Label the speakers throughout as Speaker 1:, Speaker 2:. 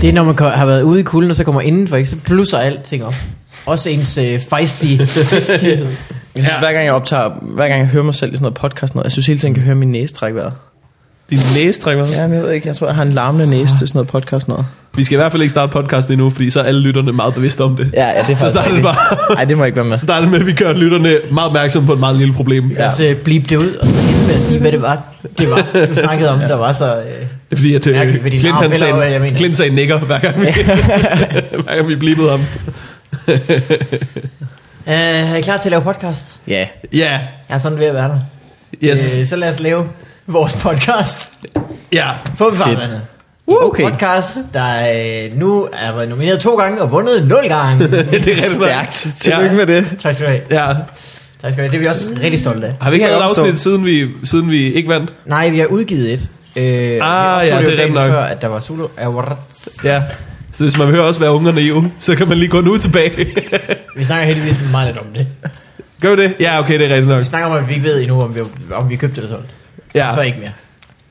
Speaker 1: Det er, når man ko- har været ude i kulden, og så kommer indenfor, ikke? så plusser alting op. Også ens øh, fejstige...
Speaker 2: Jeg synes, ja. hver gang jeg optager, hver gang jeg hører mig selv i sådan noget podcast, noget, jeg synes hele tiden, jeg kan høre min næse trække vejret.
Speaker 3: Din næse trækker.
Speaker 2: Ja, men jeg ved ikke, jeg tror, jeg har en larmende næse til sådan noget podcast noget.
Speaker 3: Vi skal i hvert fald ikke starte podcasten endnu, fordi så er alle lytterne meget bevidste om det.
Speaker 2: Ja, ja, det er
Speaker 3: så starter det bare.
Speaker 2: Nej, det må ikke være med.
Speaker 3: Så starter det med, at vi gør lytterne meget opmærksomme på et meget lille problem.
Speaker 2: Ja.
Speaker 3: Ja.
Speaker 1: Og så blip det ud, og så endte med at sige, hvad det var, det var du snakkede om, der var så... Øh,
Speaker 3: Det er fordi, at øh,
Speaker 1: Mærkeligt ved din
Speaker 3: Clint,
Speaker 1: arm,
Speaker 3: han
Speaker 1: eller hvad jeg
Speaker 3: sagde,
Speaker 1: mener.
Speaker 3: Clint sagde nikker, hver gang vi, hver gang vi blippede ham.
Speaker 1: øh, er I klar til at lave podcast?
Speaker 2: Ja.
Speaker 3: Ja,
Speaker 1: Jeg er sådan ved at være der.
Speaker 3: yes,
Speaker 1: Øh, så lad os lave vores podcast.
Speaker 3: ja.
Speaker 1: Få vi farvandet.
Speaker 2: Okay.
Speaker 1: Podcast, der øh, nu er været nomineret to gange og vundet nul gange.
Speaker 3: Det er rigtig
Speaker 2: Stærkt. Tillykke med det.
Speaker 1: tak skal du have.
Speaker 3: Ja.
Speaker 1: Tak skal du have. Det er vi også rigtig stolte af.
Speaker 3: Har vi ikke
Speaker 2: Det kan
Speaker 3: lavet et
Speaker 2: jeg opstå.
Speaker 3: afsnit, siden vi, siden vi ikke vandt?
Speaker 1: Nej, vi har udgivet et. Øh, vi optog
Speaker 3: Ah, ja,
Speaker 1: jo
Speaker 3: det er
Speaker 1: dagen
Speaker 3: rigtig nok.
Speaker 1: Før, at der var solo. Award.
Speaker 3: Ja. Så hvis man vil høre os være unge og naive, så kan man lige gå nu tilbage.
Speaker 1: Vi snakker heldigvis meget lidt om det.
Speaker 3: Gør vi det? Ja, okay, det er rigtigt nok.
Speaker 1: Vi snakker om, at vi ikke ved endnu, om vi, om vi købte eller solgt.
Speaker 3: Ja.
Speaker 1: Så ikke mere.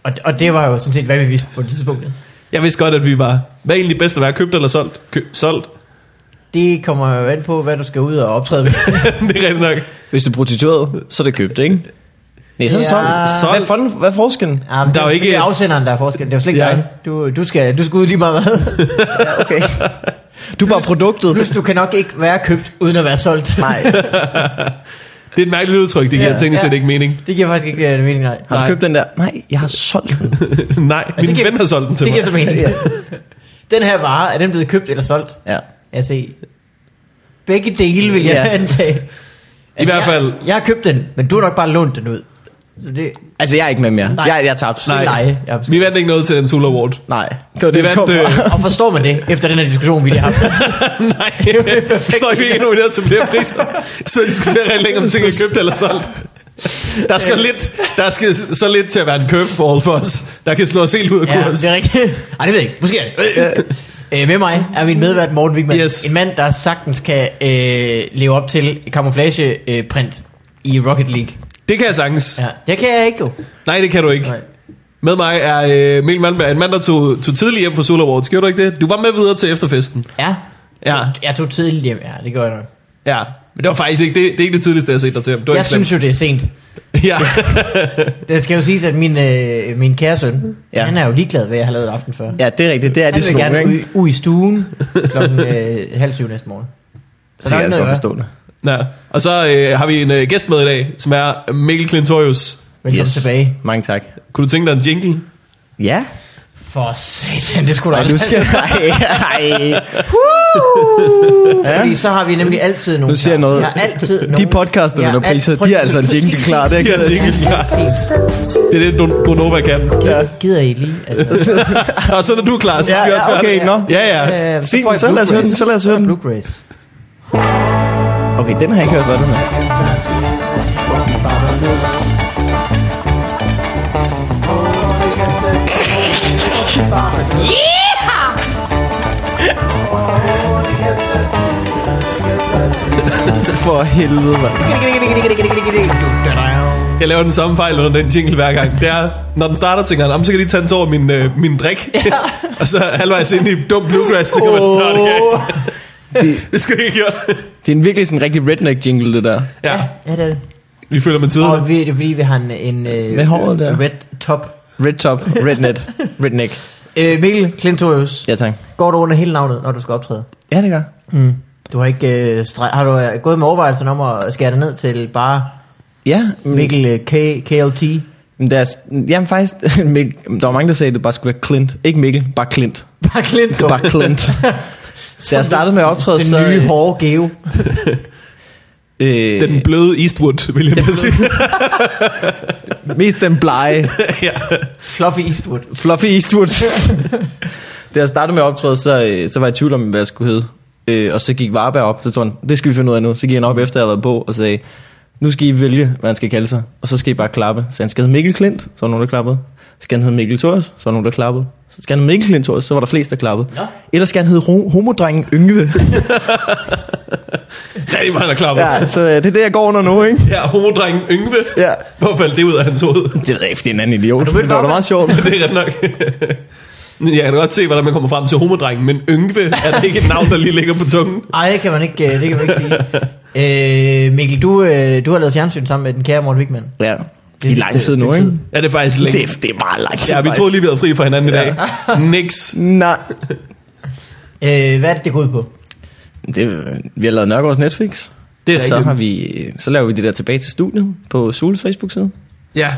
Speaker 1: Og, og det var jo sådan set, hvad vi vidste på det tidspunkt.
Speaker 3: Jeg vidste godt, at vi var... Hvad er egentlig bedst at være? Købt eller solgt? Kø- solgt.
Speaker 1: Det kommer jo an på, hvad du skal ud og optræde med.
Speaker 3: det er rigtigt nok.
Speaker 2: Hvis du prostituerede, så er det købt, ikke? Nej, så er det
Speaker 1: Ja.
Speaker 2: solgt. Hvad, for, den- hvad er forskellen?
Speaker 1: Ja, men
Speaker 3: Der
Speaker 1: der
Speaker 3: er
Speaker 1: er
Speaker 3: jo
Speaker 1: jo
Speaker 3: ikke-
Speaker 1: ikke afsenderen, der er forskel. Det er jo slet ikke
Speaker 3: Ja.
Speaker 1: ja. dig. Du, du, skal, du skal ud lige meget hvad.
Speaker 2: Ja, okay. Du er bare produktet.
Speaker 1: Plus, du kan nok ikke være købt, uden at være solgt.
Speaker 2: Nej.
Speaker 3: Det er et mærkeligt udtryk, det giver
Speaker 1: Ja,
Speaker 3: teknisk
Speaker 1: ja.
Speaker 3: set ikke mening.
Speaker 1: Det giver faktisk ikke øh, mening, nej.
Speaker 2: Har du
Speaker 3: Nej.
Speaker 2: købt den der? Nej, jeg har solgt den.
Speaker 3: Nej, min
Speaker 1: giver-
Speaker 3: ven har solgt den til
Speaker 1: Det
Speaker 3: mig.
Speaker 1: giver så mening.
Speaker 2: Ja.
Speaker 1: Den her vare, er den blevet købt eller solgt?
Speaker 2: Ja.
Speaker 1: Altså, begge dele vil jeg
Speaker 2: Ja.
Speaker 1: ja. antage. Altså,
Speaker 3: I hvert fald-
Speaker 1: Jeg, jeg har købt den, men du har nok bare lånt den ud. Så det,
Speaker 2: Altså, jeg er ikke med mere.
Speaker 1: Nej.
Speaker 2: Jeg, jeg tabte.
Speaker 1: Nej. Nej. Jeg er
Speaker 3: Vi vandt ikke noget til den Sula Award.
Speaker 2: Nej. Det var det,
Speaker 3: Det
Speaker 2: det vi kom
Speaker 3: vandt, øh,
Speaker 2: fra.
Speaker 1: og forstår man det, efter den her diskussion, vi lige har haft?
Speaker 3: Nej, står ikke endnu ned til flere priser. Så diskuterer jeg længe, om ting er købt eller solgt. Der skal, lidt, der skal så lidt til at være en curveball for os, der kan slå os helt ud af
Speaker 1: ja,
Speaker 3: kurs.
Speaker 1: det er rigtigt. Ej, det ved jeg ikke. Måske er det. Øh, med mig er min medvært Morten Wigman.
Speaker 3: Yes.
Speaker 1: En mand, der sagtens kan øh, leve op til camouflageprint øh, print i Rocket League.
Speaker 3: det kan jeg sagtens.
Speaker 1: Ja. Det kan jeg ikke, jo.
Speaker 3: Nej, det kan du ikke.
Speaker 1: Nej.
Speaker 3: Med mig er øh, Mikkel Malmberg, en mand, der tog, tog tidligt hjem fra Sula Awards. Gjorde du ikke det? Du var med videre til efterfesten.
Speaker 1: Ja.
Speaker 3: Ja.
Speaker 1: Jeg tog tidligt hjem. Ja, det gør jeg nok.
Speaker 3: Ja, men det var faktisk ikke det, det, er ikke det tidligste, jeg har set dig til. Det var
Speaker 1: Jeg
Speaker 3: ikke slemt.
Speaker 1: synes jo, det er sent.
Speaker 3: Ja.
Speaker 1: Det skal jo siges, at min, øh, min kære søn,
Speaker 2: Ja.
Speaker 1: ja. han er jo ligeglad, hvad jeg har lavet aften før.
Speaker 2: Ja, det er rigtigt. Det er
Speaker 1: Han
Speaker 2: de
Speaker 1: vil
Speaker 2: slog,
Speaker 1: gerne ud,
Speaker 2: ikke?
Speaker 1: i- ud i stuen klokken øh, halv syv næste morgen.
Speaker 2: Så kan
Speaker 1: ikke
Speaker 2: jeg altså
Speaker 1: noget
Speaker 2: godt
Speaker 1: at
Speaker 2: forstå
Speaker 1: gøre.
Speaker 2: det.
Speaker 3: ja. Og så øh, har vi en øh, gæst med i dag, som er Mikkel Klintorius.
Speaker 1: Velkommen
Speaker 2: Yes.
Speaker 1: tilbage.
Speaker 2: Mange tak.
Speaker 3: Kunne du tænke dig en jingle?
Speaker 2: Ja.
Speaker 1: For satan, det skulle du
Speaker 2: Nej,
Speaker 1: aldrig
Speaker 2: du skal... Nej, nej.
Speaker 1: Ja. Fordi så har vi nemlig altid nogle
Speaker 2: Nu siger jeg noget.
Speaker 1: Vi har altid nogle...
Speaker 2: De podcaster, der
Speaker 1: Vi har
Speaker 2: vinder
Speaker 1: alt-
Speaker 2: priser,
Speaker 1: Prøv
Speaker 2: de er
Speaker 1: lige-
Speaker 2: altså en jingle klar. Det er jeg
Speaker 3: Ja,
Speaker 2: ked af at
Speaker 3: det er
Speaker 2: sige.
Speaker 3: ikke klar. Det er det, Don- Donova kan.
Speaker 1: Ja. Gider I lige? Altså,
Speaker 3: Og så når du er klar, så skal
Speaker 2: Ja,
Speaker 3: vi også
Speaker 2: ja,
Speaker 3: være
Speaker 2: okay, nå.
Speaker 3: Ja, ja.
Speaker 1: øh,
Speaker 2: Fint,
Speaker 1: får I
Speaker 2: så lad os høre den,
Speaker 1: Bluegrace.
Speaker 2: så lad os høre den.
Speaker 1: Bluegrace.
Speaker 2: Okay, den har jeg ikke hørt, hvad den er. For helvede, mand.
Speaker 3: Jeg laver den samme fejl under den jingle hver gang. Det er, når den starter, tænker han, "Jamen, så kan de tage over min, øh, min drik. Ja. og så halvvejs ind i dum bluegrass, det kan man, Nå, det kan jeg ikke.
Speaker 2: Det,
Speaker 3: Det skulle jeg ikke have gjort.
Speaker 2: det er en virkelig sådan rigtig redneck jingle, det der.
Speaker 3: ja,
Speaker 1: Ja, det er det.
Speaker 3: vi følger med tiden.
Speaker 1: Og vi, det er fordi, vi har en, en øh,
Speaker 2: Med håret der.
Speaker 1: red top.
Speaker 2: Red top, red net, redneck.
Speaker 1: Øh, Mikkel Klintorius, ja.
Speaker 2: Ja, tak.
Speaker 1: går du under hele navnet, når du skal optræde?
Speaker 2: Ja, det gør.
Speaker 1: Mm. Du har ikke øh, streg, har du øh, gået med overvejelsen om at skære det ned til bare
Speaker 2: Ja, men-
Speaker 1: Mikkel øh, K, KLT?
Speaker 2: men der er, s- jamen faktisk, Mikkel, der var mange, der sagde, at det bare skulle være Clint. Ikke Mikkel, bare Clint.
Speaker 1: Bare Klint.
Speaker 2: Det er bare Clint. Så jeg startede med at optræde,
Speaker 1: Den
Speaker 2: så...
Speaker 1: nye hårde geo.
Speaker 2: øh,
Speaker 3: Den bløde Eastwood, vil jeg bare sige.
Speaker 2: mest den blege,
Speaker 3: ja.
Speaker 1: Fluffy Eastwood.
Speaker 2: Fluffy Eastwood. da jeg startede med at optræde, så, øh, så var jeg i tvivl om, hvad jeg skulle hedde. Øh, og så gik Varberg op, så tror han, det skal vi finde ud af nu. Så gik han op efter, jeg havde været på, og sagde, nu skal I vælge, hvad han skal kalde sig. Og så skal I bare klappe. Så han skal hedde Mikkel Klint, så var der nogen, der klappede. Så skal han hedde Mikkel Thors, så var der nogen, der klappede. Så skal han hedde Mikkel Klint Thors, så var der flest, der klappede.
Speaker 1: Nå.
Speaker 2: Ellers skal han hedde ro- homodrengen Yngve.
Speaker 3: Rigtig mange, der klapper. Ja,
Speaker 2: ja, så øh, det er det, jeg går under nu, ikke?
Speaker 3: ja homodrengen Yngve.
Speaker 2: Ja.
Speaker 3: Hvor faldt det ud af hans hoved?
Speaker 2: Det er rigtig en anden idiot.
Speaker 1: mødt
Speaker 2: Det var da
Speaker 1: Varberg?
Speaker 2: meget sjovt.
Speaker 3: det er ret nok. Men Jeg kan godt se, hvordan man kommer frem til homodrengen, men Yngve er der ikke et navn, der lige ligger på tungen.
Speaker 1: Nej, det kan man ikke, øh, det kan man ikke sige. øh, Mikkel, du, øh, du har lavet fjernsyn sammen med den kære Morten Wigman.
Speaker 2: Ja.
Speaker 1: Det
Speaker 2: I
Speaker 1: er
Speaker 2: lang
Speaker 1: et
Speaker 2: tid nu,
Speaker 1: stykke
Speaker 2: ikke?
Speaker 1: tid.
Speaker 3: Ja, det er faktisk længe.
Speaker 2: Det, det er bare lang tid.
Speaker 3: Ja, vi
Speaker 2: faktisk.
Speaker 3: troede lige, vi havde fri for hinanden i dag. Niks.
Speaker 2: Nej.
Speaker 1: Øh, hvad er det, det går ud på?
Speaker 2: Det, vi har lavet Nørgaards Netflix.
Speaker 3: Det er
Speaker 2: og så,
Speaker 3: rigtigt.
Speaker 2: har vi, så laver vi det der tilbage til studiet på Sules Facebook-side.
Speaker 3: Ja.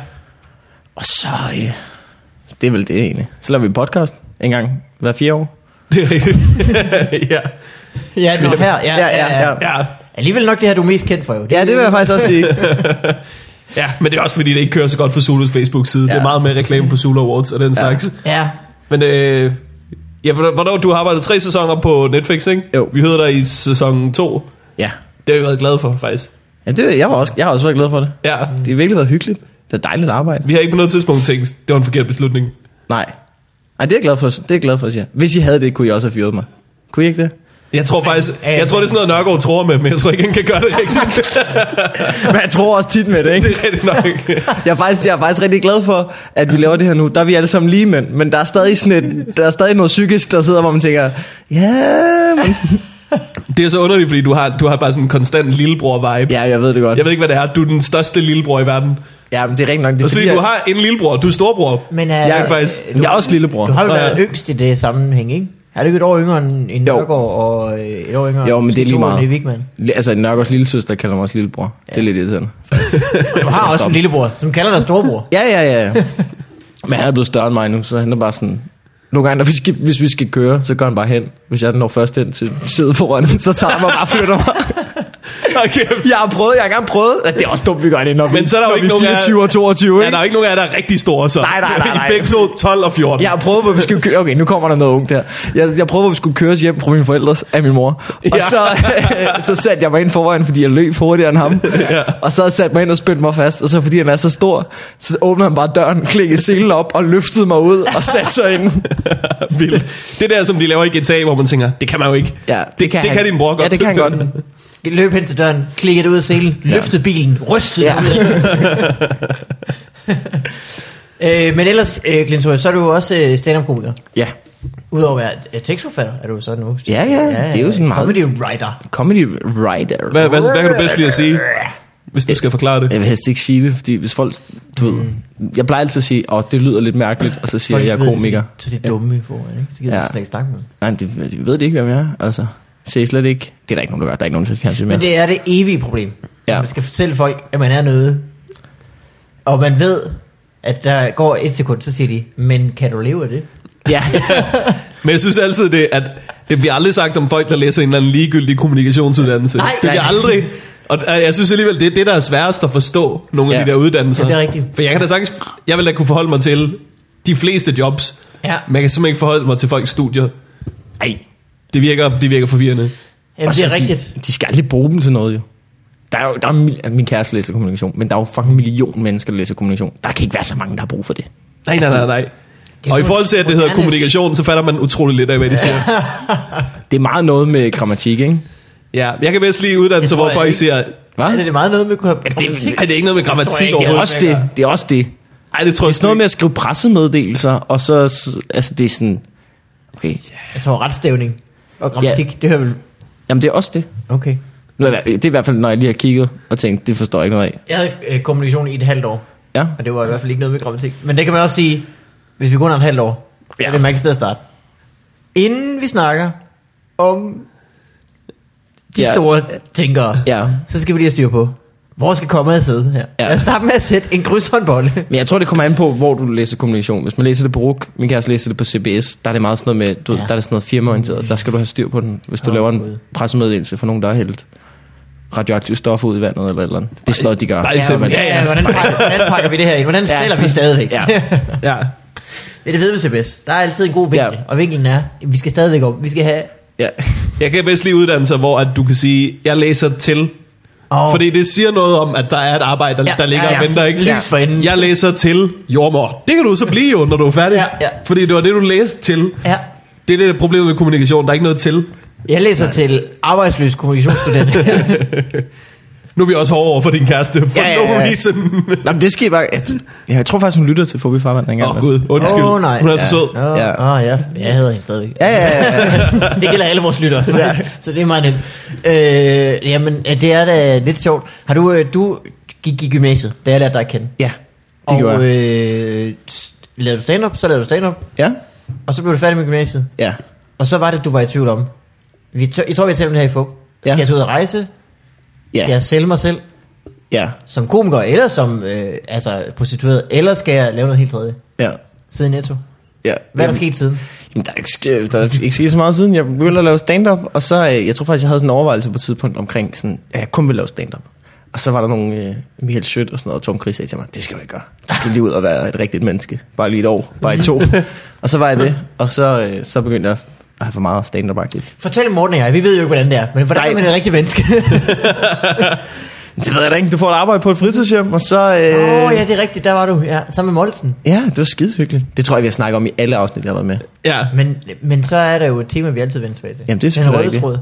Speaker 2: Og så... Øh, det er vel det egentlig. Så laver vi podcast en gang hver fire år.
Speaker 3: Det er rigtigt. ja.
Speaker 1: Ja, nå, her. Ja, ja, ja, ja.
Speaker 3: ja.
Speaker 1: Alligevel nok det her, du er mest kendt for, jo.
Speaker 2: Ja, det vil jeg faktisk også sige.
Speaker 3: Ja, men det er også fordi, det ikke kører så godt for Zulus Facebook-side. Ja. Det
Speaker 2: Ja.
Speaker 3: er meget mere reklame på Zulu Awards og den slags.
Speaker 1: Ja.
Speaker 3: Men øh, ja, hvornår- hvornår du har arbejdet tre sæsoner på Netflix, ikke?
Speaker 2: Jo.
Speaker 3: Vi hedder dig i sæson 2.
Speaker 2: ja.
Speaker 3: Det har vi været glade for, faktisk.
Speaker 2: ja det, jeg, var også, jeg har også været glad for det.
Speaker 3: Ja.
Speaker 2: Det har virkelig været hyggeligt. Det er dejligt arbejde.
Speaker 3: Vi har ikke på noget tidspunkt tænkt, det var en forkert beslutning.
Speaker 2: Nej. Ej, det er jeg glad for, det er jeg glad for at sige. Hvis I havde det, kunne I også have fyret mig. Kunne I ikke det?
Speaker 3: Jeg tror faktisk,
Speaker 1: ja,
Speaker 3: jeg tror det er sådan noget, Nørgaard tror med, men jeg tror ikke, han kan gøre det rigtigt.
Speaker 2: Men jeg tror også tit med det,
Speaker 3: det
Speaker 2: ikke?
Speaker 3: er rigtigt nok.
Speaker 2: Jeg er, faktisk, jeg er faktisk rigtig glad for, at vi laver det her nu. Der er vi alle sammen lige mænd, men der er stadig, sådan et, der er stadig noget psykisk, der sidder, hvor man tænker, ja, men...
Speaker 3: Det er så underligt, fordi du har, du har bare sådan en konstant lillebror-vibe. Ja.
Speaker 2: ja, jeg ved det godt.
Speaker 3: Jeg ved ikke, hvad det er. Du er den største lillebror i verden.
Speaker 2: Ja, men det er rigtig nok. Det er,
Speaker 3: Også fordi, du har en lillebror. Du er storbror.
Speaker 1: Men, uh,
Speaker 2: Jeg
Speaker 3: er faktisk-
Speaker 2: Altså, jeg er også lillebror.
Speaker 1: Du har jo
Speaker 3: Nå, ja.
Speaker 1: været yngst i det sammenhæng, ikke? Er du ikke et år yngre end end
Speaker 2: Jo.
Speaker 1: Nørgaard og øh, et år yngre
Speaker 2: Jo, men det er lige meget.
Speaker 1: end Vigman?
Speaker 2: Altså, Nørgaards lille søster kalder mig også lillebror. Ja. Det er lidt irriterende.
Speaker 1: Du har også en lillebror, som kalder dig storbror.
Speaker 2: Ja, ja, ja. ja. Men han er blevet større end mig nu, så han er bare sådan... Nogle gange, når vi skal, hvis vi skal køre, så går han bare hen. Hvis jeg når først hen til sædet foran, så tager han mig og bare og flytter mig.
Speaker 3: Okay.
Speaker 2: Jeg har prøvet, jeg har engang prøvet. Ja, det er også dumt, vi gør det, når vi,
Speaker 3: Men så er der jo
Speaker 2: når
Speaker 3: ikke
Speaker 2: vi
Speaker 3: nogen af-
Speaker 2: 24 og 22,
Speaker 3: Ja,
Speaker 2: ikke?
Speaker 3: der er jo ikke nogen af jer, der er rigtig store, så.
Speaker 2: Nej, nej, nej, nej.
Speaker 3: I begge to 12 og 14.
Speaker 2: Jeg har prøvet, hvor vi skulle køre... Okay, nu kommer der noget ungt her. Jeg, jeg prøvede, hvor vi skulle køres hjem fra mine forældres af min mor. Og
Speaker 3: Ja.
Speaker 2: ja. så, øh, så satte jeg mig ind foran, fordi jeg løb hurtigere end ham.
Speaker 3: Ja.
Speaker 2: Ja. Og så satte mig ind og spændte mig fast. Og så fordi han er så stor, så åbnede han bare døren, klikkede selen op og løftede mig ud og satte sig ind.
Speaker 3: Vildt. Det der, som de laver i GTA, hvor man tænker, det kan man jo ikke.
Speaker 2: Ja,
Speaker 3: det, det, kan, det
Speaker 2: han.
Speaker 3: kan din bror godt.
Speaker 2: Ja, det kan han godt.
Speaker 1: Løb hen til døren, klikket ud af selen, ja. løftede bilen, rystede ja.
Speaker 2: Ja.
Speaker 1: øh, men ellers, øh, Clint Høj, så er du jo også øh, stand-up-komiker.
Speaker 2: Ja,
Speaker 1: Udover at være øh, tekstforfatter, er du så nu.
Speaker 2: Ja, ja, det er jo sådan meget-
Speaker 1: Comedy writer.
Speaker 2: comedy writer.
Speaker 3: Hvad, hvad, hvad kan du bedst lige at sige, hvis du skal forklare det?
Speaker 2: Jeg vil helst ikke sige det, fordi hvis folk, du ved, jeg plejer altid at sige, åh, oh, det lyder lidt mærkeligt, og så siger jeg, jeg er
Speaker 1: ved det,
Speaker 2: komiker.
Speaker 1: Så det er dumme foran, ikke? Så gider
Speaker 2: Ja.
Speaker 1: ja. slet ikke snakke med dem.
Speaker 2: Nej, det, det ved de ikke, hvem jeg er, altså. Se I slet ikke. Det er der ikke nogen, der gør. Der er ikke nogen, der ser fjernsyn mere.
Speaker 1: Men det er det evige problem. Ja.
Speaker 2: Ja.
Speaker 1: Man skal fortælle folk, at man er noget. Og man ved, at der går et sekund, så siger de, men kan du leve af det?
Speaker 2: Ja.
Speaker 3: Men jeg synes altid, det, at det bliver aldrig sagt om folk, der læser en eller anden ligegyldig kommunikationsuddannelse.
Speaker 1: Nej,
Speaker 3: det bliver
Speaker 1: nej.
Speaker 3: aldrig... Og øh, jeg synes alligevel, det er det, der er sværest at forstå, nogle af
Speaker 2: Ja.
Speaker 3: de der uddannelser.
Speaker 1: Ja, det er rigtigt.
Speaker 3: For jeg kan da sagtens... Jeg vil da kunne forholde mig til de fleste jobs.
Speaker 1: Ja.
Speaker 3: Men jeg kan simpelthen ikke forholde mig til folks studier.
Speaker 2: Ej.
Speaker 3: Det virker, det virker forvirrende.
Speaker 1: Jamen,
Speaker 2: Også
Speaker 1: det er
Speaker 2: fordi,
Speaker 1: rigtigt.
Speaker 2: De skal aldrig bruge dem til noget, jo. Der er jo, der er, mil- altså, min kæreste læser kommunikation, men der er jo fucking en million mennesker, der læser kommunikation. Der kan ikke være så mange, der har brug for det.
Speaker 3: Nej, nej, nej, nej.
Speaker 1: Det er
Speaker 3: Og i
Speaker 1: sådan
Speaker 3: forhold til, at det
Speaker 1: moderne-
Speaker 3: hedder kommunikation, så fatter man utrolig lidt af, hvad de siger.
Speaker 2: Det er meget noget med grammatik, ikke?
Speaker 3: Ja, jeg kan bedst lide uddannelser,
Speaker 1: Det tror
Speaker 3: hvor
Speaker 1: jeg
Speaker 3: folk
Speaker 1: ikke.
Speaker 3: siger,
Speaker 2: Hva?
Speaker 1: Er det, det er meget noget med
Speaker 2: Ja, det,
Speaker 1: kommunikation?
Speaker 2: det,
Speaker 3: nej, det er ikke noget med
Speaker 1: Det tror jeg
Speaker 3: grammatik
Speaker 1: ikke,
Speaker 2: det er
Speaker 3: overhovedet.
Speaker 2: også det. Det er også det.
Speaker 3: Nej, det tror jeg
Speaker 2: Sådan noget med
Speaker 3: slet ikke.
Speaker 2: at skrive pressemeddelelser, og så... s- Altså, det er sådan... Okay.
Speaker 1: Jeg tror retstævning og grammatik, det hører vel...
Speaker 2: Jamen, det er også det.
Speaker 1: Okay.
Speaker 2: Nu er jeg, det er i hvert fald, når jeg lige har kigget og tænkt, det forstår jeg ikke noget af.
Speaker 1: Jeg havde øh, kommunikation i et halvt år,
Speaker 2: Ja.
Speaker 1: og det var i hvert fald ikke noget med grammatik. Men det kan man også sige, hvis vi går under et halvt år, ja. er
Speaker 2: Ja.
Speaker 1: det et mærkeligt sted at starte. Inden vi snakker om de ja.
Speaker 2: Ja.
Speaker 1: store tænkere,
Speaker 2: Ja.
Speaker 1: så skal vi lige have styr på, hvor skal komme at sidde her? Ja.
Speaker 2: Ja.
Speaker 1: Lad os starte med at sætte en krydshåndbold.
Speaker 2: Men jeg tror, det kommer an på, hvor du læser kommunikation. Hvis man læser det på RUC, min kæreste læser det på CBS, der er det meget sådan noget med, du,
Speaker 1: Ja.
Speaker 2: ja. der er det sådan noget firmaorienteret. Der skal du have styr på den, hvis du
Speaker 1: Åh,
Speaker 2: laver
Speaker 1: Gud.
Speaker 2: en pressemeddelelse for nogen, der har hældt radioaktive stoffer ud i vandet eller et eller andet. Det er sådan noget, de gør.
Speaker 3: Bare et
Speaker 1: Ja,
Speaker 3: eksempel.
Speaker 1: ja, ja, hvordan, pakker, hvordan pakker vi det her ind? Hvordan ja. sælger vi stadigvæk?
Speaker 2: Ja.
Speaker 3: Ja.
Speaker 1: Det er det fede ved CBS. Der er altid en god vinkel, ja.
Speaker 2: Ja.
Speaker 1: og vinkelen er, vi skal stadigvæk op. Vi skal have...
Speaker 2: Ja.
Speaker 3: Jeg kan bedst lide uddannelser, hvor at du kan sige, jeg læser til.
Speaker 1: Oh,
Speaker 3: Fordi det siger noget om, at der er et arbejde, der,
Speaker 1: Ja,
Speaker 3: ja, der ligger
Speaker 1: ja,
Speaker 3: ja,
Speaker 1: ja.
Speaker 3: ja. og venter. Ikke?
Speaker 1: Lys for enden.
Speaker 3: Jeg læser til jordmor. Det kan du så blive jo, når du er færdig.
Speaker 1: Ja, ja.
Speaker 3: Fordi det var det, du læste til.
Speaker 1: ja.
Speaker 3: Det er det der problem med kommunikation. Der er ikke noget til.
Speaker 1: Jeg læser til arbejdsløs kommunikationsstudent.
Speaker 3: Nu er vi også hårde over for din kæreste, for
Speaker 2: Ja,
Speaker 3: ja,
Speaker 2: ja, ja.
Speaker 3: no reason.
Speaker 2: Nå, men det skal I bare... Jeg, jeg tror faktisk, hun lytter til Fobi Farvand en gang.
Speaker 3: Åh oh,
Speaker 2: men-
Speaker 3: gud, undskyld.
Speaker 1: Åh, nej.
Speaker 3: Hun er så
Speaker 1: ja.
Speaker 3: sød.
Speaker 1: Åh, oh,
Speaker 2: Ja.
Speaker 1: ja. oh, ja. Jeg hedder hende stadigvæk.
Speaker 2: Ja, ja, ja, ja.
Speaker 1: det gælder alle vores lyttere, faktisk. så det er meget nemt. Øh, jamen, øh, det er da lidt sjovt. Har du, øh, du gik i gymnasiet, da jeg lærte dig at kende.
Speaker 2: ja det gjorde
Speaker 1: og
Speaker 2: jeg.
Speaker 1: øh, s- lavede du stand-up, så lavede du stand-up,
Speaker 2: Ja?
Speaker 1: og så blev du færdig med gymnasiet.
Speaker 2: Ja.
Speaker 1: Og så var det, du var i tvivl om. Vi tør, jeg tror, vi har talt om det her i Fog. Skal
Speaker 2: Ja.
Speaker 1: jeg tage ud og rejse? Skal
Speaker 2: Ja.
Speaker 1: jeg sælge mig selv
Speaker 2: Ja.
Speaker 1: som komiker, eller som øh, altså, prostitueret? Eller skal jeg lave noget helt tredje?
Speaker 2: Ja.
Speaker 1: Siden netto.
Speaker 2: ja.
Speaker 1: Hvad er der
Speaker 2: Jamen,
Speaker 1: sket siden?
Speaker 2: Jamen, der er, ikke, ske- der er ikke sket så meget siden. Jeg begyndte at lave stand-up, og så, øh, jeg tror faktisk, jeg havde sådan en overvejelse på et tidspunkt omkring, sådan, at jeg kun ville lave stand-up. Og så var der nogle øh, Michael Schødt og sådan noget, og Tom Chris sagde til mig, det skal du ikke gøre. Du skal lige ud og være et rigtigt menneske. Bare lige et år, bare i to. og så var jeg det, og så, øh, så begyndte jeg at have for meget stand-up-agtigt.
Speaker 1: Fortæl Morten og jeg, vi ved jo ikke, hvordan det er, men hvordan
Speaker 2: Nej.
Speaker 1: er man et rigtigt menneske?
Speaker 2: Det ved jeg da ikke. Du får et arbejde på et fritidshjem, og så...
Speaker 1: Åh,
Speaker 2: Øh,
Speaker 1: øh. oh, ja, det er rigtigt, der var du, ja, sammen med Molsen.
Speaker 2: ja, det var skidehyggeligt. Det tror jeg, vi har snakket om i alle afsnit, jeg har været med.
Speaker 3: Ja,
Speaker 1: Men, men så er der jo et tema, vi altid vender tilbage til.
Speaker 2: Jamen, det er
Speaker 1: Den
Speaker 2: selvfølgelig
Speaker 1: røde
Speaker 2: rigtigt.
Speaker 1: tråd.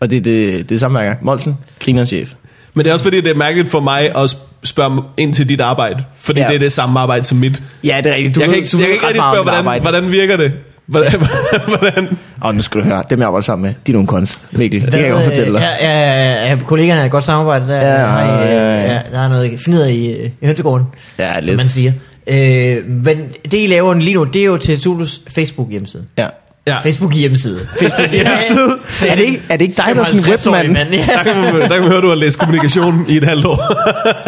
Speaker 2: Og det er det, det er samme hver gang. Molsen, grinerens chef.
Speaker 3: men det er også fordi, det er mærkeligt for mig at spørge ind til dit arbejde, fordi
Speaker 2: Ja.
Speaker 3: ja. det er det samme arbejde som mit.
Speaker 2: Ja, det er rigtigt.
Speaker 3: Du jeg kan ikke, jeg kan ikke rigtig spørge, hvordan, hvordan virker det? Hvordan, hvordan?
Speaker 2: Og nu skal du høre, dem jeg arbejder sammen med, de er nogle kons. Mikkel, det kan jeg godt
Speaker 1: Hvad, øh,
Speaker 2: fortælle dig.
Speaker 1: Ja, ja, ja, ja, kollegaerne har et godt samarbejde der.
Speaker 2: Ja,
Speaker 1: har, I, øh,
Speaker 2: ja, ja, ja.
Speaker 1: Der er noget fnider i, øh, i hønsegården,
Speaker 2: Ja,
Speaker 1: som
Speaker 2: lidt.
Speaker 1: man siger. Øh, men det, I laver lige nu, det er jo til Zulus Facebook hjemmeside.
Speaker 2: Ja.
Speaker 3: Ja,
Speaker 1: Facebook hjemmeside. Facebook
Speaker 3: Hjemmeside.
Speaker 2: Er det ikke- er det ikke dig, der er sådan en webmand?
Speaker 1: Ja.
Speaker 3: der kan, man, der kan man høre, du har læst kommunikation i et halvt år.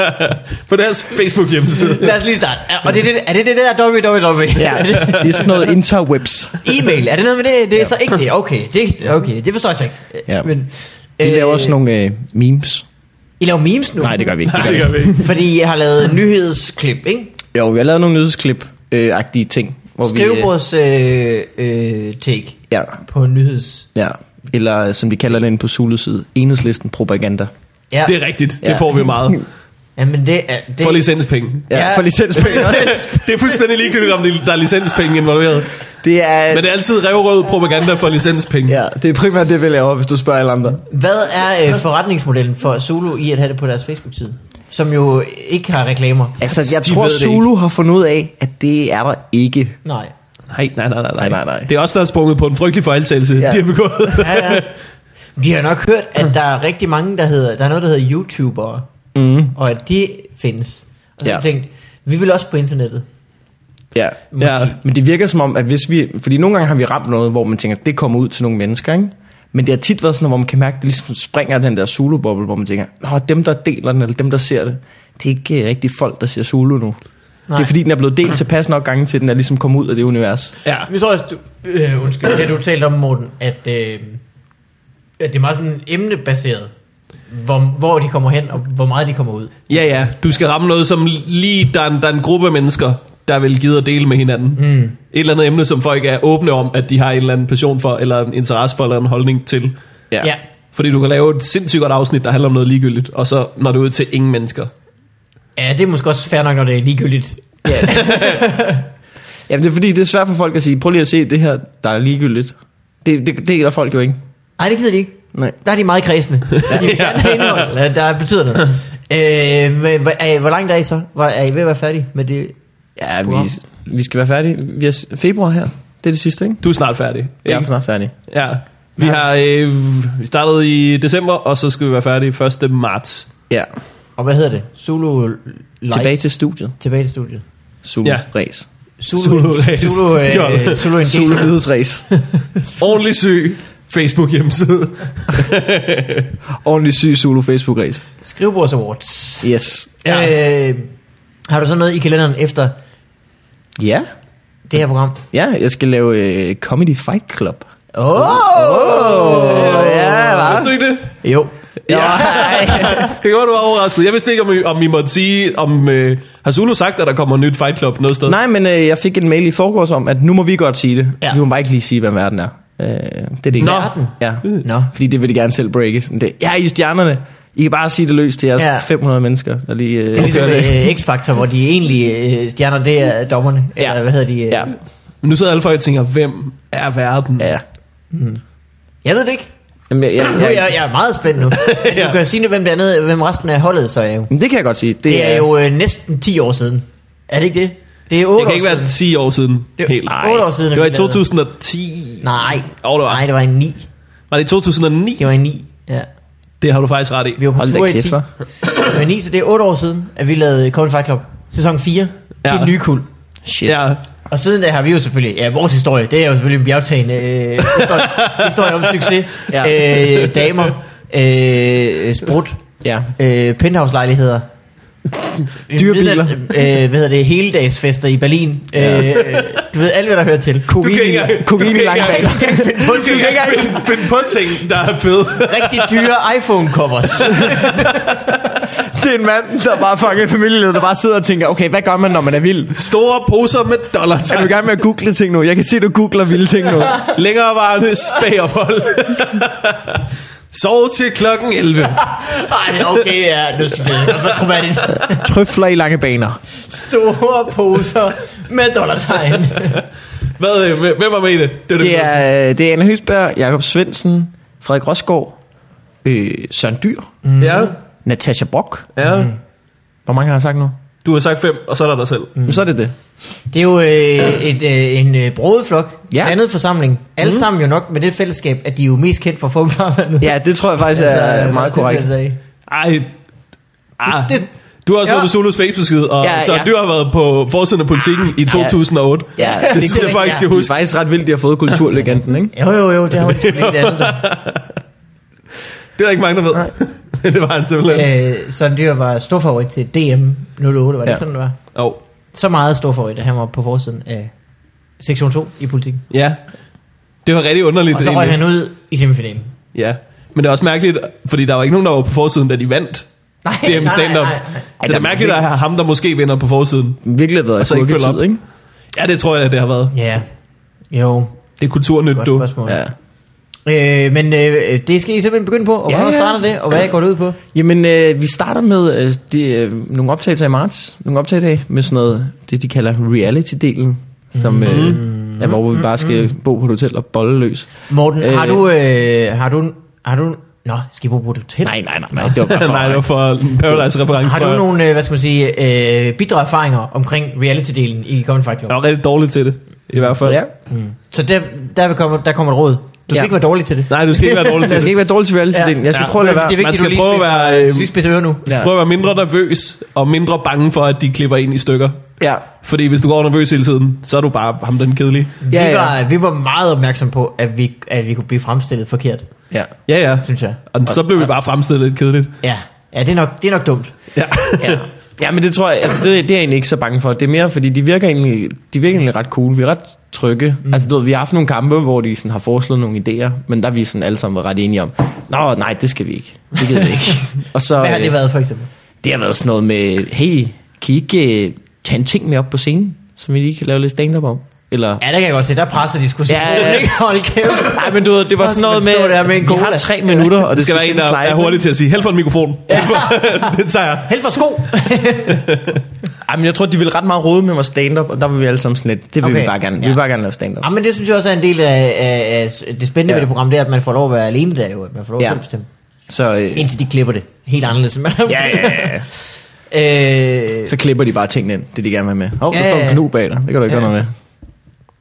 Speaker 3: på deres Facebook hjemmeside.
Speaker 1: Lad os lige starte. Er- Og det, er det, er det det der www?
Speaker 2: ja.
Speaker 1: Er det-
Speaker 2: Det er sådan noget interwebs.
Speaker 1: E-mail, er det noget med det? Det er så ikke det. Okay, det, okay, det forstår jeg så ikke.
Speaker 2: Ja.
Speaker 1: Men,
Speaker 2: Vi laver
Speaker 1: øh,
Speaker 2: også nogle øh, memes.
Speaker 1: I laver memes nu?
Speaker 2: Nej, det gør vi ikke. Det gør vi.
Speaker 3: Det
Speaker 2: ikke.
Speaker 3: gør vi ikke.
Speaker 1: ikke. Fordi I har lavet nyhedsklip, ikke?
Speaker 2: Jo, vi har lavet nogle nyhedsklip-agtige ting. Hvor Vi, øh,
Speaker 1: Skrivebords øh, øh, take
Speaker 2: ja,
Speaker 1: på nyheds...
Speaker 2: ja. Eller øh, som vi kalder det inde på Zulus side, enhedslisten propaganda.
Speaker 1: Ja,
Speaker 3: Det er rigtigt. Det
Speaker 2: Ja.
Speaker 3: får vi meget.
Speaker 1: Jamen det er... Det,
Speaker 3: For licenspenge.
Speaker 2: Ja,
Speaker 1: Ja.
Speaker 2: ja. for licenspenge også.
Speaker 3: Det er fuldstændig ligegyldigt, om det- der er licenspenge involveret.
Speaker 2: Det er, øh,
Speaker 3: Men det er altid revrød propaganda for licenspenge.
Speaker 2: ja, det er primært det, vi laver, hvis du spørger alle andre.
Speaker 1: Hvad er øh, forretningsmodellen for Zulu i at have det på deres Facebook-side? Som jo ikke har reklamer.
Speaker 2: Altså, jeg
Speaker 3: De
Speaker 2: tror,
Speaker 3: ved det
Speaker 2: Zulu har fundet ud af, at det er der ikke.
Speaker 1: Nej.
Speaker 3: Nej, nej, nej, nej, nej.
Speaker 2: Nej, nej, nej.
Speaker 3: Det er også der er sprunget på en frygtelig fejltagelse,
Speaker 2: Ja.
Speaker 3: ja. de har begået.
Speaker 1: Ja, ja. De har nok hørt, at der er rigtig mange, der hedder... Der er noget, der hedder YouTubere.
Speaker 2: Mm.
Speaker 1: Og at de findes. Og så
Speaker 2: Ja.
Speaker 1: ja. tænkt, vi vil også på internettet.
Speaker 2: Ja.
Speaker 1: Måske.
Speaker 3: Ja.
Speaker 2: Men det virker som om, at hvis vi... Fordi nogle gange har vi ramt noget, hvor man tænker, at det kommer ud til nogle mennesker, ikke? Men det har tit været sådan, noget, hvor man kan mærke, at det ligesom springer den der Zulu-boble, hvor man tænker, Nå, dem der deler den, eller dem der ser det, det er ikke øh, rigtig folk, der ser Zulu nu. Nej.
Speaker 1: Nej.
Speaker 2: Det er fordi, den er blevet delt tilpas nok gange til, den er ligesom kommet ud af det univers.
Speaker 3: Ja.
Speaker 1: Vi tror også, du, øh, undskyld, det du talte om, Morten, at, øh, at det er meget sådan emnebaseret, hvor, hvor de kommer hen, og hvor meget de kommer ud.
Speaker 3: ja, ja. Du skal ramme noget, som lige der er en, der er en gruppe af mennesker, der vil gide at dele med hinanden. Mm. Et eller andet emne, som folk er åbne om, at de har en eller anden passion for, eller en interesse for, eller en holdning til.
Speaker 2: Ja.
Speaker 1: ja.
Speaker 3: Fordi du kan lave et sindssygt godt afsnit, der handler om noget ligegyldigt, og så når du ud til ingen mennesker.
Speaker 1: Ja, det er måske også fair nok, når det er ligegyldigt.
Speaker 2: Jamen det er fordi, det er svært for folk at sige, prøv lige at se det her, der er ligegyldigt. Det, det, det deler folk jo ikke.
Speaker 1: Nej, det gider de ikke.
Speaker 2: Nej.
Speaker 1: Der er de meget kredsende. De vil gerne have indhold, at der betyder noget. Øh, men, hvor, er, I- hvor langt er I så? Hvor, er I ved at være færdige med det?
Speaker 2: Ja,
Speaker 1: Program.
Speaker 2: vi, vi skal være færdige. Vi er s- februar her. Det er det sidste, ikke?
Speaker 3: Du er snart færdig.
Speaker 2: Jeg er
Speaker 3: ikke?
Speaker 2: snart færdig.
Speaker 3: Ja. Vi har øh, vi startede i december, og så skal vi være færdige 1. marts.
Speaker 2: Ja.
Speaker 1: Og hvad hedder det? Zulu Lights?
Speaker 2: Tilbage til studiet.
Speaker 1: Tilbage til studiet.
Speaker 2: Zulu
Speaker 3: Ja.
Speaker 2: ja. race.
Speaker 1: Zulu,
Speaker 3: Zulu Race.
Speaker 1: Zulu,
Speaker 3: Jo.
Speaker 1: øh, Zulu,
Speaker 2: Zulu
Speaker 1: Engagement.
Speaker 2: nyhedsrace.
Speaker 3: Ordentlig syg Facebook hjemmeside.
Speaker 2: Ordentlig syg Zulu Facebook race.
Speaker 1: Skrivebords Awards.
Speaker 2: Yes.
Speaker 1: Ja. Øh, har du så noget i kalenderen efter
Speaker 2: Ja.
Speaker 1: det her program?
Speaker 2: Ja, jeg skal lave øh, Comedy Fight Club.
Speaker 1: Åh! Oh,
Speaker 2: hva?
Speaker 3: Vidste du ikke det?
Speaker 1: Jo.
Speaker 3: Ja. Det var du var overrasket. Jeg vidste ikke, om I, om I måtte sige, om øh, har Zulu sagt, at der kommer nyt Fight Club noget sted?
Speaker 2: Nej, men øh, jeg fik en mail i forgårs om, at nu må vi godt sige det.
Speaker 1: Ja.
Speaker 2: Ja. Vi må bare ikke lige sige, hvad verden er. Øh, det er det ikke.
Speaker 3: Nå.
Speaker 1: Verden?
Speaker 2: Ja.
Speaker 1: Nå.
Speaker 2: Fordi det vil de gerne selv breake. Sådan det. Ja, I er stjernerne. I kan bare sige det løs til jeres
Speaker 1: Ja.
Speaker 2: ja. 500 mennesker. Der lige, øh,
Speaker 1: Det er ligesom
Speaker 2: gør det.
Speaker 1: øh, X-Factor, hvor de egentlige øh, stjerner, det er dommerne. Ja. Eller hvad hedder de? Øh?
Speaker 2: Ja.
Speaker 3: Men nu sidder alle folk og tænker, hvem er verden?
Speaker 2: ja.
Speaker 1: Jeg ved det ikke.
Speaker 2: Jamen, jeg, jeg,
Speaker 1: Nu er jeg, jeg er meget spændt nu. Men
Speaker 3: Ja.
Speaker 1: Du kan jo sige, hvem, det andet, hvem resten af holdet så er jo.
Speaker 2: men det kan jeg godt sige. Det,
Speaker 1: Det er jo øh, næsten 10 år siden. Er det ikke det? Det er 8
Speaker 3: Det kan ikke
Speaker 1: år
Speaker 3: være
Speaker 1: siden.
Speaker 3: 10 år siden.
Speaker 1: Det var
Speaker 3: helt.
Speaker 1: otte år siden, at
Speaker 3: Det var i
Speaker 1: vi lavede.
Speaker 3: 2010.
Speaker 1: Nej.
Speaker 3: Jo, det var.
Speaker 1: Nej, det var en 9.
Speaker 3: Var det i 2009?
Speaker 1: Det var en 9. Ja.
Speaker 3: Det har du faktisk ret i.
Speaker 1: Vi var på
Speaker 2: Hold da
Speaker 1: tur i
Speaker 2: kæft,
Speaker 1: 10.
Speaker 2: hva'?
Speaker 1: Det var en 9, så det er 8 år siden, at vi lavede Cold Fight Club. Sæson 4. Ja. Det
Speaker 3: Ja.
Speaker 1: er nye kul.
Speaker 2: Shit.
Speaker 3: Ja.
Speaker 1: Og siden da har vi jo selvfølgelig, ja, vores historie, det er jo selvfølgelig en bjergtagende øh, historie, historie om succes.
Speaker 2: Ja.
Speaker 1: Ja. Øh, damer, øh, sprut,
Speaker 2: ja.
Speaker 1: øh, penthouse-lejligheder.
Speaker 2: Dyrebiler.
Speaker 1: Midnads- Øh, hvad hedder det? Heledagsfester i Berlin. Ja. Øh, du ved alt, hvad der hører til.
Speaker 3: Du kan ikke
Speaker 2: Kokain, i- kokain
Speaker 3: engang- du kan
Speaker 2: i
Speaker 3: ikke
Speaker 2: langbaner.
Speaker 3: engang- Du kan ikke engang finde, finde på ting, der er fede.
Speaker 1: Rigtig dyre iPhone-covers.
Speaker 2: Det er en mand, der bare fanger en familieleder, der bare sidder og tænker, okay, hvad gør man, når man er vild?
Speaker 3: Store poser med dollar.
Speaker 2: Er du i gang med at google ting nu? Jeg kan se, du googler vilde ting nu.
Speaker 3: Længere varende spagophold. Sov til klokken 11.
Speaker 1: Ej, okay, ja. Nu skal det også være troværdigt.
Speaker 2: Trøfler i lange baner.
Speaker 1: Store poser med dollartegn.
Speaker 3: Hvad, øh, hvem- hvem var med i det? Det, var
Speaker 2: Det
Speaker 3: vi nåede
Speaker 2: er, øh, det er Anna Høsberg, Jakob Svendsen, Frederik Rosgaard, øh, Søren Dyr,
Speaker 3: til. Ja,
Speaker 2: Natasha Brock.
Speaker 3: ja.
Speaker 2: Hvor mange har jeg sagt nu?
Speaker 3: Du har sagt fem, og så er der dig selv.
Speaker 2: Mm. Så er det det.
Speaker 1: Det er jo øh, et, øh, en øh, broget flok.
Speaker 2: Ja.
Speaker 1: Ja. Andet forsamling. Alle mm. sammen jo nok med det fællesskab, at de er jo mest kendt for fodboldfarvandet.
Speaker 2: Ja, det tror jeg faktisk er
Speaker 1: øh,
Speaker 2: altså, meget korrekt.
Speaker 3: Ej. Ah.
Speaker 1: Det-
Speaker 3: Du har også
Speaker 1: Ja.
Speaker 3: ja. Solos Facebook-side, og
Speaker 2: Ja,
Speaker 3: ja, så
Speaker 2: ja.
Speaker 3: ja. du har været på forsiden af politikken i 2008.
Speaker 2: Ja, det
Speaker 3: det
Speaker 2: kunne
Speaker 3: synes jeg
Speaker 1: ikke
Speaker 3: faktisk,
Speaker 1: være.
Speaker 3: jeg
Speaker 2: Det er
Speaker 3: huske.
Speaker 2: faktisk ret vildt, de har fået kulturlegenden, ikke?
Speaker 1: Jo, jo, jo, det har hun selvfølgelig ikke det andet. der.
Speaker 3: Det er der ikke mange, der ved. Men det var han simpelthen. Ja.
Speaker 1: Øh, Søren Dyr var stor favorit til DM 08, var det
Speaker 2: Ja.
Speaker 1: ja. sådan, det var?
Speaker 3: Oh.
Speaker 1: Så meget stor favorit, at han var på forsiden af sektion 2 i politikken.
Speaker 3: ja. Det var rigtig underligt.
Speaker 1: Og så røg
Speaker 3: egentlig.
Speaker 1: han ud i semifinalen.
Speaker 3: Ja. Men det er også mærkeligt, fordi der var ikke nogen, der var på forsiden, da de vandt.
Speaker 1: Nej,
Speaker 3: DM stand-up.
Speaker 1: nej, nej, nej.
Speaker 3: Så det
Speaker 2: der
Speaker 3: er mærkeligt at have ham, der måske vinder på forsiden.
Speaker 2: Virkelig har været
Speaker 3: Og så ikke følge
Speaker 2: kurketid,
Speaker 3: op.
Speaker 2: ikke?
Speaker 3: Ja, det tror jeg, det har været.
Speaker 1: Ja, jo,
Speaker 3: Det er kulturnyt,
Speaker 1: godt
Speaker 3: du.
Speaker 1: spørgsmål.
Speaker 2: Ja.
Speaker 1: Øh, men øh, det skal I simpelthen begynde på, og
Speaker 2: Ja,
Speaker 1: hvornår
Speaker 2: ja.
Speaker 1: starter det, og hvad går det ud på?
Speaker 2: Jamen, øh, vi starter med øh, de, øh, nogle optagelser i marts. Nogle optagedage med sådan noget, det de kalder reality-delen. Som øh, er, hvor vi bare skal bo på et hotel og bolle løs.
Speaker 1: Morten, øh, har
Speaker 2: Øh.
Speaker 1: du... Øh, har du, har du Nå, skal I bruge det til?
Speaker 2: Nej, nej, nej, nej. Det var bare for,
Speaker 3: Nej, det var for en Paradise-reference,
Speaker 1: Har
Speaker 3: tror
Speaker 1: du
Speaker 3: jeg.
Speaker 1: nogle, øh, hvad skal man sige, øh, bitre erfaringer omkring reality-delen i Common Fight Club?
Speaker 3: Jeg var rigtig dårlig til det, i hvert fald.
Speaker 2: Ja.
Speaker 1: Så der, der, vil komme, der kommer et råd. Du skal
Speaker 2: Ja.
Speaker 1: ja. ikke være dårlig til det.
Speaker 3: Nej, du skal ikke være dårlig
Speaker 2: Jeg
Speaker 3: til
Speaker 2: skal
Speaker 3: det.
Speaker 2: ikke være dårlig til reality-delen. Jeg skal
Speaker 3: Ja.
Speaker 2: prøve at lade være.
Speaker 1: Det er vigtigt,
Speaker 3: Man skal
Speaker 1: du lige
Speaker 3: prøve at
Speaker 1: spidser-
Speaker 3: være, øh,
Speaker 1: lige spidser ører nu.
Speaker 2: Ja.
Speaker 3: Prøv at være mindre nervøs, og mindre bange for, at de klipper ind i stykker.
Speaker 2: Ja.
Speaker 3: Fordi hvis du går nervøs hele tiden, så er du bare ham den kedelige.
Speaker 2: Ja,
Speaker 1: vi,
Speaker 2: ja.
Speaker 1: var, vi var meget opmærksomme på, at vi, at vi kunne blive fremstillet forkert,
Speaker 2: Ja.
Speaker 3: Ja, ja.
Speaker 1: synes jeg.
Speaker 3: Og så blev vi bare fremstillet lidt kedeligt.
Speaker 1: Ja, ja det, er nok, det er nok dumt.
Speaker 3: Ja.
Speaker 2: Ja. ja, men det tror jeg, altså det, det er jeg egentlig ikke så bange for. Det er mere, fordi de virker egentlig, de virker egentlig ret cool. Vi er ret trygge. Mm. Altså, du ved, vi har haft nogle kampe, hvor de sådan har foreslået nogle idéer, men der er vi sådan alle sammen ret enige om, nå, nej, det skal vi ikke. Det gider vi ikke. og så,
Speaker 1: Hvad har det
Speaker 2: øh,
Speaker 1: været for eksempel?
Speaker 2: Det har været sådan noget med, hey, kan I ikke øh, tage en ting med op på scenen, som vi lige kan lave lidt stand-up om? Eller...
Speaker 1: Ja, det kan jeg godt se. Der presser de sgu
Speaker 2: Ja, ja, ja.
Speaker 1: ja. Hold kæft.
Speaker 2: Nej, men du ved, det var
Speaker 1: Så
Speaker 2: sådan
Speaker 1: skal
Speaker 2: noget
Speaker 1: man stå
Speaker 2: med,
Speaker 1: der med en
Speaker 2: vi har
Speaker 1: cola.
Speaker 2: tre minutter, og
Speaker 3: Det
Speaker 2: det
Speaker 3: skal være en,
Speaker 2: sendes
Speaker 3: der
Speaker 2: live.
Speaker 3: er hurtig til at sige, held for en mikrofon. Ja. det tager jeg.
Speaker 1: Held for sko.
Speaker 2: Ej, men jeg tror, de ville ret meget rode med vores stand-up, og der var vi alle sammen sådan lidt, det vil okay.
Speaker 1: Okay.
Speaker 2: vi bare gerne. Vi
Speaker 1: Ja.
Speaker 2: vil bare gerne lave stand-up.
Speaker 1: ja, men det synes jeg også er en del af, af, af det spændende ja.
Speaker 2: Ja.
Speaker 1: ved det program, det er, at man får lov at være alene der jo. At man får lov
Speaker 2: Ja.
Speaker 1: ja. at bestemme.
Speaker 2: Så, øh,
Speaker 1: Indtil de klipper det helt anderledes. Ja,
Speaker 2: ja, ja.
Speaker 1: øh,
Speaker 2: så klipper de bare tingene ind, det de gerne vil have med. Hov, der
Speaker 1: Ja,
Speaker 2: står
Speaker 1: ja,
Speaker 2: en
Speaker 1: ja.
Speaker 2: knu bag dig, det kan du ikke
Speaker 1: Ja.
Speaker 2: gøre noget med.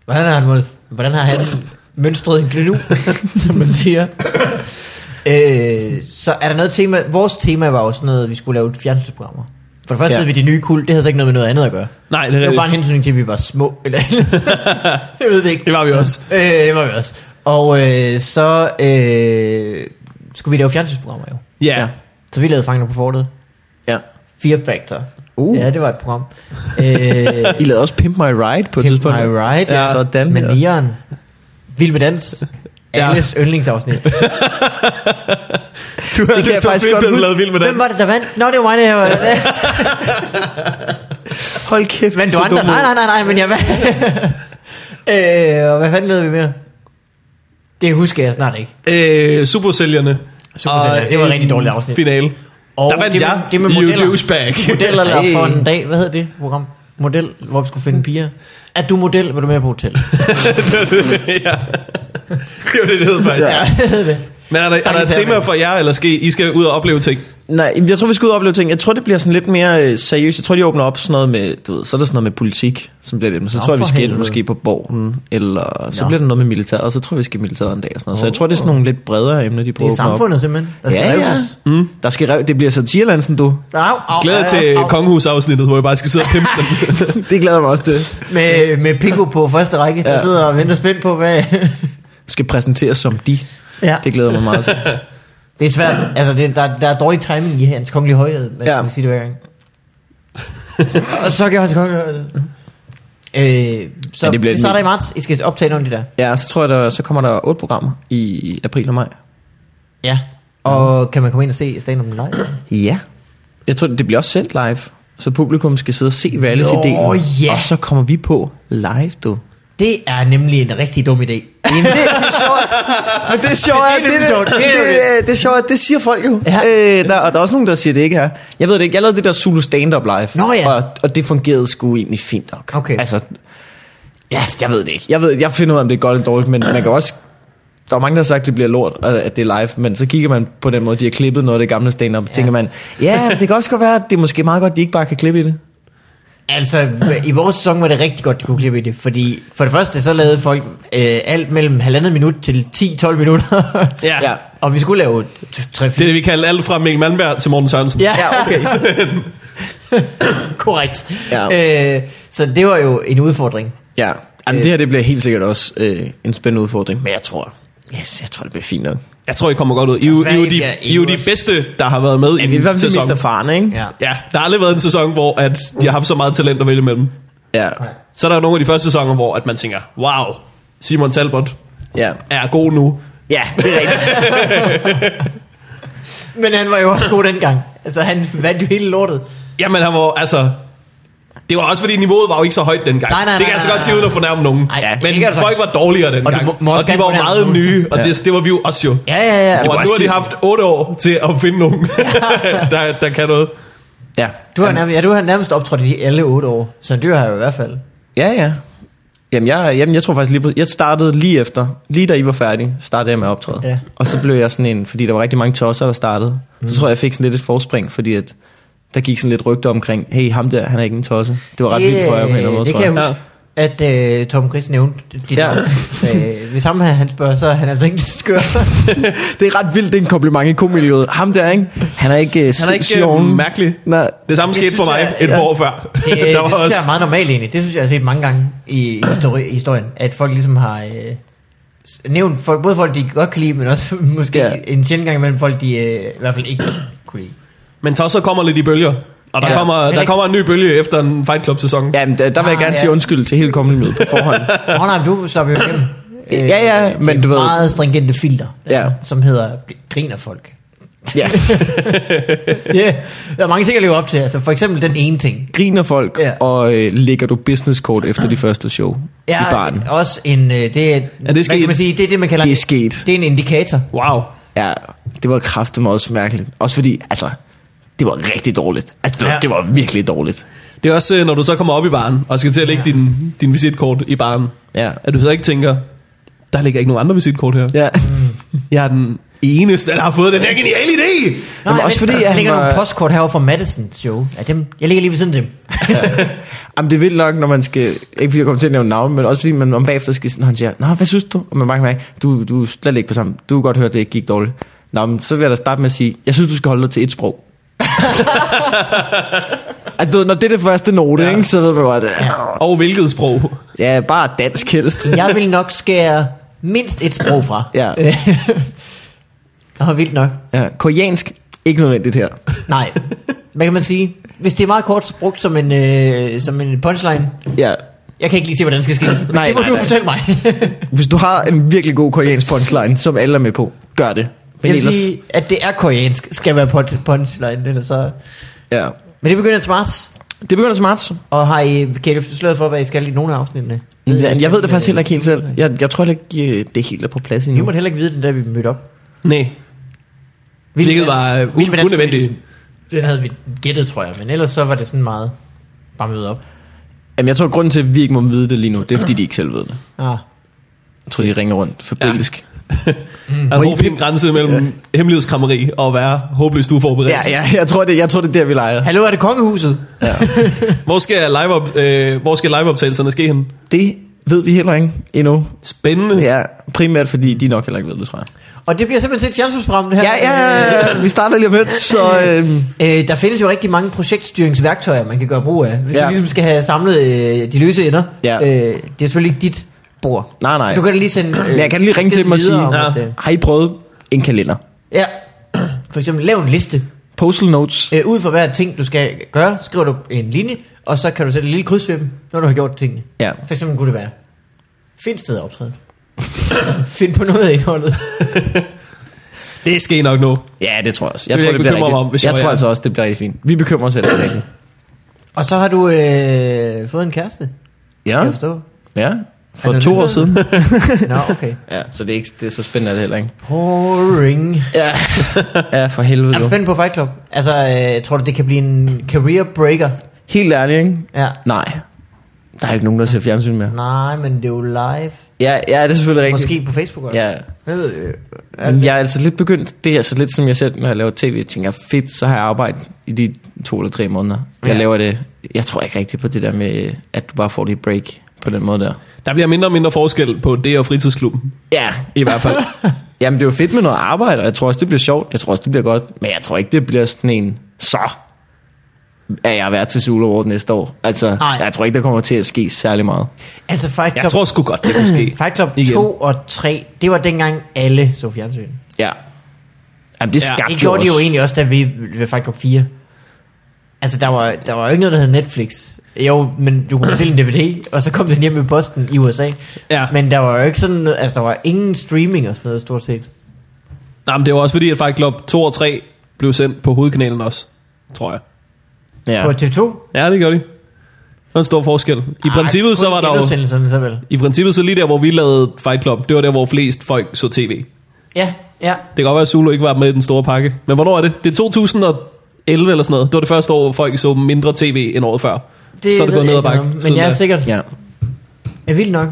Speaker 1: hvordan, har han, målt- hvordan har han mønstret en glenu, som man siger? øh, så er der noget tema... Vores tema var jo sådan noget, vi skulle lave et fjernsynsprogrammer. For det første
Speaker 2: Ja.
Speaker 1: ja. havde vi de nye kul, det havde så ikke noget med noget andet at gøre.
Speaker 3: Nej, det er
Speaker 1: Det var bare
Speaker 3: rigtigt.
Speaker 1: en hensyn til, at vi var små. Eller, jeg ved det ikke.
Speaker 3: Det var vi også.
Speaker 1: Øh, det var vi også. Og øh, så øh, skulle vi lave fjernsynsprogrammer jo.
Speaker 3: Ja.
Speaker 1: Så vi lavede Fangene på Fortet.
Speaker 2: Ja.
Speaker 1: Fear Factor.
Speaker 2: Uh.
Speaker 1: Ja, det var et program. øh,
Speaker 2: I lavede også Pimp My Ride på et
Speaker 1: Pimp
Speaker 2: tidspunkt.
Speaker 1: My Ride,
Speaker 2: ja.
Speaker 1: ja.
Speaker 2: Sådan.
Speaker 1: Men
Speaker 2: ja.
Speaker 1: Lieren. Vild med dans.
Speaker 3: Ja.
Speaker 1: Alles yndlingsafsnit.
Speaker 3: Du
Speaker 2: kan
Speaker 3: havde det,
Speaker 2: jeg
Speaker 3: det så
Speaker 2: faktisk
Speaker 3: fedt,
Speaker 2: godt
Speaker 3: at du
Speaker 2: huske.
Speaker 3: lavede vild med
Speaker 1: Hvem var
Speaker 3: dans.
Speaker 1: det, der vandt? Nå, det var mig, der var
Speaker 2: Hold kæft,
Speaker 1: Men du
Speaker 2: så
Speaker 1: andre,
Speaker 2: dum
Speaker 1: nej,
Speaker 2: ud.
Speaker 1: nej, nej, nej, men jeg vandt. øh, og hvad fanden lavede vi mere? Det husker jeg snart ikke.
Speaker 3: Øh, supersælgerne.
Speaker 1: Supersælgerne,
Speaker 3: Og
Speaker 1: det var et rigtig
Speaker 3: en
Speaker 1: dårligt afsnit.
Speaker 3: Finale.
Speaker 1: Og
Speaker 3: der vandt
Speaker 1: det med-
Speaker 3: jeg.
Speaker 1: det med modeller.
Speaker 3: You douchebag.
Speaker 1: Model
Speaker 2: Ej.
Speaker 1: eller for en dag, hvad hedder det program? Model, hvor vi skulle finde piger. Er du model, vil du med på hotel?
Speaker 3: ja. Det var det, det hed faktisk.
Speaker 1: Ja, det hedder det.
Speaker 3: Men er der, er der et
Speaker 1: irriterer
Speaker 3: tema
Speaker 1: mig.
Speaker 3: for jer, eller skal I, I skal ud og opleve ting?
Speaker 2: Nej, jeg tror, vi skal ud og opleve ting. Jeg tror, det bliver sådan lidt mere øh, seriøst. Jeg tror, de åbner op sådan noget med, du ved, så er der sådan noget med politik, som bliver lidt, men så
Speaker 1: Nå,
Speaker 2: tror jeg, vi
Speaker 1: for
Speaker 2: skal ind
Speaker 1: helvede.
Speaker 2: måske på borgen, eller så
Speaker 1: Nå.
Speaker 2: bliver der noget med militæret, og så tror jeg, vi skal i militæret en dag og sådan noget. Så jeg tror, det er sådan nogle lidt bredere emner, de
Speaker 1: Det
Speaker 2: prøver
Speaker 1: er
Speaker 2: at åbne op.
Speaker 1: samfundet simpelthen. Der skal
Speaker 2: Ja, ja.
Speaker 1: revses.
Speaker 2: Mm. Der skal rev, det bliver satirelandsen, du.
Speaker 1: Au, au,
Speaker 3: Glæder
Speaker 1: au,
Speaker 3: til
Speaker 1: au.
Speaker 3: kongehusafsnittet, hvor I bare skal sidde og pimpe dem.
Speaker 2: det glæder mig også til.
Speaker 1: Med, med Pingo på første række, der
Speaker 2: Ja.
Speaker 1: sidder og venter spændt på, hvad...
Speaker 2: Skal præsenteres som de.
Speaker 1: ja.
Speaker 2: Det glæder jeg mig meget til.
Speaker 1: Det er svært. Altså, det, der, der er dårlig timing i hans kongelige højhed, man
Speaker 2: Ja.
Speaker 1: ja. kan sige det hver gang. og så gør hans kongelige højhed. Øh, så
Speaker 2: Ja,
Speaker 1: ja,
Speaker 2: det
Speaker 1: det,
Speaker 2: bliver
Speaker 1: det starter i
Speaker 2: den-
Speaker 1: marts. I skal optage nogle af de der.
Speaker 2: Ja, så tror jeg, der, så kommer der otte programmer i april og maj.
Speaker 1: Ja. Og kan man komme ind og se stand-up live?
Speaker 2: Ja. Jeg tror, det bliver også sendt live. Så publikum skal sidde og se reality-delen.
Speaker 1: Nå, ja.
Speaker 2: Og så kommer vi på live, du.
Speaker 1: Det er nemlig en rigtig dum idé.
Speaker 2: Jamen, det, det er sjovt. Men det er sjovt,
Speaker 1: Det er
Speaker 2: at det,
Speaker 1: lidt sjovt.
Speaker 2: det,
Speaker 1: Det er
Speaker 2: det, det, det, er sjovt, at det siger folk jo.
Speaker 1: Ja.
Speaker 2: Øh, der, og der er også nogen, der siger det ikke her. Jeg ved det ikke. Jeg lavede det der Zulu Stand Up Live.
Speaker 1: Nå ja.
Speaker 2: og, og, det fungerede sgu egentlig fint nok.
Speaker 1: Okay.
Speaker 2: Altså, ja, jeg ved det ikke. Jeg, ved, jeg finder ud af, om det er godt eller dårligt, men man kan også der er mange, der har sagt, at det bliver lort, og at det er live, men så kigger man på den måde, de har klippet noget af det gamle stand-up, og tænker man, ja, det kan også godt være, at det er måske meget godt, at de ikke bare kan klippe i det.
Speaker 1: Altså, i vores sæson var det rigtig godt, de kunne klippe i det, fordi for det første, så lavede folk øh, alt mellem halvandet minut til 10-12 minutter,
Speaker 3: ja. ja.
Speaker 1: og vi skulle lave 3
Speaker 3: Det er det, vi kalder alt fra Mikkel Malmberg til Morten Sørensen.
Speaker 1: Ja,
Speaker 2: Ja, okay.
Speaker 1: korrekt.
Speaker 2: Ja.
Speaker 1: Ja. Øh, så det var jo en udfordring.
Speaker 2: Ja, Jamen,
Speaker 1: Øh.
Speaker 2: det her det bliver helt sikkert også øh, en spændende udfordring, men jeg tror, yes, jeg tror, det bliver fint nok.
Speaker 3: Jeg tror, I kommer godt ud. I, er jo- I, Altså, er jo de, I er jo de bedste, der har været med i
Speaker 2: Ja, vi er i
Speaker 3: en
Speaker 2: hvert fald de
Speaker 3: sæson.
Speaker 2: mest erfarne, ikke?
Speaker 1: Ja.
Speaker 3: Ja, der har aldrig været en sæson, hvor at de har haft så meget talent at vælge imellem.
Speaker 2: Ja.
Speaker 3: Så er der jo nogle af de første sæsoner, hvor at man tænker, wow, Simon Talbot
Speaker 2: Ja,
Speaker 3: er god nu.
Speaker 2: ja det er rigtigt.
Speaker 1: Men han var jo også god dengang. Altså, han vandt jo hele lortet.
Speaker 3: Jamen, han var, altså... Det var også, fordi niveauet var jo ikke så højt dengang.
Speaker 1: Nej, nej,
Speaker 3: det kan
Speaker 1: nej,
Speaker 3: jeg så
Speaker 1: nej,
Speaker 3: godt
Speaker 1: nej.
Speaker 3: sige uden at fornærme nogen.
Speaker 1: Ej,
Speaker 3: ja,
Speaker 1: det
Speaker 3: men
Speaker 1: kan du
Speaker 3: folk
Speaker 1: faktisk.
Speaker 3: var dårligere dengang.
Speaker 1: Og du må- må
Speaker 3: og
Speaker 1: også
Speaker 3: de
Speaker 1: gerne
Speaker 3: var jo
Speaker 1: fornærme
Speaker 3: meget
Speaker 1: nogen.
Speaker 3: nye, og
Speaker 2: Ja.
Speaker 3: det, det var vi jo også jo.
Speaker 1: Ja, ja, ja.
Speaker 3: Og nu har de haft otte år til at finde nogen, der, der kan noget.
Speaker 2: Ja.
Speaker 1: Du har, nærmest, ja, du har nærmest optrådt i alle otte år, så dyr har jeg jo i hvert fald.
Speaker 2: Ja, ja. Jamen jeg, jamen, jeg tror faktisk lige på, jeg startede lige efter, lige da I var færdige, startede jeg med at optræde.
Speaker 1: Ja.
Speaker 2: Og så blev jeg sådan en, fordi der var rigtig mange tosser, der startede. Mm. Så tror jeg, jeg fik sådan lidt et forspring, fordi at der gik sådan lidt rygter omkring, hey, ham der, han er ikke en tosse. Det var ret
Speaker 1: det,
Speaker 2: vildt for jer på en eller anden måde,
Speaker 1: Det
Speaker 2: tror
Speaker 1: kan jeg huske, at øh, Tom Chris nævnte dit
Speaker 2: Ja.
Speaker 1: ja. så, øh, Hvis ham her, han spørger, så er han altså ikke skør.
Speaker 2: Det er ret vildt, det er en kompliment i komiljøet. Ham der, ikke? Han er ikke,
Speaker 3: Han er ikke øh, mærkelig.
Speaker 2: Nej,
Speaker 3: Det samme
Speaker 1: Det
Speaker 3: skete for
Speaker 1: synes
Speaker 3: mig
Speaker 1: jeg-
Speaker 3: et
Speaker 1: ja.
Speaker 3: par år før.
Speaker 1: Det, øh, det
Speaker 3: der var
Speaker 1: synes jeg er
Speaker 3: også,
Speaker 1: meget normalt egentlig. Det synes jeg, jeg har set mange gange i histori- i historien, at folk ligesom har øh, s- nævnt, folk, både folk, de godt kan lide, men også måske
Speaker 2: Ja.
Speaker 1: ja. en sjældent gang imellem folk, de øh, i hvert fald ikke kunne lide.
Speaker 3: men så, så kommer lidt i bølger. Og der,
Speaker 1: Ja.
Speaker 3: ja, kommer, der
Speaker 1: Henrik-
Speaker 3: kommer en ny bølge efter en Fight Club-sæson. Ja.
Speaker 2: Jamen, der, der vil jeg
Speaker 1: Ah,
Speaker 2: gerne
Speaker 1: ja.
Speaker 2: sige undskyld til hele komiljøet på forhånd.
Speaker 1: Åh oh, nej, men du slapper jo igennem. Øh,
Speaker 2: Ja, ja,
Speaker 1: det
Speaker 2: men
Speaker 1: er
Speaker 2: du ved-
Speaker 1: Meget stringente filter,
Speaker 2: Ja.
Speaker 1: ja. som hedder, griner folk.
Speaker 2: ja.
Speaker 1: Ja, der er mange ting at leve op til. Altså for eksempel den ene ting.
Speaker 2: Griner folk,
Speaker 1: Ja.
Speaker 2: og øh, lægger du businesskort efter de første show ja, i baren.
Speaker 1: også en, øh, det, er,
Speaker 3: er
Speaker 1: ja, det, skal
Speaker 3: sket.
Speaker 1: kan man sige, det er det, man kalder
Speaker 2: Det er sket.
Speaker 1: det er en indikator.
Speaker 3: Wow.
Speaker 2: Ja, det var kraftedeme også mærkeligt. Også fordi, altså, det var rigtig dårligt. Altså, det var,
Speaker 3: Ja.
Speaker 2: ja. det var virkelig dårligt.
Speaker 3: Det er også, øh, når du så kommer op i baren, og skal til at lægge din, din visitkort i baren,
Speaker 2: Ja.
Speaker 3: at du så ikke tænker, der ligger ikke nogen andre visitkort her.
Speaker 2: ja.
Speaker 3: Jeg er den eneste, der har fået den her geniale idé.
Speaker 1: Nå,
Speaker 2: Jamen,
Speaker 1: jeg
Speaker 2: også
Speaker 1: ved,
Speaker 2: fordi,
Speaker 1: der
Speaker 2: øh, han
Speaker 1: ligger
Speaker 2: var-
Speaker 1: nogle postkort herovre fra Madison show. Ja, dem, jeg ligger lige ved siden af dem.
Speaker 2: Jamen, det er vildt nok, når man skal... Ikke fordi jeg kommer til at nævne navn, men også fordi man om bagefter skal sådan, han siger, Nå, hvad synes du? Og man bare kan mærke, du, du er slet ikke på sammen. Du kan godt høre, at det gik dårligt. Nå, men så vil jeg da starte med at sige, jeg synes, du skal holde dig til et sprog. altså, du ved, når det er det første note, ja. ikke, så ved man godt, ja.
Speaker 3: Og hvilket sprog?
Speaker 2: ja, bare dansk helst.
Speaker 1: Jeg vil nok skære mindst et sprog fra.
Speaker 2: Ja.
Speaker 1: Øh, Og vildt nok.
Speaker 2: Ja, koreansk, ikke nødvendigt her.
Speaker 1: Nej. Hvad kan man sige? Hvis det er meget kort så brugt som en, øh, som en punchline.
Speaker 2: Ja,
Speaker 1: Jeg kan ikke lige se, hvordan det skal ske. Nej,
Speaker 2: Nej,
Speaker 1: det må
Speaker 2: nej,
Speaker 1: du
Speaker 2: nej.
Speaker 1: fortælle mig.
Speaker 2: Hvis du har en virkelig god koreansk punchline, som alle er med på, gør det. Men
Speaker 1: jeg vil
Speaker 2: ellers...
Speaker 1: sige, at det er koreansk, skal være pun- punchline, eller så...
Speaker 2: Ja.
Speaker 1: Men det begynder til marts,
Speaker 2: Det begynder til marts.
Speaker 1: og har I, kan I slået for, hvad I skal i nogle af afsnittene? Ved I, hvad I
Speaker 2: Jeg, jeg
Speaker 1: skal
Speaker 2: ved
Speaker 1: i,
Speaker 2: det
Speaker 1: øh,
Speaker 2: faktisk heller ikke helt selv. Jeg, jeg tror heller ikke, øh, det helt er på plads
Speaker 1: Vi
Speaker 2: endnu.
Speaker 1: måtte heller ikke vide den, da vi mødte op.
Speaker 3: Nej,
Speaker 2: Mm.
Speaker 1: Vild
Speaker 3: hvilket
Speaker 1: med dans.
Speaker 3: var øh,
Speaker 1: Vild med
Speaker 3: u-
Speaker 1: dans.
Speaker 3: unødvendigt.
Speaker 1: Den havde vi gættet, tror jeg, men ellers så var det sådan meget bare møde op.
Speaker 2: Jamen, jeg tror, grunden til, at vi ikke må vide det lige nu, det er, fordi de ikke selv ved det.
Speaker 1: Ah.
Speaker 2: Jeg tror, de ringer rundt
Speaker 3: Ja.
Speaker 2: fabrilsk. Ja.
Speaker 3: altså, hvor fin grænse mellem ja. hemmelighedskrammeri og at være håbløst uforberedt?
Speaker 2: Ja, ja, jeg tror, det, jeg tror, det er der, vi leger.
Speaker 1: Hallo, er det kongehuset?
Speaker 3: Hvor skal, live op, øh, hvor skal liveoptagelserne ske hen?
Speaker 2: Det ved vi heller ikke endnu.
Speaker 3: Spændende.
Speaker 2: Ja, primært fordi de nok heller ikke ved det, tror jeg.
Speaker 1: Og det bliver simpelthen til et fjernsynsprogram, det her.
Speaker 2: Ja, ja, ja, vi starter lige om lidt, så... Øh,
Speaker 1: Øh, der findes jo rigtig mange projektstyringsværktøjer, man kan gøre brug af, hvis ja.
Speaker 2: Ja.
Speaker 1: man ligesom skal have samlet øh, de løse ender.
Speaker 2: Ja.
Speaker 1: Øh, det er selvfølgelig ikke dit bord.
Speaker 2: Nej, nej.
Speaker 1: Du kan da lige sende... Øh,
Speaker 2: men jeg kan lige ringe til dem og sige,
Speaker 1: videre om,
Speaker 2: ja.
Speaker 1: at, øh,
Speaker 2: har I prøvet en kalender?
Speaker 1: ja. For eksempel, lav en liste.
Speaker 2: Postal notes.
Speaker 1: Øh, ud for hver ting, du skal gøre, skriver du en linje, og så kan du sætte et lille kryds ved dem, når du har gjort tingene.
Speaker 2: Ja.
Speaker 1: For eksempel kunne det være, find sted at optræde. Find på noget af indholdet.
Speaker 3: Det skal I nok nå.
Speaker 2: Ja, det tror jeg også. Jeg
Speaker 3: Det
Speaker 2: tror,
Speaker 3: vil
Speaker 2: det
Speaker 3: jeg ikke
Speaker 2: bliver
Speaker 3: bekymre mig
Speaker 2: rigtig.
Speaker 3: om, hvis jeg
Speaker 2: jeg
Speaker 3: var
Speaker 2: tror
Speaker 3: jer.
Speaker 2: altså også, det bliver rigtig fint. Vi bekymrer os heller ikke.
Speaker 1: Og så har du øh, fået en kæreste, ja. kan
Speaker 2: Ja,
Speaker 1: jeg forstå.
Speaker 2: ja. For
Speaker 1: Er det
Speaker 2: to
Speaker 1: noget?
Speaker 2: år siden.
Speaker 1: Nå, okay.
Speaker 2: Ja, så det er, ikke, det er så spændende er det heller ikke.
Speaker 1: Boring.
Speaker 2: Ja, ja for helvede
Speaker 1: Er du
Speaker 2: du.
Speaker 1: spændt på Fight Club? Altså, øh, tror du, det kan blive en career breaker?
Speaker 2: Helt ærligt, ikke?
Speaker 1: Ja.
Speaker 2: Nej. Der er ikke nogen, der ser fjernsyn mere.
Speaker 1: Nej, men det er jo live.
Speaker 2: Ja, ja det er selvfølgelig rigtigt.
Speaker 1: Måske på Facebook også.
Speaker 2: Ja.
Speaker 1: Hvad ved øh, jeg?
Speaker 2: Men jeg er altså lidt begyndt, det er altså lidt som jeg selv, når jeg laver tv, jeg tænker, fedt, så har jeg arbejdet i de to eller tre måneder. Jeg
Speaker 1: Ja.
Speaker 2: laver det, jeg tror ikke rigtigt på det der med, at du bare får dit break på den måde der.
Speaker 3: Der bliver mindre og mindre forskel på det og fritidsklubben.
Speaker 2: Ja, i hvert fald. Jamen, det er jo fedt med noget arbejde, og jeg tror også, det bliver sjovt. Jeg tror også, det bliver godt. Men jeg tror ikke, det bliver sådan en, så er jeg vært til Zulu Award næste år. Altså,
Speaker 1: Nej.
Speaker 2: Nej. jeg tror ikke, der kommer til at ske særlig meget.
Speaker 1: Altså, Fight Club,
Speaker 3: Jeg tror sgu godt, det kunne ske.
Speaker 1: Fight Club
Speaker 3: Igen.
Speaker 1: 2 og 3, det var dengang alle så fjernsyn.
Speaker 2: Ja. Jamen, det
Speaker 3: Ja,
Speaker 2: skabte
Speaker 1: Det gjorde de
Speaker 2: jo
Speaker 1: jo
Speaker 2: også.
Speaker 1: egentlig også, da vi ved Fight Club 4. Altså, der var, der var jo ikke noget, der hed Netflix. Jo, men du kunne bestille en DVD, og så kom den hjem i posten i USA.
Speaker 3: Ja.
Speaker 1: Men der var jo ikke sådan noget, altså der var ingen streaming og sådan noget, stort set.
Speaker 3: Nej, men det var også fordi, at Fight Club 2 og 3 blev sendt på hovedkanalen også, tror jeg.
Speaker 1: Ja. På
Speaker 2: Ja.
Speaker 1: TV2?
Speaker 3: Ja, det gjorde de. Det var en stor forskel. I princippet så var der jo...
Speaker 1: jo... så vel.
Speaker 3: I princippet så lige der, hvor vi lavede Fight Club, det var der, hvor flest folk så tv. Det
Speaker 1: Ja, ja.
Speaker 3: kan godt være, at Zulu ikke var med i den store pakke. Men hvornår er det? Det er 2011 eller sådan noget. Det var det første år, hvor folk så mindre tv end året før. så er
Speaker 1: ved
Speaker 3: det gået ned
Speaker 1: jeg
Speaker 3: ad
Speaker 1: ikke
Speaker 3: bakke.
Speaker 1: noget om, Men
Speaker 3: siden
Speaker 1: jeg er
Speaker 3: da.
Speaker 1: sikkert,
Speaker 2: ja.
Speaker 1: jeg er vild nok.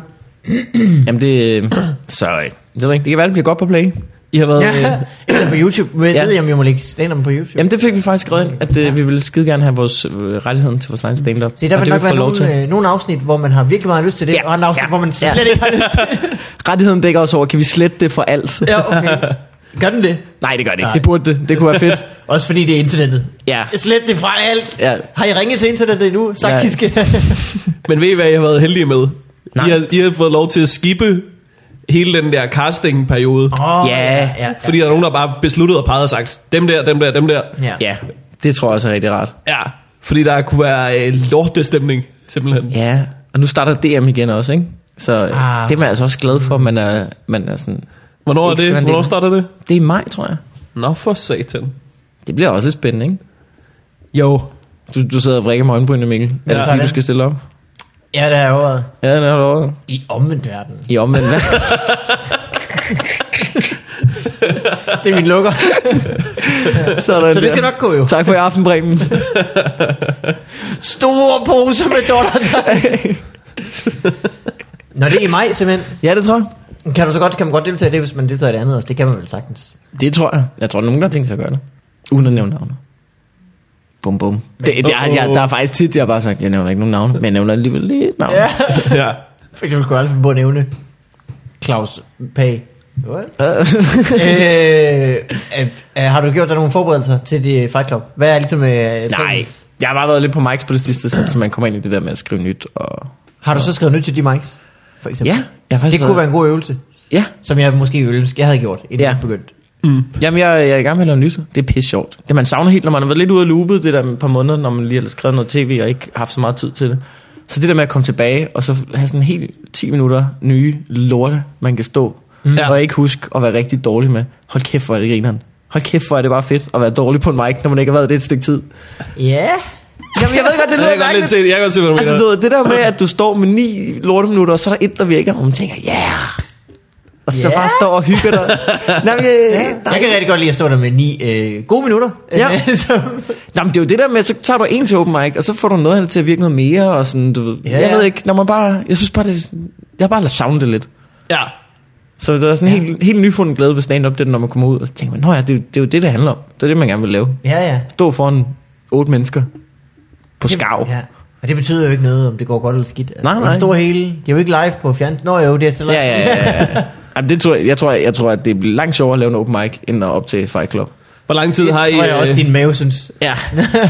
Speaker 2: Jamen, det... Sorry. Det, ved jeg ikke. det kan være, det bliver godt på play. I har været...
Speaker 1: Ja.
Speaker 2: Øh,
Speaker 1: Eller på YouTube. Men Jeg
Speaker 2: Ja.
Speaker 1: ved, om jeg må lægge stand på YouTube.
Speaker 2: jamen, det fik vi faktisk skrevet ind, at øh, vi ville skide gerne have vores øh, rettigheden til vores egen stand-up.
Speaker 1: Se, der
Speaker 2: Og
Speaker 1: vil
Speaker 2: det
Speaker 1: nok
Speaker 2: vi
Speaker 1: være
Speaker 2: får lov til.
Speaker 1: nogle, øh, nogle afsnit, hvor man har virkelig meget lyst til det,
Speaker 2: Ja.
Speaker 1: og andre afsnit,
Speaker 2: Ja.
Speaker 1: hvor man
Speaker 2: Ja.
Speaker 1: slet ikke har lyst til det.
Speaker 2: Rettigheden dækker også over, kan vi slette det for alt?
Speaker 1: Ja, okay. Gør den det?
Speaker 2: Nej, det gør det ikke.
Speaker 1: Nej.
Speaker 2: Det burde det. Det kunne være fedt.
Speaker 1: Også fordi det er internettet.
Speaker 2: Ja.
Speaker 1: Slet det fra alt.
Speaker 2: Ja.
Speaker 1: Har I ringet til internettet endnu? Sagt,
Speaker 2: Nej.
Speaker 1: I skal...
Speaker 3: Men ved I, hvad jeg har været heldig med?
Speaker 2: Nej.
Speaker 3: I har, I har fået lov til at skippe hele den der casting-periode. Oh.
Speaker 1: oh,
Speaker 2: Ja.
Speaker 1: ja.
Speaker 3: Fordi der er nogen, der bare besluttede og pegede og sagt, dem der, dem der, dem der.
Speaker 1: ja.
Speaker 2: Ja, det tror jeg også er rigtig rart.
Speaker 3: Ja, fordi der kunne være øh, lortestemning, simpelthen. Ja.
Speaker 2: Ja, og nu starter DM igen også, ikke? Så
Speaker 1: Ah.
Speaker 2: ah. det er man altså også glad for, man er, man er sådan...
Speaker 3: Hvornår er
Speaker 2: Ikke skal
Speaker 3: det?
Speaker 2: man
Speaker 3: Hvornår
Speaker 2: det?
Speaker 3: starter det?
Speaker 2: Det er i maj, tror jeg.
Speaker 3: Nå for satan.
Speaker 2: Det bliver også lidt spændende, ikke?
Speaker 3: Jo.
Speaker 2: Du, du sidder og vrikker med øjenbrynene, Mikkel. Er
Speaker 1: Ja.
Speaker 2: det fordi, du skal stille op?
Speaker 1: Ja, der er ordet.
Speaker 2: Ja, det er du
Speaker 1: I omvendt verden.
Speaker 2: I omvendt verden.
Speaker 1: Det er min lukker.
Speaker 2: Sådan
Speaker 1: Så det
Speaker 2: der.
Speaker 1: skal nok gå jo.
Speaker 2: Tak for i aften, Bremen.
Speaker 1: Store poser med dollar. Når det er i maj, simpelthen.
Speaker 2: ja, det tror jeg.
Speaker 1: Kan, du så godt, kan man godt deltage i det, hvis man deltager i det andet også? Det kan man vel sagtens.
Speaker 2: Det tror jeg. Jeg tror, nogen der har tænkt sig at gøre det. Uden at nævne navne. Bum, bum. Det, det er, jeg, der er faktisk tit, jeg har bare sagt, jeg nævner ikke nogen navne, men jeg nævner alligevel lige et navn.
Speaker 3: Ja.
Speaker 1: For eksempel kunne jeg aldrig finde på at nævne Claus Pag. What?
Speaker 2: Øh.
Speaker 1: øh, øh, øh, har du gjort dig nogle forberedelser til det Fight Club? Hvad er ligesom... Øh,
Speaker 2: Nej,
Speaker 1: planen?
Speaker 2: jeg har bare været lidt på Mike's på det sidste, så, så man kommer ind i det der med at skrive nyt. Og...
Speaker 1: Har du så skrevet nyt til de mics? For eksempel?
Speaker 2: Ja, jeg har faktisk
Speaker 1: Det kunne være en god øvelse,
Speaker 2: Ja,
Speaker 1: som jeg måske ønske, jeg havde gjort, inden
Speaker 2: Ja.
Speaker 1: jeg begyndte.
Speaker 2: Jamen, jeg, jeg er i gang med at lave nyt. Det er pisse sjovt. Det man savner helt, når man har været lidt ude af loopet det der med et par måneder, når man lige har skrevet noget tv og ikke haft så meget tid til det. Så det der med at komme tilbage og så have sådan helt 10 minutter nye lorte, man kan stå. Mm. Og ikke huske at være rigtig dårlig med. Hold kæft, hvor er det grineren. Hold kæft, hvor er det bare fedt at være dårlig på en mic, når man ikke har været det et stykke tid.
Speaker 1: Ja.
Speaker 2: Jamen, jeg ved godt, det
Speaker 3: Jeg
Speaker 2: lyder
Speaker 3: kan godt lidt
Speaker 2: mærkeligt.
Speaker 3: se, jeg kan godt se, hvad du mener.
Speaker 2: Altså, du ved, det der med, at du står med ni lorteminutter, og så er der et, der virker, og man tænker, ja. Yeah. Og så
Speaker 1: Ja.
Speaker 2: yeah. bare står og hygger dig. øh, Nå, men, jeg,
Speaker 1: Jeg kan rigtig godt lide at stå der med ni øh, gode minutter.
Speaker 2: Ja.
Speaker 1: Så-
Speaker 2: Nå, men det er jo det der med, så tager du en til open mic, og så får du noget af det til at virke noget mere, og sådan, du ved.
Speaker 1: Ja,
Speaker 2: jeg
Speaker 1: ja.
Speaker 2: ved ikke, når man bare, jeg synes bare, det, er sådan- jeg har bare savnet det lidt.
Speaker 3: Ja.
Speaker 2: Så der er sådan en ja. helt, helt nyfundet glæde ved stand-up, det er, når man kommer ud, og så tænker man, nå ja, det, er jo- det er jo det, det handler om. Det er det, man gerne vil lave.
Speaker 1: Ja, ja.
Speaker 2: Stå foran otte mennesker på
Speaker 1: Det-
Speaker 2: skav.
Speaker 1: Ja. Og det betyder jo ikke noget, om det går godt eller skidt. Altså,
Speaker 2: Nej, nej.
Speaker 1: Det store hele. De er jo ikke live på fjern. Nå jo, det er så langt.
Speaker 2: Ja, ja, ja. ja. Jamen, det tror jeg, jeg, tror, jeg, jeg tror, at det bliver langt sjovere at lave en open mic, end at optage Fight Club.
Speaker 3: Hvor lang tid har I...
Speaker 1: Det tror jeg også,
Speaker 3: øh,
Speaker 1: din mave synes.
Speaker 2: Ja.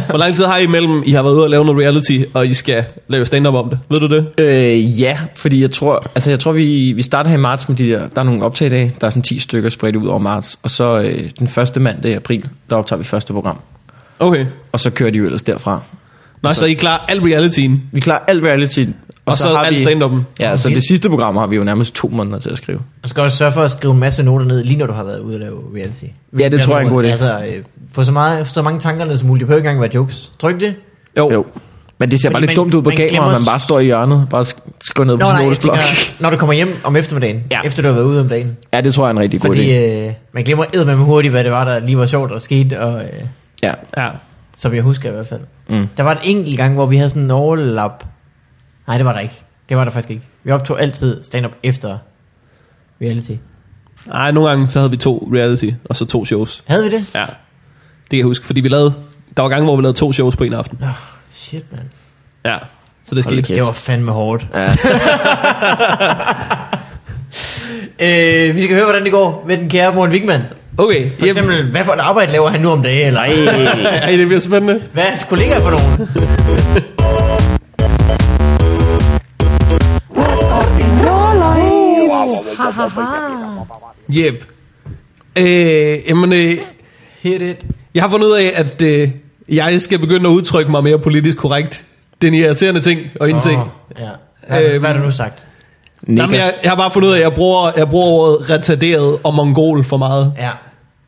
Speaker 3: Hvor lang tid har I imellem, I har været ude og lave noget reality, og I skal lave stand-up om det? Ved du det?
Speaker 2: Øh, ja, fordi jeg tror, altså jeg tror vi, vi starter her i marts med de der, der er nogle optag i dag, der er sådan 10 stykker spredt ud over marts, og så øh, den første mandag i april, der optager vi første program,
Speaker 3: Okay. Altså-
Speaker 2: og så kører de jo ellers derfra.
Speaker 3: Nå, så, så I klarer al realityen,
Speaker 2: Vi klarer alt reality, og,
Speaker 3: og, så, så
Speaker 2: har
Speaker 3: al
Speaker 2: vi,
Speaker 3: stand-up'en.
Speaker 2: Ja, så
Speaker 1: Okay.
Speaker 2: det sidste program har vi jo nærmest to måneder til at skrive.
Speaker 1: Du skal også sørge for at skrive en masse noter ned, lige når du har været ude og lave reality.
Speaker 2: Ja, det tror jeg er en god idé.
Speaker 1: Altså, øh, få så, meget, så mange tanker ned som muligt. Det behøver ikke engang være jokes. Tror du ikke det?
Speaker 2: Jo. jo. Men det ser
Speaker 1: Fordi
Speaker 2: bare lidt
Speaker 1: man-
Speaker 2: dumt ud på
Speaker 1: man
Speaker 2: kamera,
Speaker 1: glemmer
Speaker 2: man bare
Speaker 1: s-
Speaker 2: står i hjørnet, bare sk- skriver ned på
Speaker 1: Nå,
Speaker 2: sin
Speaker 1: nej, jeg
Speaker 2: notesblok.
Speaker 1: tænker, når du kommer hjem om eftermiddagen,
Speaker 2: Ja.
Speaker 1: ja. efter du har været ude om dagen.
Speaker 2: Ja, det tror jeg er en rigtig god idé.
Speaker 1: Fordi øh, man glemmer eddermame hurtigt, hvad det var, der lige var sjovt og skete, og øh,
Speaker 2: Ja.
Speaker 3: Ja.
Speaker 1: som jeg husker i hvert fald.
Speaker 2: Mm.
Speaker 1: Der var en enkelt gang, hvor vi havde sådan en overlap. Nej, det var der ikke. Det var der faktisk ikke. Vi optog altid stand-up efter reality.
Speaker 3: Ej, nogle gange så havde vi to reality, og så to shows.
Speaker 1: Havde vi det?
Speaker 3: Ja. Det kan jeg huske, fordi vi lavede... Der var gange, hvor vi lavede to shows på en aften.
Speaker 1: Nå, shit, mand.
Speaker 3: Ja. Så det
Speaker 2: Hold
Speaker 3: skete.
Speaker 2: kæft.
Speaker 1: Det var fandme hårdt.
Speaker 2: Ja.
Speaker 1: Øh, vi skal høre, hvordan det går med den kære Morten Wigman.
Speaker 3: Okay.
Speaker 1: For eksempel, hvad for et arbejde laver han nu om dagen? Eller
Speaker 3: Ej, det bliver spændende.
Speaker 1: hvad er hans kollegaer for nogen?
Speaker 3: Yep. Øh, jamen, øh,
Speaker 1: Hit it.
Speaker 3: jeg har fundet ud af, at øh, jeg skal begynde at udtrykke mig mere politisk korrekt. Det er en irriterende ting at indse.
Speaker 1: Åh, ja. Hvad,
Speaker 3: Øh,
Speaker 1: øh, hvad har du nu sagt?
Speaker 2: Nikker.
Speaker 3: Jamen, jeg, jeg har bare fundet ud af, at jeg bruger, jeg bruger ordet retarderet og mongol for meget.
Speaker 1: Ja.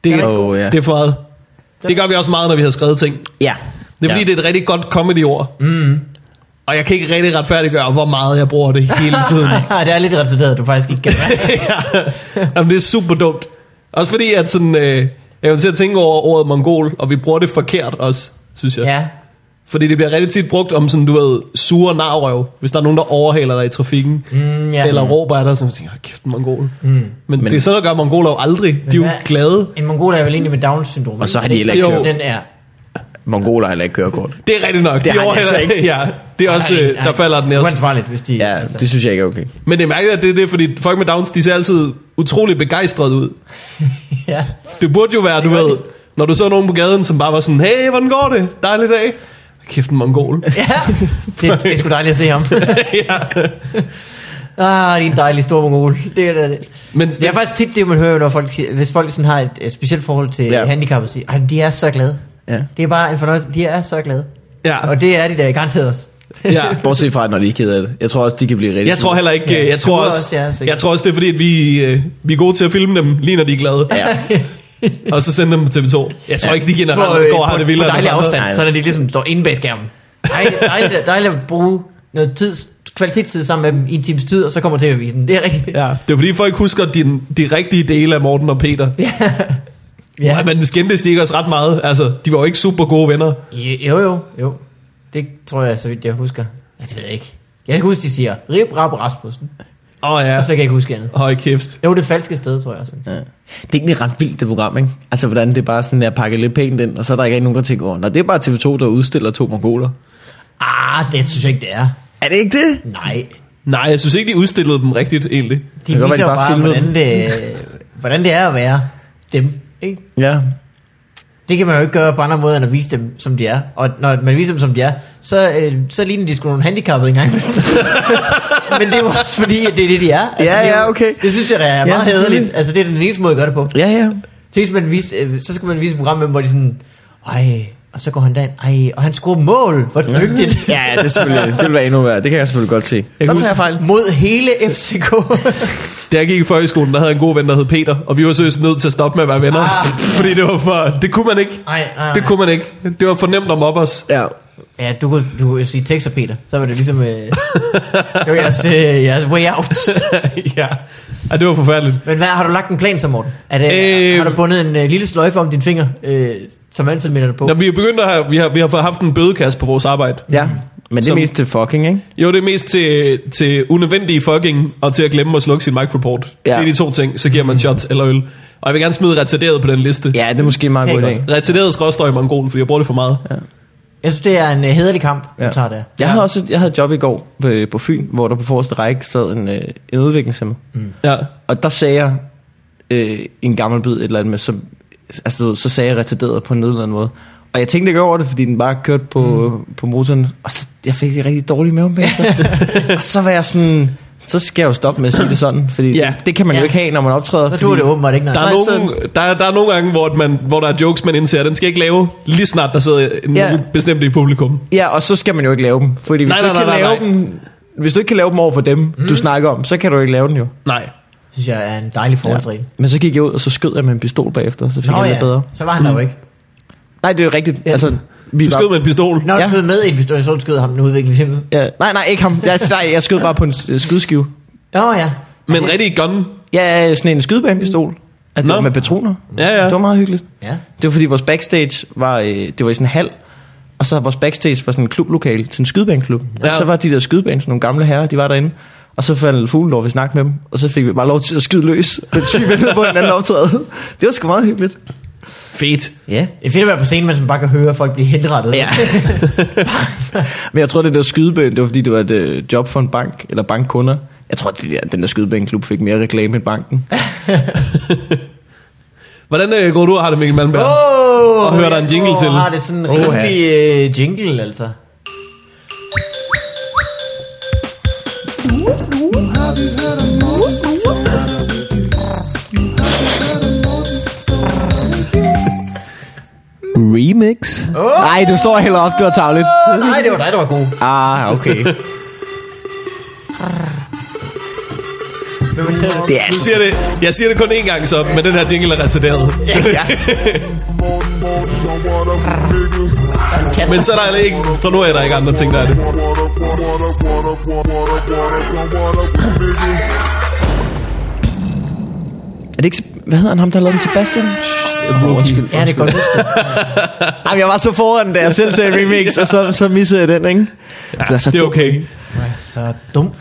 Speaker 3: Det,
Speaker 1: Den er
Speaker 2: ikke god.
Speaker 3: det er for meget. Det gør vi også meget, når vi har skrevet ting.
Speaker 2: Ja.
Speaker 3: Det er fordi,
Speaker 2: ja.
Speaker 3: det er et rigtig godt comedy-ord. Mm. Og jeg kan ikke rigtig retfærdiggøre, hvor meget jeg bruger det hele tiden.
Speaker 1: det er lidt repræsenteret, du faktisk ikke kan være.
Speaker 3: ja. Jamen, det er super dumt. Også fordi, at sådan, øh, jeg vil til at tænke over ordet mongol, og vi bruger det forkert også, synes jeg.
Speaker 1: Ja.
Speaker 3: Fordi det bliver rigtig tit brugt om sådan, du ved, sure narrøv, hvis der er nogen, der overhaler dig i trafikken.
Speaker 1: Mm, ja.
Speaker 3: Eller råber af dig, så man tænker, "Hold kæft, en mongol.
Speaker 1: Mm.
Speaker 3: Men,
Speaker 2: Men-
Speaker 3: Men det er sådan, der gør mongoler jo aldrig. De er jo
Speaker 1: hvad-
Speaker 3: glade.
Speaker 1: En mongol er vel egentlig med Down-syndrom.
Speaker 2: Og så har
Speaker 1: Er det
Speaker 2: de
Speaker 1: ikke
Speaker 2: heller
Speaker 3: ikke
Speaker 1: sådan, Den er.
Speaker 2: Mongoler har heller ikke kørekort.
Speaker 3: Det er rigtigt nok. Det
Speaker 2: har de
Speaker 3: de overhaler,
Speaker 2: altså
Speaker 3: ikke. Ja, det er også,
Speaker 1: Ej,
Speaker 3: øh,
Speaker 1: ej,
Speaker 3: der falder den også.
Speaker 1: Uansvarligt, hvis de... altså,
Speaker 2: Ja, det synes jeg ikke er okay.
Speaker 3: Men det er mærkeligt, at det er det, fordi folk med Downs, de ser altid utrolig begejstrede ud.
Speaker 1: ja.
Speaker 3: Det burde jo være, du
Speaker 1: gør
Speaker 3: ved, når du så nogen på gaden, som bare var sådan, hey, hvordan går det? Dejlig dag. Kæft en mongol.
Speaker 1: ja. Det, det er sgu dejligt at se ham.
Speaker 3: ja.
Speaker 1: ah, det er en dejlig stor mongol. Det er det. det.
Speaker 3: Men,
Speaker 1: Det er faktisk tit det, man hører, når folk siger, hvis folk sådan har et, et specielt forhold til
Speaker 2: Ja.
Speaker 1: ja. handicappede, siger, at de er så glade.
Speaker 2: Ja.
Speaker 1: Det er bare en fornøjelse. De er så glade.
Speaker 3: ja,
Speaker 1: Og det er de der garanteret også.
Speaker 3: ja.
Speaker 2: Bortset fra, når de er ked af det. Jeg tror også, de kan blive rigtig
Speaker 3: Jeg tror heller ikke,
Speaker 1: Ja,
Speaker 3: jeg tror
Speaker 1: sure
Speaker 3: også,
Speaker 1: også, ja, sikkert.
Speaker 3: jeg tror også, det er fordi, at vi, øh, vi er gode til at filme dem, lige når de er glade.
Speaker 2: Ja.
Speaker 3: Og så sende dem på TV2. Jeg tror ikke, de generelt går og har det
Speaker 1: øh, på
Speaker 3: vildere. end
Speaker 1: dejlig
Speaker 3: os andre.
Speaker 1: afstand,
Speaker 2: Nej.
Speaker 1: så når de ligesom står inde bag skærmen. Dejligt, dejligt, dejligt at bruge noget tid, kvalitetstid sammen med dem i en times tid, og så kommer TV-avisen. Det er rigtigt.
Speaker 3: Ja, det er fordi, folk husker de, de rigtige dele af Morten og Peter.
Speaker 1: Ja.
Speaker 3: Ja. Nej, men skændtes de ikke også ret meget? Altså, de var jo ikke super gode venner.
Speaker 1: Jo, jo, jo. Det tror jeg, så vidt jeg husker. Ja, det ved jeg ikke. Jeg kan huske, de siger, Rip Rap Rasmussen.
Speaker 3: Åh oh, ja,
Speaker 1: Og så kan jeg ikke huske andet.
Speaker 3: høj kæft.
Speaker 1: Det var det falske sted, tror jeg. Sådan.
Speaker 2: Ja. Det er egentlig ret vildt, det program, ikke? Altså, hvordan det er bare sådan, at pakke lidt pænt ind, og så er der ikke rigtig nogen, der tænker over, når det er bare TV2, der udstiller to mongoler.
Speaker 1: Ah, det synes jeg ikke, det er.
Speaker 2: Er det ikke det?
Speaker 1: Nej.
Speaker 3: Nej, jeg synes ikke, de udstillede dem rigtigt, egentlig.
Speaker 1: De
Speaker 2: kan godt være,
Speaker 1: viser
Speaker 2: de
Speaker 1: jo
Speaker 2: bare
Speaker 1: bare,
Speaker 2: filmede
Speaker 1: hvordan det, hvordan det er at være dem. Ikke?
Speaker 2: Ja.
Speaker 1: Det kan man jo ikke gøre på andre måder, end at vise dem, som de er. Og når man viser dem, som de er, så, øh, så ligner de sgu nogle handicappede engang. Men det er jo også fordi, at det er det, de er. Altså, det
Speaker 2: Ja,
Speaker 1: er jo-
Speaker 2: ja, okay.
Speaker 1: Det synes jeg, der er meget
Speaker 2: selvfølgelig.
Speaker 1: hæderligt. Altså, det er den eneste måde at gøre det på.
Speaker 2: Ja, ja.
Speaker 1: Tænk, man vise, øh, så skal man vise et program med, hvor de sådan, ej, og så går han derind, ej, og han scorer mål, hvor dygtigt.
Speaker 2: Ja, ja, det er selvfølgelig, det vil være endnu værre. Det kan jeg selvfølgelig godt se.
Speaker 3: kan
Speaker 2: Der
Speaker 3: huske-
Speaker 2: tager jeg fejl.
Speaker 1: Mod hele FCK.
Speaker 3: Da jeg gik i folkeskolen, der havde jeg en god ven, der hed Peter, og vi var seriøst nødt til at stoppe med at være venner,
Speaker 1: Ah.
Speaker 3: ah. fordi det var for... Det kunne man ikke.
Speaker 1: Ej, ej,
Speaker 3: Det kunne man ikke. Det var for nemt at mobbe os.
Speaker 2: Ja.
Speaker 1: Ja, du kunne, du kunne sige tekster, Peter. Så var det ligesom, øh, det var jeres, øh, jeres way out.
Speaker 3: ja. Ej, det var forfærdeligt.
Speaker 1: Men hvad, har du lagt en plan så, Morten? Er det,
Speaker 3: Øh.
Speaker 1: øh, har du bundet en øh, lille sløjfe om din finger, øh, som altid minder dig på?
Speaker 3: Når vi er begyndt at have, vi har, vi har fået haft en bødekasse på vores arbejde.
Speaker 2: Ja. Men det er
Speaker 3: Som-
Speaker 2: mest til fucking, ikke?
Speaker 3: Jo, det er mest til, til unødvendige fucking, og til at glemme at slukke sin microport.
Speaker 2: Ja.
Speaker 3: Ja. Det er de to ting, så giver man shots eller øl. Og jeg vil gerne smide retarderet på den liste. Ja.
Speaker 2: Ja, det er måske en meget
Speaker 1: Kan
Speaker 2: god
Speaker 1: jeg
Speaker 2: idé.
Speaker 1: godt.
Speaker 3: Retarderet skråstøj i mongol, fordi jeg bruger det for meget. Ja.
Speaker 1: Jeg synes, det er en uh, hederlig kamp, ja.
Speaker 2: Ja.
Speaker 1: man tager der.
Speaker 2: Jeg havde også jeg havde et job i går på, på Fyn, hvor der på forreste række sad en, øh, en udviklingshemmet.
Speaker 3: ja.
Speaker 2: Og der sagde jeg øh, en gammel bid et eller andet med, så, altså, du ved, så sagde jeg retarderet på en eller anden måde. Og jeg tænkte ikke over det, fordi den bare kørte på, mm. på motoren, og så, jeg fik det rigtig dårlige maven bagefter. og så var jeg sådan, så skal jeg jo stoppe med at sige det sådan, fordi
Speaker 3: Ja.
Speaker 2: ja. det, det kan man ja.
Speaker 1: Ja.
Speaker 2: jo ikke have, når man optræder.
Speaker 1: Så
Speaker 2: Fordi,
Speaker 1: du er det åbenbart ikke noget.
Speaker 3: Der, er
Speaker 2: Nej,
Speaker 3: nogle, der, der er nogle gange, hvor, at man, hvor der er jokes, man indser, den skal jeg ikke lave, lige snart der sidder nogen
Speaker 2: Ja.
Speaker 3: bestemt i publikum.
Speaker 2: Ja, og så skal man jo ikke lave dem, fordi hvis,
Speaker 3: Nej,
Speaker 2: du, ikke
Speaker 3: nej, nej,
Speaker 2: kan
Speaker 3: nej,
Speaker 2: lave Dem, hvis du ikke kan lave dem over for dem, mm. du snakker om, så kan du ikke lave den jo.
Speaker 3: Nej.
Speaker 1: Det synes jeg er en dejlig forholdsregel. Ja.
Speaker 2: Men så gik jeg ud, og så skød jeg med en pistol bagefter, så fik Nå,
Speaker 1: Nå
Speaker 2: jeg det
Speaker 1: ja,
Speaker 2: bedre. Mm.
Speaker 1: så var han der jo ikke.
Speaker 2: Nej, det er jo rigtigt.
Speaker 1: Ja.
Speaker 2: Ja. Altså, vi
Speaker 3: Du skød med en pistol.
Speaker 1: Nå, du
Speaker 2: Ja.
Speaker 1: skød med i en pistol, så du skød ham den udviklingshemmede.
Speaker 2: Ja, nej, nej, ikke ham. Jeg, nej, jeg skød bare på en øh, skudskive.
Speaker 1: Nå ja.
Speaker 3: Men rigtig gun.
Speaker 2: Ja, øh, sådan en skydebanepistol. At det
Speaker 3: Nå.
Speaker 2: var med patroner.
Speaker 3: Ja, ja.
Speaker 2: Det var meget hyggeligt.
Speaker 1: Ja.
Speaker 2: Det var fordi vores backstage var, øh, det var i sådan en hal. Og så vores backstage var sådan en klublokale til en skydebaneklub.
Speaker 3: Ja.
Speaker 2: Ja. Og så var de der skydebaner, sådan nogle gamle herrer, de var derinde. Og så faldt Fuglendorf vi snakke med dem, og så fik vi bare lov til at skyde løs, mens vi ventede på hinanden optræde. Det var sgu meget hyggeligt.
Speaker 3: Fedt.
Speaker 2: Ja.
Speaker 1: Det er fedt at være på scenen, men man bare kan høre folk blive henrettet.
Speaker 2: Ja. Men jeg tror, det der skydebane, det var fordi, det var et øh, job for en bank, eller bankkunder. Jeg tror, det der, den der skydebaneklub fik mere reklame end banken.
Speaker 3: Hvordan øh, går du og har det, Mikkel Malmberg? Oh.
Speaker 1: Oh,
Speaker 3: Og hører der en jingle til.
Speaker 1: har det sådan en
Speaker 2: Oha.
Speaker 1: rimelig øh, jingle, altså.
Speaker 2: Remix? Oh! Nej, du står heller op, det var tavligt.
Speaker 1: Åh, nej, det var dig, der var god.
Speaker 2: Ah, okay. det er altså-
Speaker 3: Du
Speaker 2: så...
Speaker 3: siger det, jeg siger det kun én gang så, men den her jingle er retarderet. Men så er der altså ikke, fra nu af er der ikke andre ting, der er det.
Speaker 2: Er det ikke... Hvad hedder han ham, der lavede den Sebastian? Oh, undskyld.
Speaker 1: Ja, det er godt husket.
Speaker 2: Jamen, jeg var så foran, da jeg selv sagde remix, og så, så missede jeg den, ikke? Ja, var så
Speaker 3: Det er okay.
Speaker 1: Så dum.
Speaker 2: dum.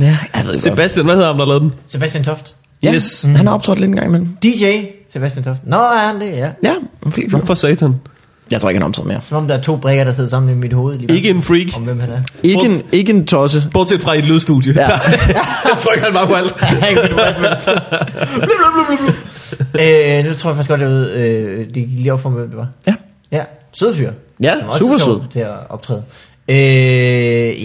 Speaker 2: Ja, jeg ved godt.
Speaker 3: Sebastian, hvad hedder ham, der lavede den?
Speaker 1: Sebastian Toft.
Speaker 2: ja,
Speaker 3: Yes.
Speaker 2: han har optrådt lidt en gang imellem.
Speaker 1: DJ Sebastian Toft. Nå, er han det, ja.
Speaker 2: Ja, en flink fyr.
Speaker 3: For satan.
Speaker 2: Jeg tror ikke, han har optrådt mere.
Speaker 1: Som om der er to brikker, der sidder sammen i mit hoved. Lige
Speaker 3: Ikke en freak.
Speaker 1: Om hvem han er.
Speaker 2: Ikke en, ikke en tosse.
Speaker 3: Bortset fra et lydstudie. Ja.
Speaker 2: Ja.
Speaker 3: jeg tror ikke, han var på alt.
Speaker 1: Jeg kan finde på hvad som helst. Blub, blub, blub, blub, blub. øh, nu tror jeg faktisk godt, jeg ved, øh, det gik lige op for mig, hvem det var.
Speaker 2: Ja.
Speaker 1: Ja, sød fyr.
Speaker 2: Ja,
Speaker 1: Som også
Speaker 2: super
Speaker 1: er sjov
Speaker 2: sød.
Speaker 1: til at optræde. Øh,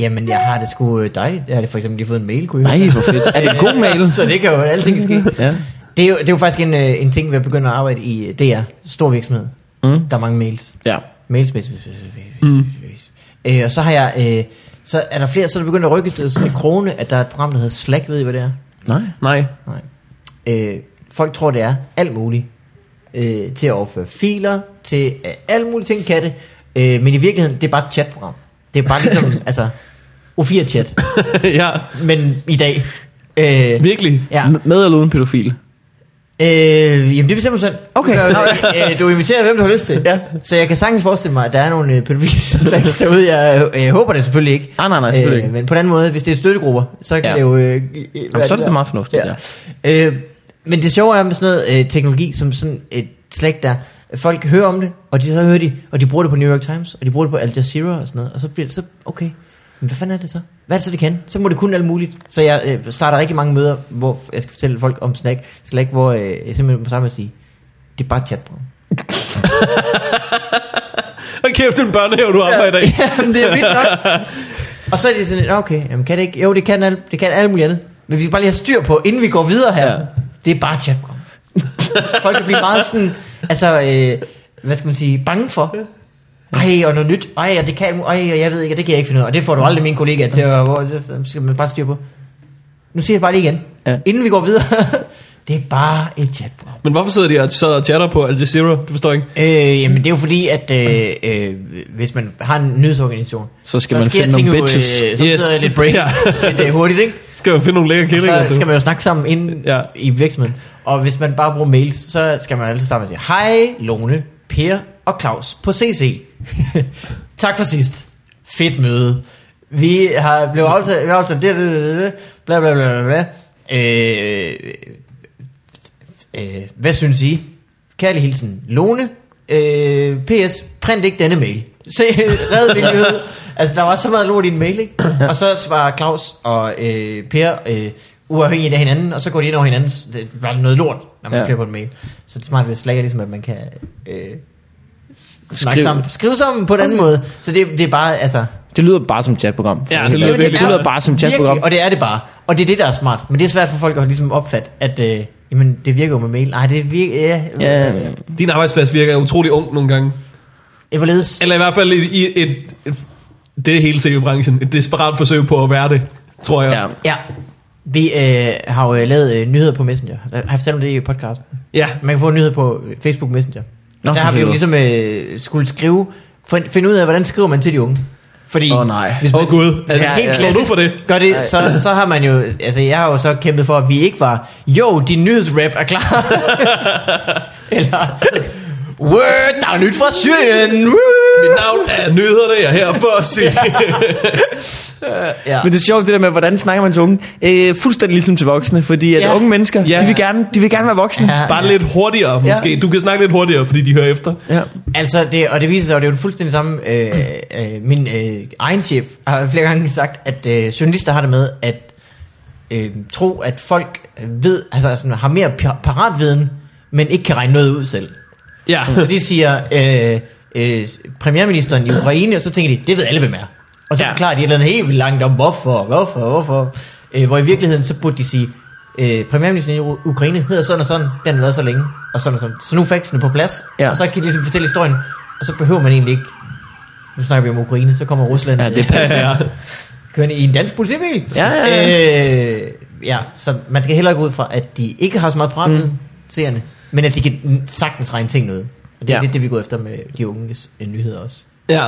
Speaker 1: jamen, jeg har det sgu øh, dejligt. Jeg har det for eksempel lige fået en mail, kunne jeg
Speaker 2: Nej,
Speaker 1: høre.
Speaker 2: hvor fedt. Er det en god mail?
Speaker 1: Så det kan jo, alting kan ske.
Speaker 2: Ja.
Speaker 1: Det er, jo, det er jo faktisk en, øh, en ting, vi har begyndt at arbejde i. Det er stor virksomhed. Mm. Der er mange mails.
Speaker 2: Ja.
Speaker 1: Mails, mails, mails, mails, mails, mails. Mm. Øh, og så har jeg... Øh, så er der flere, så er det begyndt at rykke det sådan i krone, at der er et program, der hedder Slack. Ved I, hvad det er?
Speaker 2: Nej.
Speaker 3: Nej.
Speaker 1: Nej. Øh, folk tror, det er alt muligt. Øh, til at overføre filer, til øh, alle mulige ting kan det. Øh, men i virkeligheden, det er bare et chatprogram. Det er bare ligesom, altså, O4-chat,
Speaker 3: ja,
Speaker 1: men i dag. Øh,
Speaker 3: virkelig.
Speaker 1: ja.
Speaker 2: M- Med eller uden pædofil?
Speaker 1: Øh, jamen det bestemmer du selv.
Speaker 2: Okay.
Speaker 1: Du, gør- øh, du inviterer hvem du har lyst til.
Speaker 2: Ja.
Speaker 1: Så jeg kan sagtens forestille mig, at der er nogle øh, pædagogikslaks derude. Jeg, øh, jeg håber det selvfølgelig ikke.
Speaker 2: Nej, nej, nej, selvfølgelig ikke.
Speaker 1: Øh, men på den anden måde, hvis det er støttegrupper, så kan
Speaker 2: Ja.
Speaker 1: det jo... Øh, øh, være
Speaker 2: så er det
Speaker 1: der.
Speaker 2: meget fornuftigt,
Speaker 1: ja. Øh, men det sjove er med sådan noget øh, teknologi, som sådan et slægt der, folk hører om det, og de så hører de, og de bruger det på New York Times, og de bruger det på Al Jazeera og sådan noget, og så bliver det så, okay, men hvad fanden er det så? Hvad er det så, det kan? Så må det kun alt muligt. Så jeg øh, starter rigtig mange møder, hvor jeg skal fortælle folk om Slack, Slack hvor øh, jeg simpelthen på samme at sige, det er bare et chatprogram.
Speaker 3: Og kæft, det er en børnehave, du har på i dag.
Speaker 1: Jamen, det er vildt nok. Og så er det sådan, "Nå, okay, jamen, kan det ikke? Jo, det kan, alt, det kan alt muligt andet. Men vi skal bare lige have styr på, inden vi går videre her. Ja.
Speaker 2: Ja.
Speaker 1: Det er bare chatprogram. Folk kan blive meget sådan, altså, øh, hvad skal man sige, bange for. Ej, og noget nyt. Ej, og det kan alt muligt. Ej, og jeg ved ikke, og det kan jeg ikke finde ud af. Og det får du aldrig mine kollegaer til at... Hvor, så skal man bare styre på. Nu siger jeg bare lige igen. Ja.
Speaker 2: Ja.
Speaker 1: Inden vi går videre. det er bare et chatprogram.
Speaker 3: Men hvorfor sidder de og sad og chatter på Al Jazeera? Det forstår jeg ikke.
Speaker 1: Øh, jamen det er jo fordi, at øh, øh, hvis man har en nyhedsorganisation,
Speaker 2: Så skal man finde
Speaker 1: ting
Speaker 2: nogle
Speaker 1: jo,
Speaker 2: bitches.
Speaker 1: Øh, så yes.
Speaker 3: Yes.
Speaker 1: sidder lidt break,
Speaker 3: Ja.
Speaker 1: ja. det er hurtigt, ikke?
Speaker 3: Skal jo finde nogle lækre
Speaker 1: Og
Speaker 3: killinger.
Speaker 1: så skal man jo snakke sammen ind ja.
Speaker 3: Ja.
Speaker 1: i virksomheden. Og hvis man bare bruger mails, så skal man altid sammen sige, hej Lone, Per og Claus på CC. tak for sidst. fedt møde. Vi har blevet aftalt, vi har aftalt det, det, det, det, bla bla bla bla, bla. Øh, øh, hvad synes I? Kærlig hilsen, Lone. Øh, PS, print ikke denne mail. Se, red miljøet. Altså, der var så meget lort i en mail, ikke? Og så svarer Claus og øh, Per øh, uafhængigt af hinanden, og så går de ind over hinanden. Så Det var noget lort, når man
Speaker 2: Ja.
Speaker 1: ja. på en mail. Så det er smart ved Slack er ligesom, at man kan... Øh, snakke
Speaker 2: Skriv.
Speaker 1: sammen. Skrive sammen på en anden måde. Så det, det er bare, altså...
Speaker 2: Det lyder bare som et chatprogram.
Speaker 3: Ja, det lyder
Speaker 2: Jamen,
Speaker 3: virkelig
Speaker 2: det lyder
Speaker 3: meget.
Speaker 2: bare som et chatprogram.
Speaker 1: Virkelig, og det er det bare. Og det er det, der er smart. Men det er svært for folk at ligesom opfatte, at øh, jamen, det virker jo med mail. Nej, det virker... Ja,
Speaker 2: Ja,
Speaker 1: øh,
Speaker 3: Din arbejdsplads virker utrolig ung nogle gange.
Speaker 1: Everledes.
Speaker 3: Eller i hvert fald i, i et, et, det er hele tv-branchen. Et desperat forsøg på at være det, tror jeg.
Speaker 2: ja.
Speaker 1: Ja. Vi øh, har jo øh, lavet øh, nyheder på Messenger. Har jeg fortalt om det i podcasten?
Speaker 3: ja.
Speaker 1: Man kan få nyheder på øh, Facebook Messenger.
Speaker 2: Nå,
Speaker 1: Nå, der
Speaker 2: for
Speaker 1: har vi jo
Speaker 2: helvede.
Speaker 1: ligesom øh, skulle skrive... Find, finde ud af, hvordan skriver man til de unge. Fordi
Speaker 2: Åh, nej.
Speaker 1: hvis
Speaker 3: Åh
Speaker 1: man-
Speaker 3: oh, gud,
Speaker 1: Ja,
Speaker 3: er ja,
Speaker 1: helt
Speaker 3: helt ja.
Speaker 1: klassisk.
Speaker 3: du for det?
Speaker 1: Gør det, så, så har man jo... Altså, jeg har jo så kæmpet for, at vi ikke var... Jo, din nyhedsrap er klar. Eller... Word, der er nyt fra Syrien. Woo!
Speaker 3: Mit navn er nyhederne, jeg er her for at se.
Speaker 1: Ja.
Speaker 2: Men det er sjovt det der med, hvordan snakker man til unge. Øh, fuldstændig ligesom til voksne, fordi at
Speaker 1: Ja.
Speaker 2: unge mennesker,
Speaker 3: Ja.
Speaker 2: de, vil gerne, de vil gerne være voksne.
Speaker 1: Ja.
Speaker 3: Bare lidt hurtigere måske.
Speaker 2: Ja.
Speaker 3: Du kan snakke lidt hurtigere, fordi de hører efter.
Speaker 2: Ja.
Speaker 1: Altså, det, og det viser sig, at det er jo den fuldstændig samme... Øh, øh, min øh, egen chef har flere gange sagt, at øh, journalister har det med at øh, tro, at folk ved, altså sådan, har mere pa- paratviden, men ikke kan regne noget ud selv.
Speaker 3: Ja.
Speaker 1: Så de siger, øh, øh, premierministeren i Ukraine, og så tænker de, det ved alle, hvem er. Og så
Speaker 3: Ja.
Speaker 1: ja. forklarer de et eller andet helt vildt langt om, hvorfor, hvorfor, hvorfor. Øh, hvor i virkeligheden, så burde de sige, øh, premierministeren i Ru- Ukraine hedder sådan og sådan, den har været så længe, og sådan og sådan. Så nu er faxene på plads,
Speaker 2: Ja.
Speaker 1: ja. og så kan de ligesom fortælle historien, og så behøver man egentlig ikke, nu snakker vi om Ukraine, så kommer Rusland
Speaker 2: Ja, det
Speaker 3: Ja, ja.
Speaker 1: kørende i en dansk politibil.
Speaker 2: Ja, ja,
Speaker 1: Øh, ja, så man skal heller ikke ud fra, at de ikke har så meget pratet, mm. seerne, men at de kan mm, sagtens regne tingene ud. Og det er
Speaker 2: Ja.
Speaker 1: ja. lidt det, vi går efter med de unges øh, nyheder også.
Speaker 3: ja.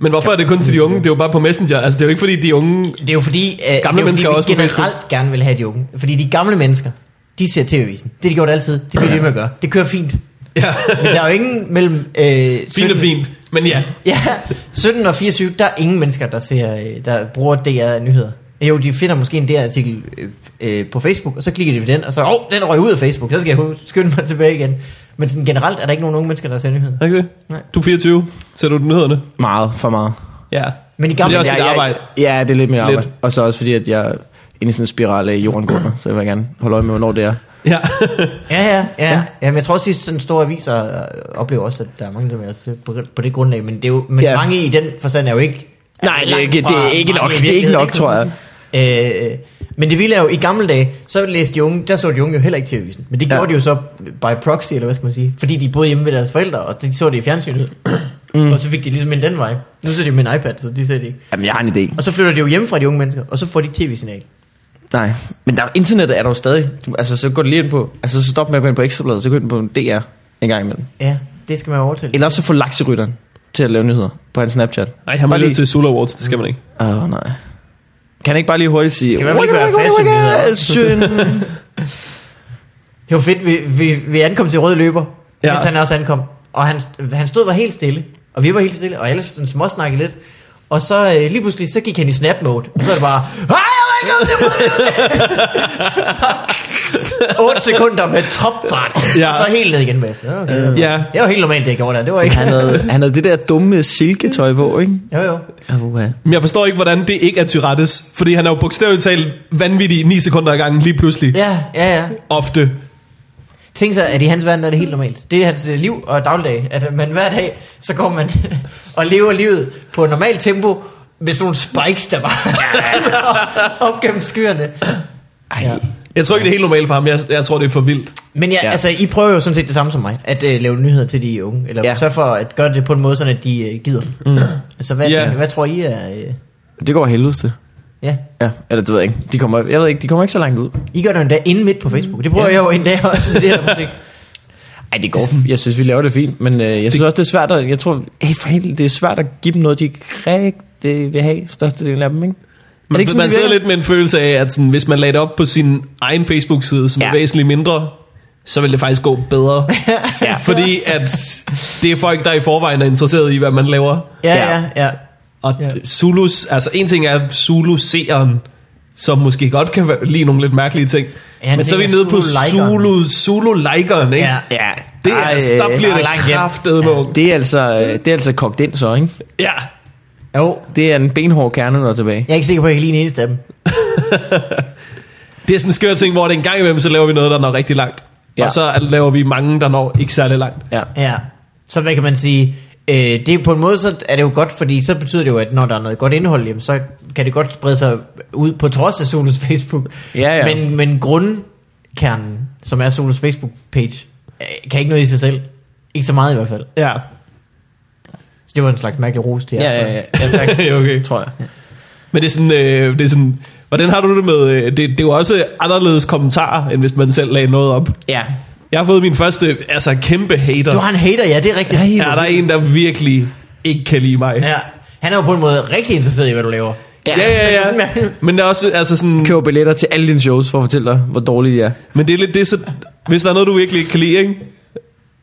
Speaker 3: Men hvorfor er det kun til de unge? Det er jo bare på Messenger. Altså, det er jo ikke fordi, de unge...
Speaker 1: Det er jo fordi, øh, det er jo,
Speaker 3: mennesker
Speaker 1: fordi
Speaker 3: også
Speaker 1: vi
Speaker 3: på Facebook.
Speaker 1: generelt gerne vil have de unge. Fordi de gamle mennesker, de ser tv-avisen. Det har de gjort altid. Det bliver de ved med at gøre. Det kører fint.
Speaker 3: Ja,
Speaker 1: Men der er jo ingen mellem... Øh,
Speaker 3: fint og
Speaker 1: 17
Speaker 3: fint. Men ja,
Speaker 1: Ja, 17 og 24, der er ingen mennesker, der, ser, øh, der bruger DR-nyheder. Jo, de finder måske en DR-artikel øh, øh, på Facebook, og så klikker de på den, og så, åh, oh, den røg ud af Facebook, så skal jeg hu- skynde mig tilbage igen. Men sådan, generelt er der ikke nogen unge mennesker, der ser nyheder.
Speaker 3: Er det ikke
Speaker 1: Nej.
Speaker 3: det? Du er 24. Ser du nyhederne?
Speaker 2: Meget, for meget.
Speaker 3: Ja.
Speaker 1: Men i
Speaker 3: Men det
Speaker 1: gamle
Speaker 3: er også
Speaker 1: dage,
Speaker 3: dit arbejde.
Speaker 2: Ja, det er lidt mere
Speaker 3: Lidt.
Speaker 2: arbejde. Og så også fordi, at jeg er inde i sådan en spiral af at jorden går under, så jeg vil gerne holde øje med, hvornår det er.
Speaker 3: Ja.
Speaker 1: ja, ja, ja, ja. men jeg tror også, at sådan store aviser øh, oplever også, at der er mange, der melder sig på, på det grundlag, men, det er jo, men
Speaker 2: Ja.
Speaker 1: ja. mange i den forstand er jo ikke... er
Speaker 2: Nej, det er
Speaker 1: langt
Speaker 2: ikke- det er
Speaker 1: fra
Speaker 2: ikke
Speaker 1: mange
Speaker 2: nok.
Speaker 1: i
Speaker 2: Det er ikke nok,
Speaker 1: virkeligheden,
Speaker 2: tror
Speaker 1: ikke? Øh, men det ville er jo, i gamle dage, så læste de unge, der så de unge jo heller ikke TV-avisen. Men det
Speaker 2: Ja.
Speaker 1: gjorde ja. de jo så by proxy, eller hvad skal man sige. Fordi de boede hjemme ved deres forældre, og de så det i fjernsynet. Mm. Og så fik de ligesom ind den vej. Nu ser de med en iPad, så de ser det ikke.
Speaker 2: Jamen, jeg har en idé.
Speaker 1: Og så flytter de jo hjem fra de unge mennesker, og så får de ikke tv-signal.
Speaker 2: Nej, men der, internettet er der jo stadig. Du, altså, så gå lige ind på... Altså, så stop med at gå ind på Ekstrabladet, så gå ind på DR en gang imellem.
Speaker 1: Ja, det skal man jo overtale.
Speaker 2: Eller også så få lakserytteren til at lave nyheder på hans Snapchat.
Speaker 3: Nej, han var
Speaker 2: Bare
Speaker 3: lige
Speaker 2: lige-
Speaker 3: til Sula Awards. Det skal man ikke.
Speaker 2: Åh, oh, nej. Kan han ikke bare lige hurtigt sige...
Speaker 1: Skal i hvert fald ikke være
Speaker 2: fashion
Speaker 1: Det var fedt, vi, vi, vi ankom til Røde Løber,
Speaker 3: Ja.
Speaker 1: ja. mens han også ankom. Og han, han stod var helt stille, og vi var helt stille, og alle sådan småsnakkede lidt. Og så øh, lige pludselig, så gik han i snap mode, og så er det bare, Hej, jeg kom til Røde Løber!" 8 sekunder med topfart,
Speaker 3: Ja.
Speaker 1: ja. og så helt ned igen bagefter. Okay.
Speaker 3: Ja.
Speaker 1: Det var helt normalt, det jeg gjorde der, det var ikke...
Speaker 2: han, havde, han havde det der dumme silketøj på, ikke?
Speaker 1: Jo jo.
Speaker 2: Ja, uha.
Speaker 3: Men jeg forstår ikke, hvordan det ikke er Tyrattes. Fordi han er jo bogstaveligt talt vanvittig 9 sekunder ad gangen lige pludselig.
Speaker 1: Ja, ja, ja.
Speaker 3: Ofte.
Speaker 1: Tænk sig, at i hans verden er det helt normalt. Det er hans øh, liv og dagligdag, at man hver dag, så går man og lever livet på et normalt tempo, med sådan nogle spikes, der bare sender op gennem skyerne.
Speaker 2: Ej.
Speaker 3: Jeg tror ikke, det er helt normalt for ham. Jeg, jeg tror, det er for vildt.
Speaker 1: Men ja,
Speaker 2: Ja.
Speaker 1: ja. altså, I prøver jo sådan set det samme som mig, at øh, lave nyheder til de unge, eller
Speaker 2: Ja.
Speaker 1: ja. sørge for at gøre det på en måde, sådan at de øh, gider. Mm. Altså, hvad,
Speaker 3: Ja.
Speaker 1: yeah. hvad tror I er... Øh,
Speaker 2: Det går af helvede til.
Speaker 1: ja.
Speaker 2: Ja, eller det ved jeg ikke. De kommer, jeg ved ikke, de kommer ikke så langt ud.
Speaker 1: I gør det jo endda inde midt på Facebook. Det prøver jeg jo endda også med det her projekt.
Speaker 2: Ej, det går. Jeg synes, vi laver det fint, men øh, jeg synes også, det er svært at, jeg tror, hey, for helvede, det er svært at give dem noget, de ikke rigtig vil have, størstedelen af dem, ikke? Er
Speaker 3: Man,
Speaker 2: det ikke sådan,
Speaker 3: man
Speaker 2: det
Speaker 3: sidder
Speaker 2: virker?
Speaker 3: lidt med en følelse af, at sådan, hvis man lagde det op på sin egen Facebook-side, som ja.
Speaker 2: Ja.
Speaker 3: er væsentligt mindre, så vil det faktisk gå bedre. ja. Fordi at det er folk, der i forvejen er interesseret i, hvad man laver.
Speaker 1: Ja,
Speaker 2: Ja.
Speaker 1: ja, ja.
Speaker 3: Og
Speaker 1: Ja.
Speaker 3: ja. Zulus, altså en ting er Zulu-seeren, som måske godt kan være- lide nogle lidt mærkelige ting.
Speaker 1: Ja,
Speaker 3: Ja, men
Speaker 1: det
Speaker 3: så er vi
Speaker 1: er
Speaker 3: nede på
Speaker 1: Zulu-likeren.
Speaker 3: Zulu, Zulu-likeren, ikke?
Speaker 1: Ja.
Speaker 2: Ja,
Speaker 3: Det er, altså, der bliver
Speaker 1: der er langt
Speaker 3: det
Speaker 1: hjem.
Speaker 3: kraftedeme med ungt.
Speaker 2: øh, det er altså, øh, det er altså kogt ind så, ikke?
Speaker 3: Ja.
Speaker 1: Jo,
Speaker 2: Det er en benhård kerne, der er tilbage.
Speaker 1: jeg er ikke sikker på, at jeg kan lide en eneste af dem.
Speaker 3: Det er sådan en skør ting, hvor det en gang imellem, så laver vi noget, der når rigtig langt. Ja.
Speaker 2: Ja.
Speaker 3: Og så laver vi mange, der når ikke særlig langt.
Speaker 2: Ja.
Speaker 1: Ja, så hvad kan man sige? Øh, det er på en måde, så er det jo godt, fordi så betyder det jo, at når der er noget godt indhold, jamen, så kan det godt sprede sig ud på trods af Solos Facebook.
Speaker 2: Ja, ja.
Speaker 1: Men, men grundkernen, som er Solos Facebook-page, øh, kan ikke noget i sig selv. Ikke så meget i hvert fald.
Speaker 3: Ja.
Speaker 1: Så det var en slags mærkelig ros til jer.
Speaker 2: Ja, ja, ja. ja tak,
Speaker 3: okay.
Speaker 2: tror jeg.
Speaker 3: Men det er sådan, øh, det er sådan hvordan har du det med, øh, det, det er jo også anderledes kommentarer, end hvis man selv lagde noget op.
Speaker 2: Ja.
Speaker 3: Jeg har fået min første, altså kæmpe hater.
Speaker 1: Du har en hater, ja, det er rigtigt.
Speaker 3: Ja, der er en, der virkelig ikke kan lide mig.
Speaker 1: Ja. Han er jo på en måde rigtig interesseret i, hvad du laver.
Speaker 3: Ja, ja, ja. ja. Men, der er også, altså sådan,
Speaker 2: Køber billetter til alle dine shows for at fortælle dig, hvor dårlige de er.
Speaker 3: men det er lidt det, så, hvis der er noget, du virkelig ikke kan lide, ikke?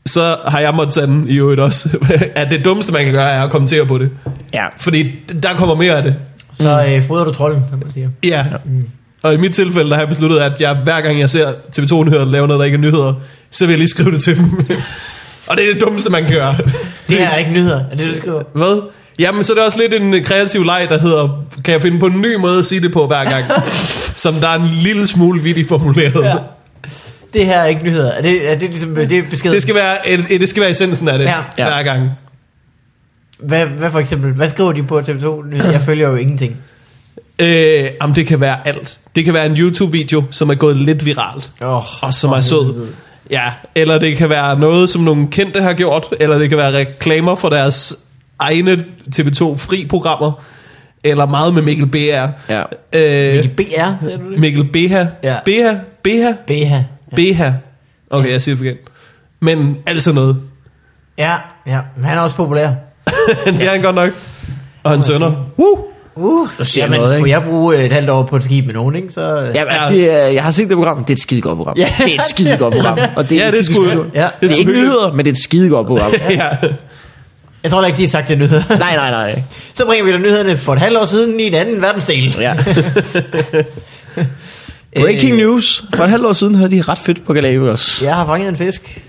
Speaker 3: så har jeg måttet sande i øvrigt også, at det dummeste, man kan gøre, er at kommentere på det.
Speaker 2: Ja.
Speaker 3: Fordi der kommer mere af det.
Speaker 2: Mm.
Speaker 1: Så øh, fodrer du trolden, som man siger.
Speaker 3: Ja. Og i mit tilfælde, der har jeg besluttet, at jeg, hver gang jeg ser TV2-nyheder lave noget, der ikke er nyheder, så vil jeg lige skrive det til dem. og det er det dummeste, man kan gøre.
Speaker 1: Det her er ikke nyheder, er det, du skriver?
Speaker 3: Hvad? Jamen, så er det også lidt en øh, kreativ leg, der hedder, kan jeg finde på en ny måde at sige det på hver gang? som der er en lille smule vidt formuleret. Ja.
Speaker 1: Ja. Det her er ikke nyheder. Er det, er det ligesom det er beskeden?
Speaker 3: Det skal være, et, et, det skal være essensen af det,
Speaker 1: Ja.
Speaker 3: ja.
Speaker 2: Ja.
Speaker 3: hver gang.
Speaker 1: Hvad, hvad for eksempel? Hvad skriver de på TV2? Nyheder? Jeg følger jo ingenting.
Speaker 3: Øh, jamen, det kan være alt. Det kan være en YouTube-video, som er gået lidt viralt,
Speaker 1: Oh,
Speaker 3: og som er sød. Ja, eller det kan være noget, som nogle kendte har gjort, eller det kan være reklamer for deres egne TV2-fri-programmer, eller meget med Mikkel BR.
Speaker 2: Ja.
Speaker 3: Øh,
Speaker 1: Mikkel BR, sagde du det?
Speaker 3: Mikkel Beha.
Speaker 1: Ja.
Speaker 3: Beha. Beha.
Speaker 1: BH.
Speaker 3: Beha. Okay, jeg siger det igen. Men altså noget.
Speaker 1: Ja, ja. Men han er også populær.
Speaker 3: det er han godt nok. Og han sønner. Woo!
Speaker 1: Uh,
Speaker 2: siger
Speaker 1: jamen,
Speaker 2: noget,
Speaker 1: skulle
Speaker 2: ikke?
Speaker 1: jeg bruge et halvt år på et skib med nogen, ikke? Så, øh,
Speaker 2: Ja, altså-
Speaker 3: Ja.
Speaker 2: men det er, jeg har set det program. Det er et skide godt program.
Speaker 1: Ja.
Speaker 2: Det er et skide godt program. Og det er,
Speaker 3: Ja, det er sgu-
Speaker 2: diskussion.
Speaker 1: Ja.
Speaker 2: Det er
Speaker 3: sgu
Speaker 2: ikke
Speaker 3: hyggeligt.
Speaker 2: nyheder, men det er et skide godt program.
Speaker 3: Ja.
Speaker 1: Jeg tror da ikke, de har sagt det nyheder.
Speaker 2: Nej, nej, nej.
Speaker 1: Så bringer vi dig nyhederne for et halvt år siden i en anden verdensdel.
Speaker 2: Ja. Breaking news. For et halvt år siden havde de ret fedt på Galapagos.
Speaker 1: Jeg har fanget en fisk.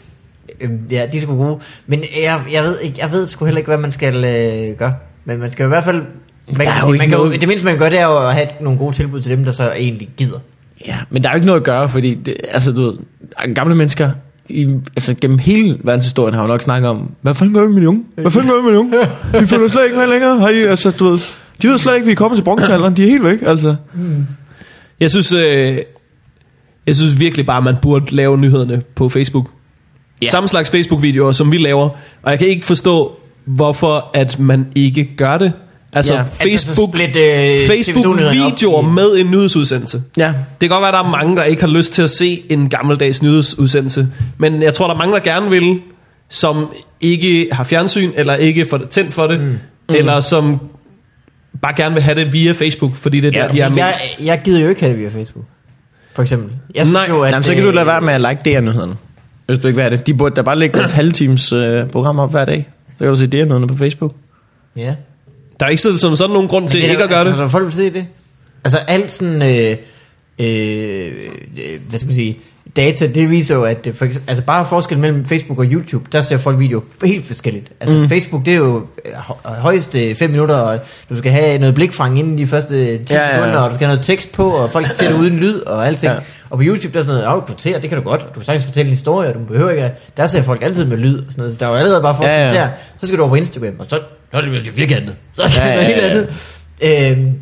Speaker 1: Øhm, Ja, de er sgu gode. Men jeg, jeg, ved, ikke, jeg ved sgu heller ikke, hvad man skal øh, gøre. Men man skal i hvert fald... Man
Speaker 2: er
Speaker 1: kan sige,
Speaker 2: jo ikke
Speaker 1: man kan, jo-
Speaker 2: noget-
Speaker 1: det mindste, man kan gøre, det er jo at have nogle gode tilbud til dem, der så egentlig gider.
Speaker 2: Ja, men der er jo ikke noget at gøre, fordi det, altså, du ved, gamle mennesker i, altså, gennem hele verdenshistorien har jo nok snakket om, hvad fanden gør vi med de unge? Hvad fanden gør vi med de unge? Vi følger slet ikke med længere. Har I, altså, du ved, de ved slet ikke, vi er kommet til bronzealderen. De er helt væk, altså.
Speaker 3: Jeg synes, øh, jeg synes virkelig bare, at man burde lave nyhederne på Facebook.
Speaker 2: Ja.
Speaker 3: Yeah. Samme slags Facebook-videoer, som vi laver. Og jeg kan ikke forstå, hvorfor at man ikke gør det. Altså
Speaker 2: Ja.
Speaker 3: yeah.
Speaker 2: Altså,
Speaker 3: Facebook,
Speaker 1: altså, øh,
Speaker 3: Facebook-videoer med en nyhedsudsendelse.
Speaker 2: Ja,
Speaker 3: Det kan godt være, at der er mange, der ikke har lyst til at se en gammeldags nyhedsudsendelse. Men jeg tror, der er mange, der gerne vil, som ikke har fjernsyn, eller ikke får tændt for det, mm. Mm. eller som bare gerne vil have det via Facebook, fordi det er
Speaker 2: Ja,
Speaker 3: der, de er
Speaker 1: Jeg, altså, jeg,
Speaker 3: mest.
Speaker 1: jeg gider jo ikke have det via Facebook. For eksempel. Jeg
Speaker 3: Nej,
Speaker 1: jo, øh,
Speaker 2: Jamen, så kan du lade være med at like DR-nyhederne. Hvis du ikke vil have det. De burde da bare lægge deres halvtimes øh, program op hver dag. Så kan du se DR-nyhederne på Facebook.
Speaker 1: Ja.
Speaker 3: Der er ikke sådan, som sådan nogen grund til
Speaker 1: Men
Speaker 3: ikke
Speaker 1: da-
Speaker 3: at gøre det.
Speaker 1: Altså, folk vil se det. Altså alt sådan, øh, øh, øh, hvad skal man sige, data, det viser jo, at det for eksempel, altså bare forskellen mellem Facebook og YouTube, der ser folk video helt forskelligt. Altså mm. Facebook, det er jo øh, hø- højst 5 minutter, og du skal have noget blikfang inden de første 10
Speaker 2: Ja, ja,
Speaker 1: ja,
Speaker 2: ja.
Speaker 1: sekunder, og du skal have noget tekst på, og folk ser det uden lyd og alting. Ja.
Speaker 2: Ja.
Speaker 1: Og på YouTube, der er sådan noget, af kvarter, det kan du godt, du kan sagtens fortælle en historie, og du behøver ikke, at- der ser folk altid med lyd og sådan noget, så der er jo allerede bare forskel
Speaker 2: Ja,
Speaker 1: ja,
Speaker 2: ja.
Speaker 1: ja. der. Så skal du over på Instagram, og så, så er det pludselig virkelig andet. Så er det
Speaker 2: Ja, ja,
Speaker 1: noget helt
Speaker 2: ja, ja.
Speaker 1: andet. Øhm,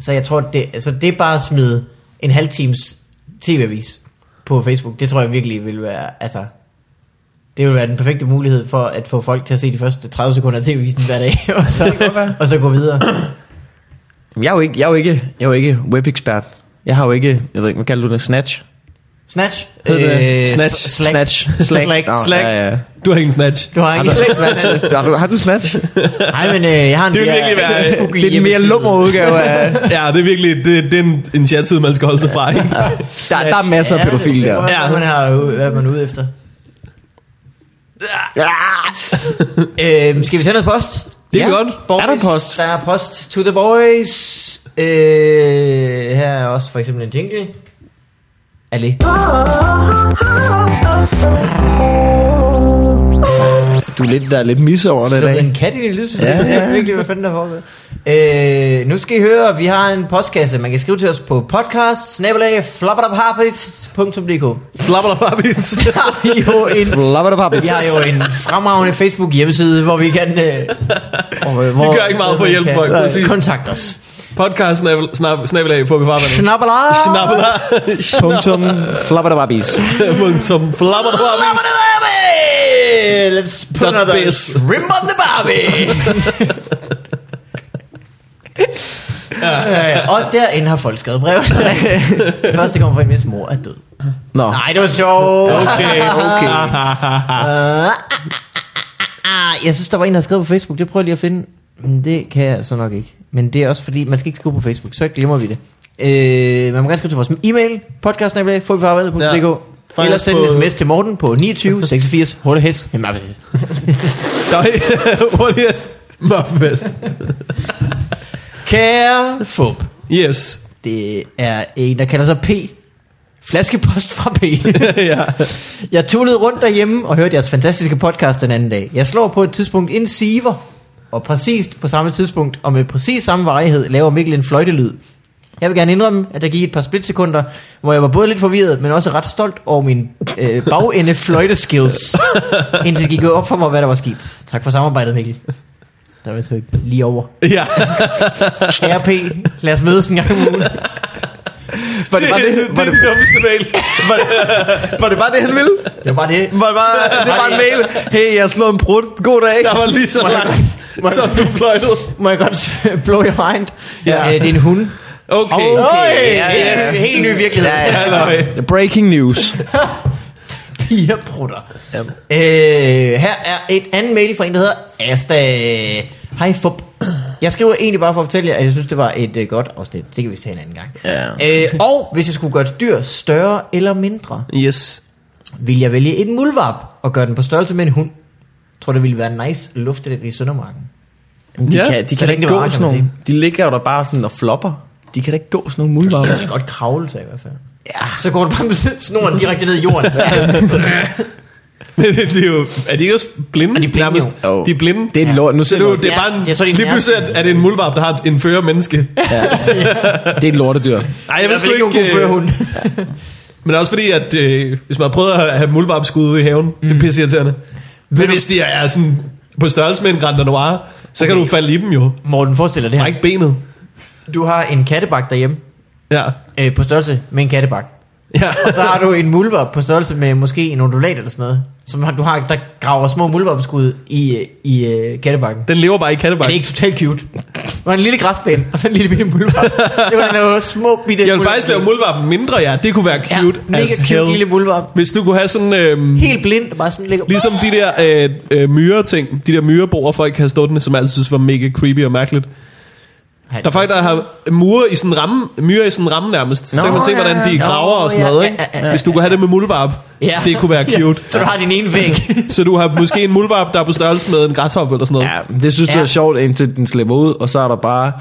Speaker 1: så jeg tror, det, altså det er bare at smide en halv times tv-avis på Facebook. Det tror jeg virkelig vil være, altså, det vil være den perfekte mulighed for at få folk til at se de første 30 sekunder af tv-avisen hver dag, og så, og så gå videre.
Speaker 2: Jamen, jeg er jo ikke, jeg er jo ikke, jeg er jo ikke webekspert. Jeg har jo ikke, jeg ved ikke, hvad kalder du det? Snatch?
Speaker 1: Snatch? Øh,
Speaker 2: Hed det?
Speaker 1: s-
Speaker 2: snatch?
Speaker 1: Slack.
Speaker 2: Snatch?
Speaker 1: Slack.
Speaker 2: Øh, Slack? Nå,
Speaker 3: Slack.
Speaker 2: Ja, ja.
Speaker 3: Du har ingen snatch.
Speaker 1: Du har
Speaker 2: Har
Speaker 1: ikke
Speaker 2: du,
Speaker 1: Snatch?
Speaker 2: snatch? har, du, har du Snatch?
Speaker 1: Nej, men øh, jeg har en
Speaker 3: Det vil
Speaker 1: mere-
Speaker 3: virkelig være-
Speaker 1: Facebook
Speaker 2: Det er den mere
Speaker 1: hjemmeside.
Speaker 2: lummer udgave af...
Speaker 3: Ja, det er virkelig det, det er en, en chattid, man skal holde sig fra. Ikke?
Speaker 2: Der, der er masser af
Speaker 1: Ja, det-
Speaker 2: pædofile
Speaker 1: det
Speaker 2: der.
Speaker 1: kommer an på,
Speaker 3: Ja.
Speaker 1: Hvad man, har, hvad man er ude efter.
Speaker 2: Ja.
Speaker 1: Øhm, skal vi tage noget post?
Speaker 3: Det Det er godt.
Speaker 1: Boys,
Speaker 2: Er der post?
Speaker 1: Der er post to the boys. Øh, her er også for eksempel en jingle. Allé.
Speaker 2: Du er lidt, der er lidt mis over det i
Speaker 1: Slå en
Speaker 2: dag.
Speaker 1: kat i din lyd,
Speaker 2: Ja,
Speaker 1: ja,
Speaker 2: ja, ja.
Speaker 1: ja. virkelig, hvad fanden der foregår. Øh, nu skal I høre, vi har en postkasse. Man kan skrive til os på podcast, snabelag, flopperdapharbits.dk.
Speaker 3: Flapper dig bare, Vince.
Speaker 1: Der har vi jo en
Speaker 2: Flapper det pappis.
Speaker 1: vi har jo en fremragende Facebook hjemmeside, hvor vi kan... Øh, hvor, hvor,
Speaker 3: gør ikke meget for at hjælpe folk, præcis.
Speaker 1: Kontakt os.
Speaker 3: Podcast snabel- snab- snabelag på befarvandet.
Speaker 1: Schnabbelaj!
Speaker 2: Punktum. Flapper det pappis.
Speaker 3: Punktum. Flapper dig bare, Vince.
Speaker 1: Schnabbelaj! Let's put
Speaker 3: Dot
Speaker 1: another
Speaker 3: biz.
Speaker 1: shrimp on the barbie! ja. ja. Og derinde har folk skrevet brev. Første kommer fra en, mens mor er død.
Speaker 2: Nå.
Speaker 1: Nej, det var sjovt.
Speaker 3: Okay, okay.
Speaker 1: Ah, ah, ah. Jeg synes, der var en, der skrev på Facebook. Det prøver jeg lige at finde. Men det kan jeg så nok ikke. Men det er også fordi, man skal ikke skrive på Facebook. Så glemmer vi det. Øh, man må gerne skrive til vores e-mail. Podcast
Speaker 3: Fang
Speaker 1: Eller
Speaker 3: os
Speaker 1: send
Speaker 3: på-
Speaker 1: en sms til Morten på 29 86 8 hest. Jamen, hvad præcis.
Speaker 3: Der var hurtigst. Muffbest.
Speaker 1: Kære Fub.
Speaker 3: Yes.
Speaker 1: Det er en, der kalder sig P. Flaskepost fra P.
Speaker 3: ja.
Speaker 1: Jeg tullede rundt derhjemme og hørte jeres fantastiske podcast den anden dag. Jeg slår på et tidspunkt en siver, og præcist på samme tidspunkt og med præcis samme varighed laver Mikkel en fløjtelyd. Jeg vil gerne indrømme, at der gik et par splitsekunder, hvor jeg var både lidt forvirret, men også ret stolt over min øh, bagende fløjteskills, indtil det gik op for mig, hvad der var sket. Tak for samarbejdet, Mikkel. Der var så ikke lige over.
Speaker 3: Ja.
Speaker 1: Kære P, lad os mødes en gang om ugen.
Speaker 2: Var det bare det? Var
Speaker 3: det,
Speaker 2: det,
Speaker 3: den dummeste mail.
Speaker 2: var, var det bare det, han ville?
Speaker 1: Det var bare det.
Speaker 2: Var det bare, det var en mail? Hey, jeg har slået en brud. God dag.
Speaker 3: Der var lige så
Speaker 1: Må jeg
Speaker 3: langt,
Speaker 1: godt- må jeg
Speaker 3: som
Speaker 1: godt-
Speaker 3: du fløjtede.
Speaker 1: Må jeg godt blow your mind?
Speaker 3: Ja.
Speaker 1: Øh, det er en hund.
Speaker 3: Okay.
Speaker 1: Okay.
Speaker 2: Okay.
Speaker 1: Ja, ja, ja. Helt, helt ny virkelighed.
Speaker 2: Ja, ja.
Speaker 3: Halløj.
Speaker 2: Breaking news.
Speaker 1: Piger prutter. Øh, her er et andet mail fra en, der hedder Asta. Hej Fup. Jeg skriver egentlig bare for at fortælle jer, at jeg synes, det var et øh, godt afsnit. Det kan vi tage en anden gang.
Speaker 2: Ja.
Speaker 1: Øh, og hvis jeg skulle gøre et dyr større eller mindre,
Speaker 3: Yes.
Speaker 1: ville jeg vælge en mulvarp og gøre den på størrelse med en hund. Jeg tror, det ville være nice at lufte den i Søndermarken.
Speaker 2: De
Speaker 3: Ja,
Speaker 2: ja, kan, de
Speaker 1: så
Speaker 2: kan
Speaker 1: længe
Speaker 2: da ikke
Speaker 1: det var
Speaker 2: gå
Speaker 1: rart,
Speaker 2: sådan
Speaker 1: kan man
Speaker 2: nogle. De ligger jo der bare sådan og flopper. De kan da ikke gå sådan nogle muldvarper.
Speaker 1: Det er godt kravle sig i hvert fald. Ja. Så går du bare med snoren direkte ned i jorden.
Speaker 3: Men det er jo, er de ikke også blinde?
Speaker 1: Er de blinde,
Speaker 2: jo?
Speaker 3: De er blinde.
Speaker 2: Det er et lort. Nu
Speaker 3: Så
Speaker 2: ser
Speaker 3: det, er jo-
Speaker 2: du,
Speaker 3: det er
Speaker 1: Ja,
Speaker 3: bare en,
Speaker 1: jeg tror, det er en
Speaker 3: lige pludselig er,
Speaker 1: nærsynet.
Speaker 3: er det en muldvarp, der har en fører menneske.
Speaker 2: det er et lortedyr.
Speaker 3: Nej, jeg ved sgu ikke.
Speaker 1: nogen god
Speaker 3: ikke øh,
Speaker 1: førhund.
Speaker 3: men også fordi, at øh, hvis man prøver at have muldvarpskud ude i haven, mm. det er pisseirriterende. Men
Speaker 1: du-
Speaker 3: hvis de er sådan på størrelse med en Grand Noir, så okay. kan
Speaker 1: Okay.
Speaker 3: du falde i dem jo.
Speaker 1: Morten, forestil dig det her.
Speaker 3: Bræk benet.
Speaker 1: Du har en kattebak derhjemme,
Speaker 3: Ja.
Speaker 1: øh, på størrelse med en kattebak.
Speaker 3: Ja.
Speaker 1: Og så har du en mulvarp på størrelse med måske en undulat eller sådan noget, som har- du har, der graver små mulvarpskud i, øh, i øh, kattebakken.
Speaker 3: Den lever bare i
Speaker 1: Er det
Speaker 3: kattebakken.
Speaker 1: ikke totalt cute? Det var en lille græsplæne, og så en lille bitte mulvarp. Det var nogle små bitte
Speaker 3: Jeg vil faktisk lave
Speaker 1: mulvarpskud.
Speaker 3: muldvarpen mindre, ja. Det kunne være cute.
Speaker 1: Ja, mega
Speaker 3: as
Speaker 1: cute
Speaker 3: hell.
Speaker 1: lille mulvarp.
Speaker 3: Hvis du kunne have sådan... Øhm,
Speaker 1: Helt blind, og bare sådan ligger...
Speaker 3: Ligesom de der øh, øh, myreting, de der myrebroer, folk har stående, som jeg altid synes var mega creepy og mærkeligt.
Speaker 1: Ej,
Speaker 3: Der er folk, der har mure i sådan en ramme, myre i sådan en ramme nærmest. Nå, så kan man se,
Speaker 1: ja,
Speaker 3: hvordan de
Speaker 1: ja.
Speaker 3: graver og sådan
Speaker 1: Nå,
Speaker 3: noget.
Speaker 1: ja,
Speaker 3: Ikke?
Speaker 1: ja, ja, ja.
Speaker 3: Hvis du kunne have det med muldvarp,
Speaker 1: Ja.
Speaker 3: det kunne være cute.
Speaker 1: Så du har din ene væg.
Speaker 3: Så du har måske en muldvarp, der er på størrelse med en græshoppe eller sådan noget.
Speaker 2: Ja, det synes du
Speaker 1: Ja.
Speaker 2: er sjovt, indtil den slipper ud, og så er der bare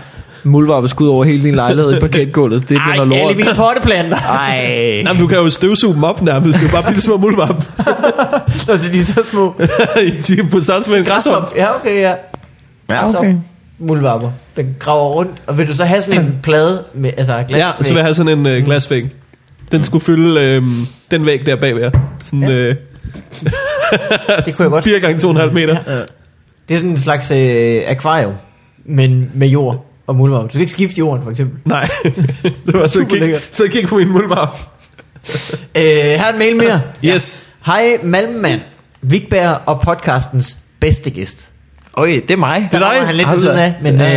Speaker 2: muldvarpe skud over hele din lejlighed i parketgulvet. Det er
Speaker 1: Ej,
Speaker 2: noget
Speaker 1: alle
Speaker 2: lort.
Speaker 1: mine potteplanter.
Speaker 2: Ej.
Speaker 3: Jamen, du kan jo støvsuge dem op nærmest. Du er bare bitte små muldvarp.
Speaker 1: Nå, så de er så små.
Speaker 3: de er på størrelse med en græshoppe.
Speaker 1: Ja, okay, ja.
Speaker 2: Ja,
Speaker 1: Og så
Speaker 2: okay.
Speaker 1: Altså, Muldvarper. Den graver rundt. Og vil du så have sådan en plade med, altså glas
Speaker 3: Ja, så vil jeg have sådan en øh, glasvæg. Den skulle fylde øh, den væg der bagved jer. Sådan
Speaker 1: Ja.
Speaker 3: øh,
Speaker 1: Det kunne jeg godt.
Speaker 3: 4 gange 2,5 meter.
Speaker 1: Det er sådan en slags øh, akvarium, men med jord og muldvarper. Du skal ikke skifte jorden, for eksempel.
Speaker 3: Nej, det var så
Speaker 1: Super
Speaker 3: kig,
Speaker 1: lækkert.
Speaker 3: så kig på min muldvarp.
Speaker 1: Øh, her er en mail mere.
Speaker 3: Yes.
Speaker 1: Hej Malmemand, Vigberg og podcastens bedste gæst.
Speaker 2: Okay, det er mig.
Speaker 1: Der rammer han lidt ved
Speaker 2: Altså,
Speaker 1: siden af, men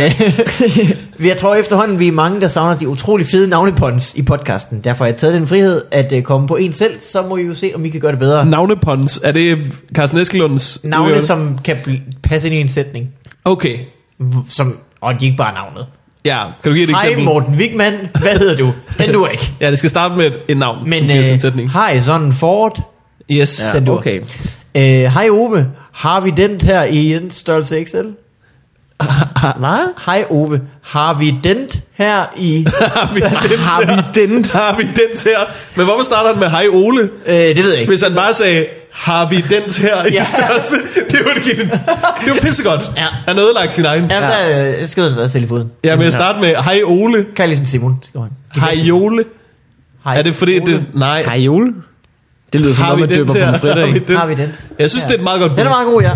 Speaker 1: øh, jeg tror efterhånden, vi er mange, der savner de utrolig fede navnepons i podcasten. Derfor har jeg taget den frihed at øh, komme på en selv, så må I jo se, om I kan gøre det bedre.
Speaker 3: Navnepons, er det Carsten Eskelunds?
Speaker 1: Navne,
Speaker 3: udgave?
Speaker 1: som kan bl- passe ind i en sætning.
Speaker 3: Okay,
Speaker 1: V- Som, og de er ikke bare navnet.
Speaker 3: ja. Kan du give et
Speaker 1: Hej
Speaker 3: eksempel?
Speaker 1: Morten Wigman, hvad hedder du? Den du ikke.
Speaker 3: Ja, det skal starte med et, et navn.
Speaker 1: Men
Speaker 3: som giver sådan en
Speaker 1: øh,
Speaker 3: sætning.
Speaker 1: hej sådan en Ford,
Speaker 3: Yes.
Speaker 1: den du. Okay. Øh, hej Ove, har vi den her i en størrelse XL? Hvad? Hej Ove, har vi dent her i...
Speaker 3: Har vi den
Speaker 2: Har
Speaker 3: her?
Speaker 2: vi dent?
Speaker 3: Har vi den her? Men hvorfor starter han med hej Ole?
Speaker 1: Øh, det ved jeg ikke.
Speaker 3: Hvis han bare sagde, har vi den her i
Speaker 1: Ja.
Speaker 3: størrelse? Det var det gik- Det var pissegodt.
Speaker 1: Ja.
Speaker 3: Han ødelagt sin egen.
Speaker 1: Ja, der øh, skød han sig også selv i foden.
Speaker 3: Ja, men jeg starter med, hej Ole,
Speaker 1: Kan jeg ligesom Simon, skriver han. Det
Speaker 3: hej
Speaker 1: kan
Speaker 3: Jole.
Speaker 1: Hej
Speaker 3: Er det fordi,
Speaker 1: Ole.
Speaker 3: det... Nej.
Speaker 2: Hej, Jule. Det lyder som
Speaker 3: Har
Speaker 2: om,
Speaker 3: vi
Speaker 2: man
Speaker 3: den
Speaker 2: døber
Speaker 3: til-
Speaker 2: pomfritter
Speaker 3: har vi
Speaker 2: i.
Speaker 3: den?
Speaker 1: Har vi dent?
Speaker 3: Jeg synes,
Speaker 1: Ja.
Speaker 3: det er et meget godt
Speaker 1: Den er
Speaker 3: bud.
Speaker 1: meget god, ja.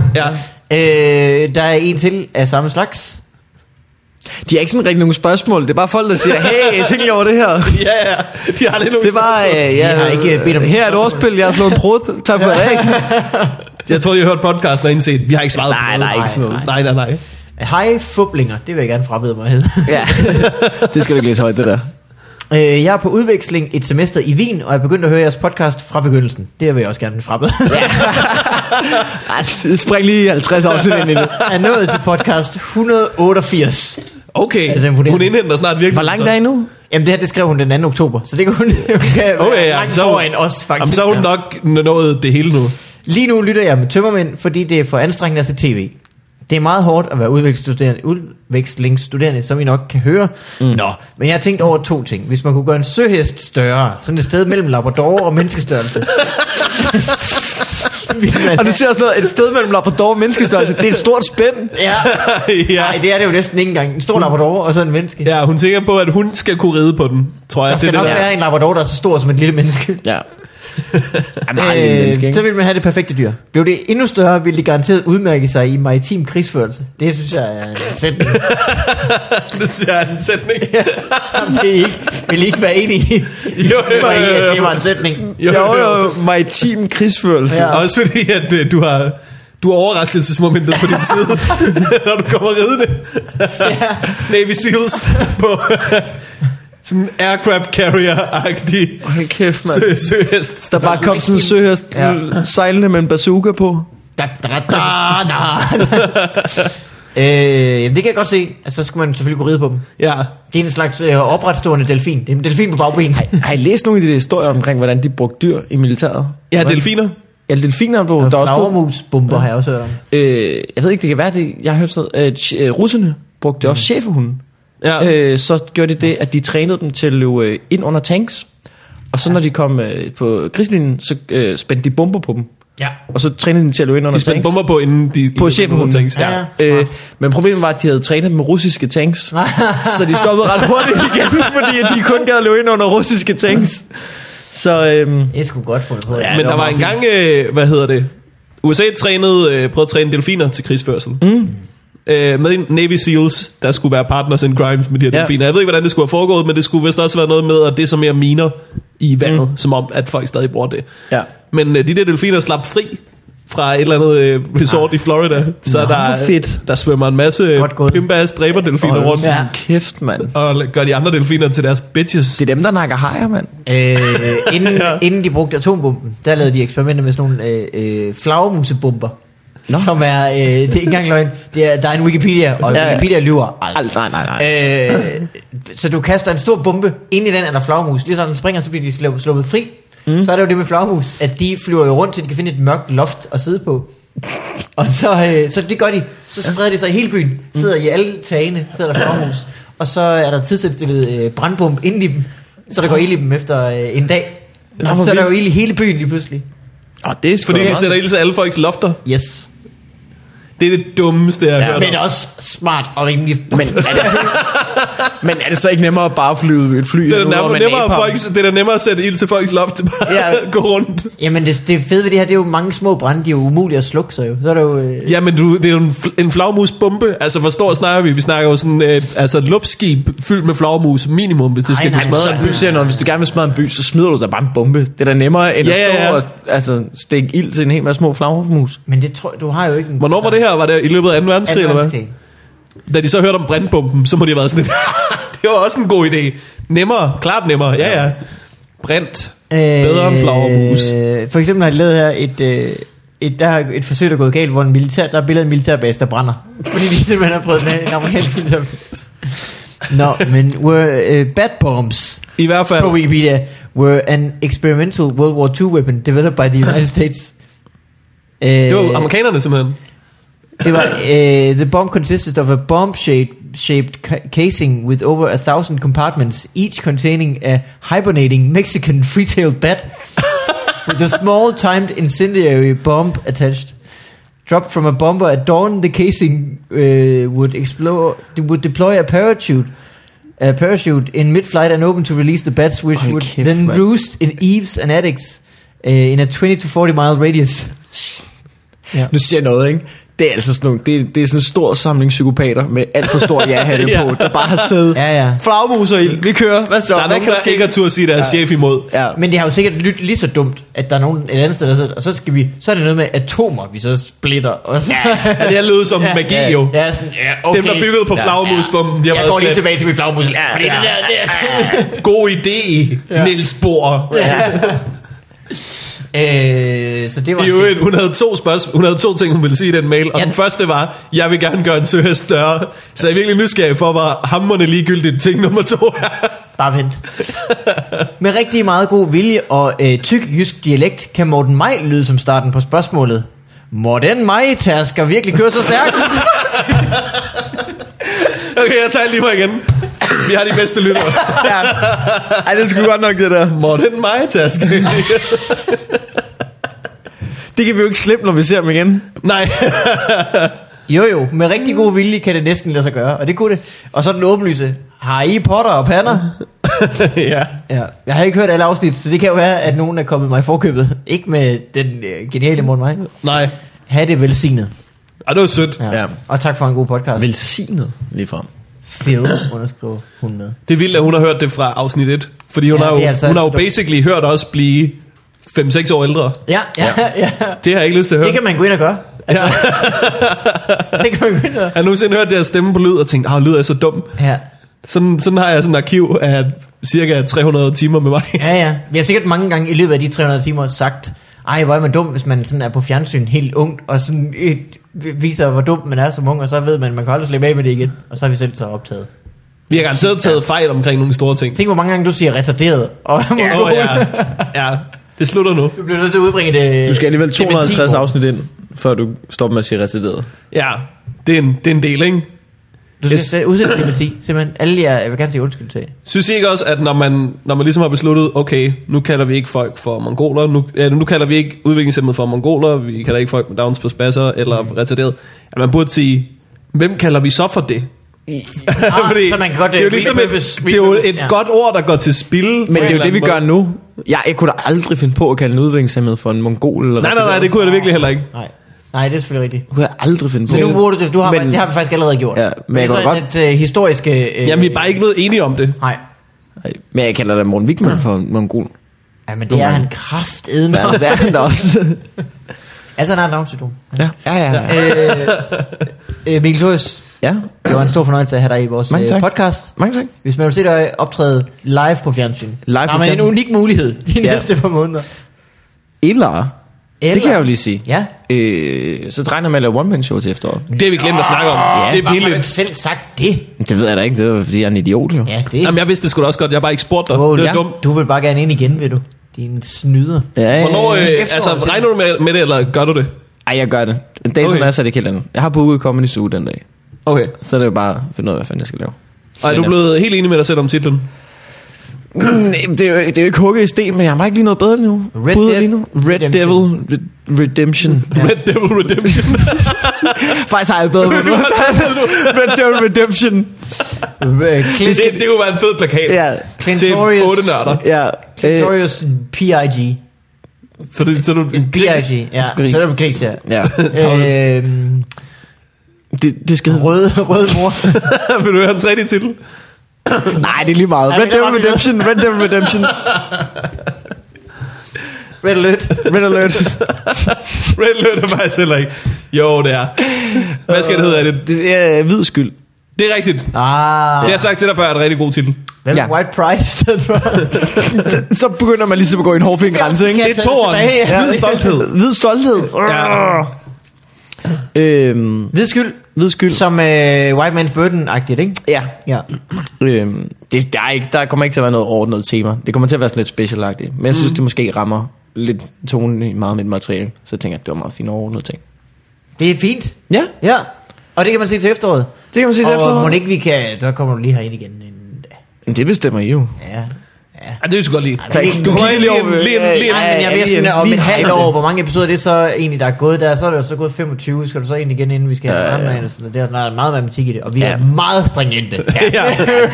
Speaker 3: Ja.
Speaker 1: Øh, der er en til af samme slags.
Speaker 2: De er ikke sådan rigtig nogen spørgsmål. Det er bare folk, der siger, hey, tænk lige over det her.
Speaker 3: Ja, ja. De har lidt nogle
Speaker 2: Det var, øh,
Speaker 3: spørgsmål.
Speaker 2: ja,
Speaker 1: Vi har ikke bedt om-
Speaker 2: her er et ordspil, jeg har slået en brud. Tak for det.
Speaker 3: Jeg tror, de har hørt podcasten og indset, vi har ikke svaret
Speaker 2: Nej, nej,
Speaker 3: på noget.
Speaker 2: ikke sådan noget.
Speaker 3: Nej, nej, nej.
Speaker 1: Hej fublinger, det vil jeg gerne frabede mig hedde.
Speaker 2: Ja. det skal du ikke læse højt, det der.
Speaker 1: Øh, jeg er på udveksling et semester i Wien, og jeg begyndt at høre jeres podcast fra begyndelsen. Det vil jeg også gerne frabede. Ja.
Speaker 2: Ej, s- spring lige 50 afsnit ind i det.
Speaker 1: jeg er nået til podcast 188.
Speaker 3: Okay,
Speaker 1: Altså,
Speaker 3: hun
Speaker 1: imponerende.
Speaker 3: indhenter snart virkelig.
Speaker 2: Hvor langt er I nu?
Speaker 1: Jamen det her, det skrev hun den 2. oktober, så det kan hun, hun kan
Speaker 3: Okay,
Speaker 1: være
Speaker 3: ja,
Speaker 1: langt
Speaker 3: så er hun-
Speaker 1: foran os faktisk.
Speaker 3: Jamen, så er hun nok nået det hele nu.
Speaker 1: Lige nu lytter jeg med tømmermænd, fordi det er for anstrengende at se tv. Det er meget hårdt at være udvekslingsstuderende, udvekslingsstuderende som I nok kan høre. Mm. Nå, men jeg har tænkt over to ting. Hvis man kunne gøre en søhest større, sådan et sted mellem Labrador og menneskestørrelse. Ville man-
Speaker 2: Og du ser også noget, et sted mellem Labrador og menneskestørrelse. Det er et stort spænd.
Speaker 1: ja.
Speaker 3: ja. Mm.
Speaker 1: Nej, det er det jo næsten ikke engang. En stor Labrador og så en menneske. Ja,
Speaker 3: ja, hun tænker på, at hun skal kunne ride på den, tror jeg.
Speaker 1: der skal
Speaker 3: det, er
Speaker 1: nok
Speaker 3: det der.
Speaker 1: være en Labrador, der er så stor som et lille menneske.
Speaker 2: Ja. Jamen, øh,
Speaker 1: Øh,
Speaker 2: menneske,
Speaker 1: så
Speaker 2: ikke?
Speaker 1: ville man have det perfekte dyr. Blev det endnu større, ville det garanteret udmærke sig i maritim krigsførelse. Det synes jeg er en sætning.
Speaker 3: det synes jeg er en sætning.
Speaker 1: det er ikke, vil I ikke være enige i,
Speaker 3: Jo, jo,
Speaker 1: var ikke,
Speaker 3: jo,
Speaker 1: at
Speaker 3: jo.
Speaker 1: det var en sætning.
Speaker 3: Jo, jo, jo.
Speaker 2: Maritim krigsførelse.
Speaker 1: Ja.
Speaker 3: Også fordi, at øh, du har... Du har overraskelsesmomentet på din side, når du kommer ridende. Navy Seals på sådan en aircraft carrier-agtig
Speaker 2: Hold kæft, mand.
Speaker 3: sø, søhest.
Speaker 2: Der bare kom sådan en søhøst
Speaker 1: Ja.
Speaker 2: ja. sejlende med en bazooka på.
Speaker 1: Da, da, da, da, da. øh, jamen, det kan jeg godt se. Altså, så skulle man selvfølgelig kunne ride på dem.
Speaker 3: Ja,
Speaker 1: Det er en slags øh, opretstående delfin. Det er en delfin på bagben.
Speaker 2: Har I læst nogle af de der historier omkring, hvordan de brugte dyr i militæret?
Speaker 3: ja delfiner.
Speaker 2: Ja, delfiner blev
Speaker 1: Og
Speaker 2: der også brugt.
Speaker 1: flagermusbomber har jeg også hørt om.
Speaker 2: Øh, jeg ved ikke, det kan være, det, jeg har hørt sådan noget. Øh, ch- øh, russerne brugte mm. også cheferhunden.
Speaker 3: Ja.
Speaker 2: Øh, så gjorde de det, at de trænede dem til at løbe øh, ind under tanks. Og så når de kom øh, på krigslinjen, så øh, spændte de bomber på dem.
Speaker 1: Ja.
Speaker 2: Og så trænede de dem til at løbe ind under
Speaker 3: De spændte
Speaker 2: tanks.
Speaker 3: bomber på, inden de...
Speaker 2: På chefhunden.
Speaker 3: Tænks, ja.
Speaker 1: Ja, ja.
Speaker 3: ja.
Speaker 2: Øh, men problemet var, at de havde trænet med russiske tanks. så de stoppede ret hurtigt igen, fordi at de kun gad løbe ind under russiske tanks. Så øhm,
Speaker 1: Jeg skulle godt få det på.
Speaker 3: Men der var engang, øh, hvad hedder det? USA trænede, øh, prøvede at træne delfiner til krigsførsel. Mm. Øh, med en Navy Seals, der skulle være partners in crime med de her
Speaker 2: Ja.
Speaker 3: delfiner. Jeg ved ikke, hvordan det skulle have foregået, men det skulle vist også være noget med, at det som mere miner i vandet, mm. som om, at folk stadig bruger det.
Speaker 2: ja.
Speaker 3: Men øh, de der delfiner slap fri fra et eller andet øh, resort i Florida. Så
Speaker 2: Nå,
Speaker 3: der,
Speaker 2: hvor fedt.
Speaker 3: der svømmer en masse
Speaker 1: Godt gået.
Speaker 3: pimbass dræber delfiner rundt.
Speaker 1: Ja.
Speaker 2: kæft, mand.
Speaker 3: Og gør de andre delfiner til deres bitches.
Speaker 2: Det er dem, der nakker hajer, mand.
Speaker 1: Øh, inden, inden de brugte atombomben, der lavede de eksperimenter med sådan nogle øh, øh, flagermusebomber. Nå.
Speaker 2: Nå.
Speaker 1: Som er, øh, det er ikke engang løgn, det er, der er en Wikipedia, og
Speaker 2: Ja, ja.
Speaker 1: Wikipedia lyver aldrig.
Speaker 2: Alt, nej, nej, nej.
Speaker 1: Øh, så du kaster en stor bombe, ind i den er der flagmus. Lige så den springer, så bliver de sluppet, sluppet fri. Mm. Så er det jo det med flagmus, at de flyver jo rundt, til de kan finde et mørkt loft at sidde på. Og så, øh, så det gør de. Så spreder de sig i hele byen. Sidder i alle tagene, sidder der flagmus. Og så er der tidsindstillet øh, brandbombe ind i dem. Så der går ild i dem efter øh, en dag.
Speaker 2: Nå,
Speaker 1: og
Speaker 2: hvor
Speaker 1: så er der jo
Speaker 2: vildt.
Speaker 1: ild i hele byen lige pludselig.
Speaker 2: Åh, Øh, det er sgu
Speaker 3: Fordi
Speaker 2: da
Speaker 3: de
Speaker 2: meget.
Speaker 3: sætter ild til alle folks lofter.
Speaker 1: Yes.
Speaker 3: Det er det dummeste, jeg har
Speaker 2: Ja,
Speaker 3: hørt om.
Speaker 1: Men også smart og rimelig.
Speaker 2: Men er, det så, men er det så ikke nemmere at bare flyve et fly?
Speaker 3: Det er, da
Speaker 2: nu, hvor
Speaker 3: nærmere,
Speaker 2: man
Speaker 3: nemmere at
Speaker 2: napalm?
Speaker 3: folks, det er da nemmere at sætte ild til folks loft, bare ja.
Speaker 1: Ja.
Speaker 3: gå rundt.
Speaker 1: Jamen det, det fede ved det her, det er jo mange små brænde, de er jo umulige at slukke sig jo. Så er der jo... Øh,
Speaker 3: Ja, men du, det er jo en, fl- en flagmusbombe. Altså, hvor stor snakker vi? Vi snakker jo sådan et, altså et luftskib fyldt med flagmus minimum, hvis det
Speaker 1: Ej,
Speaker 3: skal
Speaker 1: nej,
Speaker 3: kunne smadre
Speaker 2: Smadre
Speaker 3: en
Speaker 2: en
Speaker 3: by.
Speaker 2: by, siger jeg noget. Hvis du gerne vil smadre en by, så smider du da bare en bombe. Det er da nemmere end
Speaker 3: Ja,
Speaker 2: at stå
Speaker 3: ja, ja.
Speaker 2: og altså, stikke ild til en hel masse små flagermus.
Speaker 1: Men det tror du har jo ikke en... altså,
Speaker 3: Hvornår var det her? Var det i løbet af 2. verdenskrig, eller hvad?
Speaker 1: verdenskrig.
Speaker 3: Da de så hørte om brandbomben, så må de have været sådan et, Det var også en god idé. Nemmere, klart nemmere. Ja, ja. Brændt. Bedre end flagermus.
Speaker 1: Øh, for eksempel har de lavet her et, øh, et, der er et forsøg, der er gået galt, hvor en militær, der er billedet af en militærbase, der brænder. Fordi de simpelthen har prøvet med en amerikansk militærbase. Nå, men were, uh, bad bombs
Speaker 3: I hvert fald.
Speaker 1: på Wikipedia were an experimental World War II weapon developed by the United States. Uh,
Speaker 3: Det var amerikanerne simpelthen.
Speaker 1: Det var, uh, the bomb consisted of a bomb-shaped shaped ca- casing with over a thousand compartments, each containing a hibernating Mexican free-tailed bat with a small timed incendiary bomb attached. Dropped from a bomber at dawn, the casing uh, would explore, would deploy a parachute, a parachute in mid-flight and open to release the bats, which
Speaker 2: Hold
Speaker 1: would
Speaker 2: kæft,
Speaker 1: then
Speaker 2: mand.
Speaker 1: roost in eaves and attics uh, in a 20 to 40 mile radius. Ja.
Speaker 2: Nu siger jeg noget, ikke? Det er altså sådan nogle, det, er- det er sådan en stor samling psykopater med alt for stor ja-hatte
Speaker 3: Ja.
Speaker 2: på, der bare har siddet.
Speaker 1: Ja, ja.
Speaker 2: Flagmuser i, vi kører, hvad så?
Speaker 3: Der er
Speaker 2: Hvad
Speaker 3: nogen, der ikke har tur at sige deres ja. chef imod.
Speaker 2: Ja.
Speaker 1: Men det har jo sikkert lyttet lige så dumt, at der er nogen et andet sted, der sidder, og så skal vi, så er det noget med atomer, vi så splitter. Og så, ja,
Speaker 3: Ja, det her lød som magi jo.
Speaker 1: Ja, sådan, ja, okay.
Speaker 3: Dem, der byggede på
Speaker 1: Ja.
Speaker 3: flagmusbomben, de har
Speaker 1: Jeg
Speaker 3: været
Speaker 1: går lige
Speaker 3: slet-
Speaker 1: tilbage til min flagmusel. Ja, fordi
Speaker 3: ja.
Speaker 1: det der, det er...
Speaker 3: God idé, ja. Niels Bohr. Ja.
Speaker 1: øh, så det var...
Speaker 3: I øvrigt, hun havde, to spørgsmål, hun havde to ting, hun ville sige i den mail, og ja.
Speaker 1: Ja.
Speaker 3: den første var, jeg vil gerne gøre en søger større. Så jeg er virkelig nysgerrig for, hvor hammerne ligegyldigt ting nummer to er.
Speaker 1: Bare vent. Med rigtig meget god vilje og øh, tyk jysk dialekt kan Morten Maj lyde som starten på spørgsmålet. Morten Maj tasker virkelig kører så stærkt.
Speaker 3: Okay, jeg tager lige på igen. Vi har de bedste lyttere.
Speaker 2: ja. Ej, det skulle godt nok det der.
Speaker 3: Morten Majtask.
Speaker 2: Det kan vi jo ikke slippe, når vi ser dem igen.
Speaker 3: Nej,
Speaker 1: Jo jo, med rigtig god vilje kan det næsten lade sig gøre, og det kunne det. Og så den åbenlyse, har I potter og pander?
Speaker 3: ja.
Speaker 1: Ja. Jeg har ikke hørt alle afsnit, så det kan jo være, at nogen er kommet mig i forkøbet. Ikke med den øh, geniale Morten Maj.
Speaker 3: Nej.
Speaker 1: Ha' det velsignet.
Speaker 3: Ej, det var sødt. Ja.
Speaker 2: Ja.
Speaker 1: Og tak for en god podcast. Vil.
Speaker 2: Velsignet ligefrem.
Speaker 1: Phil underskriver hun med.
Speaker 3: Det er vildt, at hun har hørt det fra afsnit 1. Fordi hun
Speaker 1: Ja,
Speaker 3: ja, har
Speaker 1: det
Speaker 3: jo,
Speaker 1: er altså
Speaker 3: altså hun har jo
Speaker 1: altid dumt.
Speaker 3: basically hørt os blive 5-6 år ældre.
Speaker 1: Ja, ja, ja.
Speaker 3: Det har jeg ikke lyst til at høre.
Speaker 1: Det kan man gå ind og gøre. Altså, ja. det kan man gå ind og
Speaker 3: Jeg har nogensinde hørt deres stemme på lyd og tænkt, ah, lyd er så dum.
Speaker 1: Ja.
Speaker 3: Sådan, sådan har jeg sådan et arkiv af cirka 300 timer med mig.
Speaker 1: ja, ja. Vi har sikkert mange gange i løbet af de 300 timer sagt, ej, hvor er man dum, hvis man sådan er på fjernsyn helt ung, og sådan et, viser, hvor dum man er som ung, og så ved man, at man kan aldrig slippe af med det igen. Og så har vi selv så optaget.
Speaker 3: Vi har garanteret taget fejl omkring nogle store ting.
Speaker 1: Tænk, hvor mange gange du siger retarderet, og
Speaker 3: Åh oh, ja. ja, det slutter nu.
Speaker 1: Du bliver nødt til at udbringe det.
Speaker 2: Du skal alligevel
Speaker 1: dementi
Speaker 2: 250
Speaker 1: på.
Speaker 2: afsnit ind, før du stopper med at sige retarderet.
Speaker 3: Ja, det er en, det er en del, ikke?
Speaker 1: Du skal
Speaker 2: Yes.
Speaker 1: yes. udsætte dementi, simpelthen. Alle jer, jeg vil gerne sige undskyld til. Ah,
Speaker 3: Synes I ikke også, at når man, når man ligesom har besluttet, okay, nu kalder vi ikke folk for mongoler, nu, ja, nu kalder vi ikke udviklingshemmede for mongoler, vi kalder ikke folk med Downs for spasser eller mm. retarderet, at man burde sige, hvem kalder vi så for det?
Speaker 1: Ah, så man kan godt,
Speaker 3: det er jo,
Speaker 1: øh,
Speaker 3: ligesom et,
Speaker 1: repurpose-
Speaker 3: det er jo et
Speaker 1: ja.
Speaker 3: godt ord, der går til spil.
Speaker 2: Men det er jo det, vi gør nu. Jeg, jeg kunne da aldrig finde på at kalde en udviklingshemmet for en mongol. Eller
Speaker 3: Nej, nej, nej,
Speaker 2: retarderet.
Speaker 3: det kunne jeg da virkelig heller ikke.
Speaker 1: Nej, nej det er selvfølgelig rigtigt.
Speaker 2: kunne jeg aldrig finde
Speaker 1: Så
Speaker 2: på.
Speaker 1: nu bruger du det, du har, men,
Speaker 2: Men-
Speaker 1: det har vi faktisk allerede gjort.
Speaker 2: Ja, men
Speaker 1: det er
Speaker 2: jeg kan
Speaker 1: så
Speaker 2: godt-
Speaker 1: et øh, historiske... Øh,
Speaker 3: Jamen, vi er bare ikke blevet enige om det.
Speaker 1: Nej,
Speaker 2: Nej, Men jeg kalder da Morten Wigman for en mongol.
Speaker 1: ja, men det er han kraftedme.
Speaker 2: Ja, det er han da også.
Speaker 1: altså, han har et navnsyndrom.
Speaker 2: ja, ja, ja.
Speaker 1: øh, øh, Mikkel Thorius,
Speaker 2: ja.
Speaker 1: det var en stor fornøjelse at have dig i vores
Speaker 2: Mange
Speaker 1: øh,
Speaker 2: tak.
Speaker 1: podcast.
Speaker 2: Mange tak.
Speaker 1: Hvis man vil se dig optræde live på fjernsyn, live
Speaker 2: på
Speaker 1: har man en
Speaker 2: fjernsyn.
Speaker 1: unik mulighed de
Speaker 2: Ja.
Speaker 1: næste par måneder.
Speaker 2: Eller, Eller, det kan jeg jo lige sige.
Speaker 1: Ja.
Speaker 2: Øh, så regner man at lave one-man-show til efteråret.
Speaker 3: Det har vi glemt at snakke om.
Speaker 2: Ah. Ja,
Speaker 3: det er
Speaker 1: Har du ikke
Speaker 3: pinligt.
Speaker 1: selv sagt det?
Speaker 2: Det ved jeg da ikke, det var fordi, jeg er en idiot jo.
Speaker 1: Ja, det
Speaker 3: Jamen, jeg vidste det sgu da også godt. Jeg har bare ikke spurgt dig.
Speaker 1: Åh,
Speaker 3: det er
Speaker 1: ja.
Speaker 3: dumt.
Speaker 1: Du vil bare gerne ind igen, vil du? Din snyder.
Speaker 2: ja,
Speaker 3: Hvornår,
Speaker 2: ja, ja.
Speaker 3: øh,
Speaker 1: efteråret,
Speaker 3: altså,
Speaker 1: siger
Speaker 3: regner du med, med det, eller gør du det?
Speaker 2: Ej, jeg gør det. Den dag, som
Speaker 3: Okay.
Speaker 2: er, så er det ikke helt andet. Jeg har på ude Comedy Zoo den dag.
Speaker 3: Okay.
Speaker 2: Så er det jo bare at finde ud af, hvad fanden jeg skal lave.
Speaker 3: Og er du
Speaker 2: Ja.
Speaker 3: blevet helt enig med dig selv om titlen?
Speaker 2: Nej, det, er jo, det er jo ikke hugget i sten, men jeg har bare ikke lige noget bedre nu.
Speaker 1: Red
Speaker 2: Bud
Speaker 1: Dead
Speaker 2: lige nu. Red
Speaker 1: Redemption.
Speaker 2: Devil Re- Redemption.
Speaker 1: Ja.
Speaker 3: Red Devil Redemption.
Speaker 2: Faktisk har jeg bedre på nu. Red Devil Redemption.
Speaker 3: det, det, det kunne være en fed plakat.
Speaker 2: Ja,
Speaker 3: Til
Speaker 1: Clintorius-
Speaker 3: otte nørder.
Speaker 2: ja. Øh,
Speaker 1: Clintorius PIG.
Speaker 3: For det, så er du en gris.
Speaker 1: PIG, ja.
Speaker 2: Gris.
Speaker 1: Så er der gris, ja.
Speaker 2: ja.
Speaker 1: Øhm,
Speaker 2: Det, det skal hedde-
Speaker 1: røde, røde mor.
Speaker 3: Vil du høre en tredje titel?
Speaker 2: Nej, det er lige meget.
Speaker 1: Ja,
Speaker 2: Red
Speaker 1: det kan
Speaker 2: Devil
Speaker 1: godt blive
Speaker 2: Redemption, Red Devil Redemption,
Speaker 1: Red alert.
Speaker 2: Red Alert.
Speaker 3: Red Alert er faktisk heller ikke. Jo, det er. Hvad skal det hedde af det?
Speaker 2: Det er øh, hvid skyld.
Speaker 3: Det er rigtigt.
Speaker 1: Ah,
Speaker 3: Det har jeg sagt til dig før, er en rigtig god titel.
Speaker 1: hvad med
Speaker 2: Ja.
Speaker 1: white pride i stedet for?
Speaker 2: Så begynder man ligesom at gå i en hårdfin grænse, ikke?
Speaker 1: Skal jeg
Speaker 3: Det er
Speaker 1: tage
Speaker 3: toeren.
Speaker 1: tilbage? Ja.
Speaker 3: Hvid stolthed.
Speaker 2: Hvid stolthed.
Speaker 3: Ja.
Speaker 2: Øhm,
Speaker 1: Hvid skyld,
Speaker 2: hvid skyld.
Speaker 1: som øh, white man's burden-agtigt, ikke?
Speaker 2: Ja,
Speaker 1: Ja.
Speaker 2: Øhm, det, der, er ikke, der kommer ikke til at være noget overordnet tema. Det kommer til at være sådan lidt specialagtigt. Men jeg synes, mm. det måske rammer lidt tonen i meget af mit materiale. Så jeg tænker, at det var meget fint overordnet ting.
Speaker 1: Det er fint.
Speaker 2: Ja,
Speaker 1: Ja. Og det kan man se til efteråret.
Speaker 2: det kan man sige til
Speaker 1: Og må
Speaker 2: efteråret.
Speaker 1: ikke vi kan, så kommer du lige herind igen. inden da.
Speaker 2: Men det bestemmer I jo.
Speaker 1: Ja. Ja.
Speaker 3: Ja, det er jo så godt lige.
Speaker 1: Ej, men
Speaker 2: Du
Speaker 1: det-
Speaker 2: kigger lige over-
Speaker 3: Lige- lige- lige-
Speaker 1: Nej, men jeg ved sådan,
Speaker 2: lige-
Speaker 1: om
Speaker 2: lige
Speaker 1: et halvt
Speaker 2: hejler
Speaker 1: år,
Speaker 2: det.
Speaker 1: hvor mange episoder det er så egentlig, der er gået der, så er det jo så gået 25, skal du så ind igen, inden vi skal have
Speaker 2: Ja, ja.
Speaker 1: ja, ja. Sådan, og det er, der er meget matematik i det, og vi ja.
Speaker 2: Ja.
Speaker 1: er meget stringente. Ja.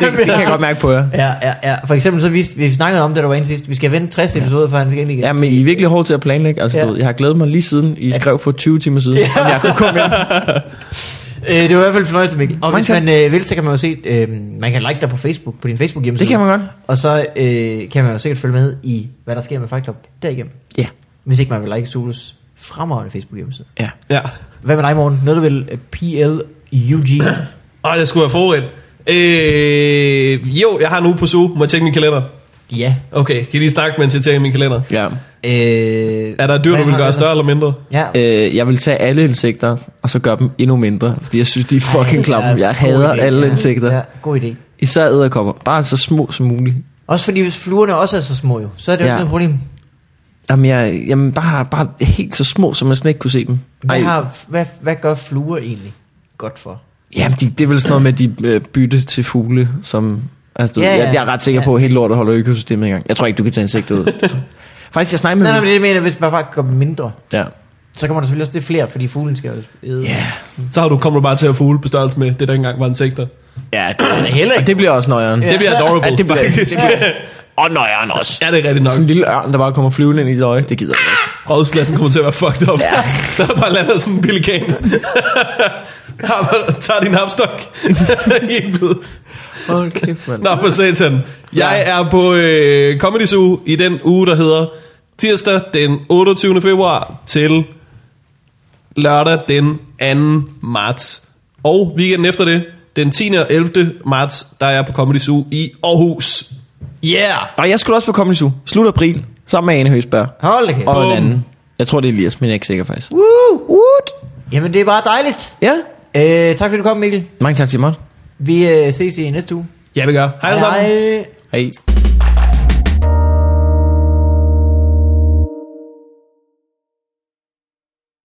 Speaker 2: det, det kan jeg godt mærke på jer.
Speaker 1: ja, ja, ja. For eksempel så viste, vi snakkede om det, der var en sidst, vi skal vente 60 episoder, før han skal ind igen.
Speaker 2: Ja, men I er virkelig hårde til at planlægge. Altså, ja.
Speaker 1: Ja.
Speaker 2: du, ved, jeg har glædet mig lige siden, I skrev for 20 timer siden, ja. om jeg kunne komme ind.
Speaker 1: Øh, det var i hvert fald en fornøjelse, Mikkel. Og hvis
Speaker 2: Mange
Speaker 1: man øh, vil, så kan man jo se, øh, man kan like dig på Facebook, på din Facebook hjemmeside.
Speaker 2: Det kan man godt.
Speaker 1: Og så øh, kan man jo sikkert følge med i, hvad der sker med Fight Club derigennem.
Speaker 2: Ja.
Speaker 1: Hvis ikke man vil like Solus fremragende Facebook hjemmeside.
Speaker 2: Ja.
Speaker 3: Ja.
Speaker 1: Hvad med dig, Morten? Noget, du vil øh, PLUG?
Speaker 3: Åh, jeg skulle have forberedt. Øh, jo, jeg har en uge på SU. Må jeg tjekke min kalender?
Speaker 1: ja.
Speaker 3: Okay, kan I lige snakke, mens jeg tjekker min kalender?
Speaker 2: ja.
Speaker 1: Øh,
Speaker 3: Er der et dyr,
Speaker 1: hvad har
Speaker 3: du vil gøre
Speaker 1: ellers?
Speaker 3: større eller mindre?
Speaker 1: Ja.
Speaker 2: Øh, jeg vil tage alle insekter, og så gøre dem endnu mindre, fordi jeg synes, de er fucking
Speaker 1: Ej,
Speaker 2: klamme.
Speaker 1: ja,
Speaker 2: Jeg
Speaker 1: god
Speaker 2: hader
Speaker 1: idé.
Speaker 2: alle
Speaker 1: Ja,
Speaker 2: insekter.
Speaker 1: Ja, god idé.
Speaker 2: Især æderkopper. Bare så små som muligt.
Speaker 1: Også fordi, hvis fluerne også er så små jo, så er det jo
Speaker 2: Ja.
Speaker 1: ikke noget problem.
Speaker 2: Jamen, jeg, jamen bare, bare helt så små, som man slet ikke kunne se dem.
Speaker 1: Hvad, har, hvad, hvad gør fluer egentlig godt for?
Speaker 2: Jamen, de, det er vel sådan noget med, at de øh, bytte til fugle, som... Altså, du, ja,
Speaker 1: Ja,
Speaker 2: ja,
Speaker 1: ja.
Speaker 2: jeg, jeg er ret sikker
Speaker 1: Ja.
Speaker 2: på, at helt lortet holder økosystemet i gang. Jeg tror ikke, du kan tage insekter ud. Faktisk, jeg snakker med...
Speaker 1: Nej, nej, men det er det, jeg mener, hvis man bare gør dem mindre,
Speaker 2: Ja.
Speaker 1: så kommer der selvfølgelig også det flere, fordi fuglen skal jo æde.
Speaker 2: Yeah.
Speaker 3: Så har du, kommer du bare til at fugle på størrelse med det, der ikke engang var insekter.
Speaker 2: Ja,
Speaker 1: heller
Speaker 2: det,
Speaker 1: ikke.
Speaker 2: og det bliver også nøjeren.
Speaker 3: Det bliver adorable.
Speaker 2: Ja, det bliver-
Speaker 3: faktisk.
Speaker 2: Og nøjeren også.
Speaker 3: Ja, det er rigtigt nok.
Speaker 2: Sådan en lille ørn, der bare kommer flyvende ind i dit øje. Det gider jeg ikke.
Speaker 3: Rådhuspladsen kommer til at være fucked up. Ja. Der bare lander sådan en pelikan. Har- Tager din hamstok i æblet.
Speaker 2: Hold kæft, mand.
Speaker 3: Nå, for satan. Jeg er på øh, Comedy Zoo i den uge, der hedder tirsdag den 28. februar til lørdag den 2. marts. Og weekenden efter det, den 10. og 11. marts, der er jeg på Comedy Zoo i Aarhus.
Speaker 1: Yeah!
Speaker 2: Og jeg skulle også på Comedy Zoo. Slut april. Sammen med Ane Høsberg.
Speaker 1: Hold da kæft.
Speaker 2: Og en
Speaker 3: Bum.
Speaker 2: anden. Jeg tror, det er Elias, men jeg er ikke sikker faktisk.
Speaker 1: Woo! Woot! Jamen, det er bare dejligt.
Speaker 2: Ja.
Speaker 1: Øh, tak fordi du kom, Mikkel.
Speaker 2: Mange tak til mig.
Speaker 1: Vi øh, ses i næste uge.
Speaker 3: Ja, vi gør. Hej alle sammen.
Speaker 1: Hej.
Speaker 2: Hej.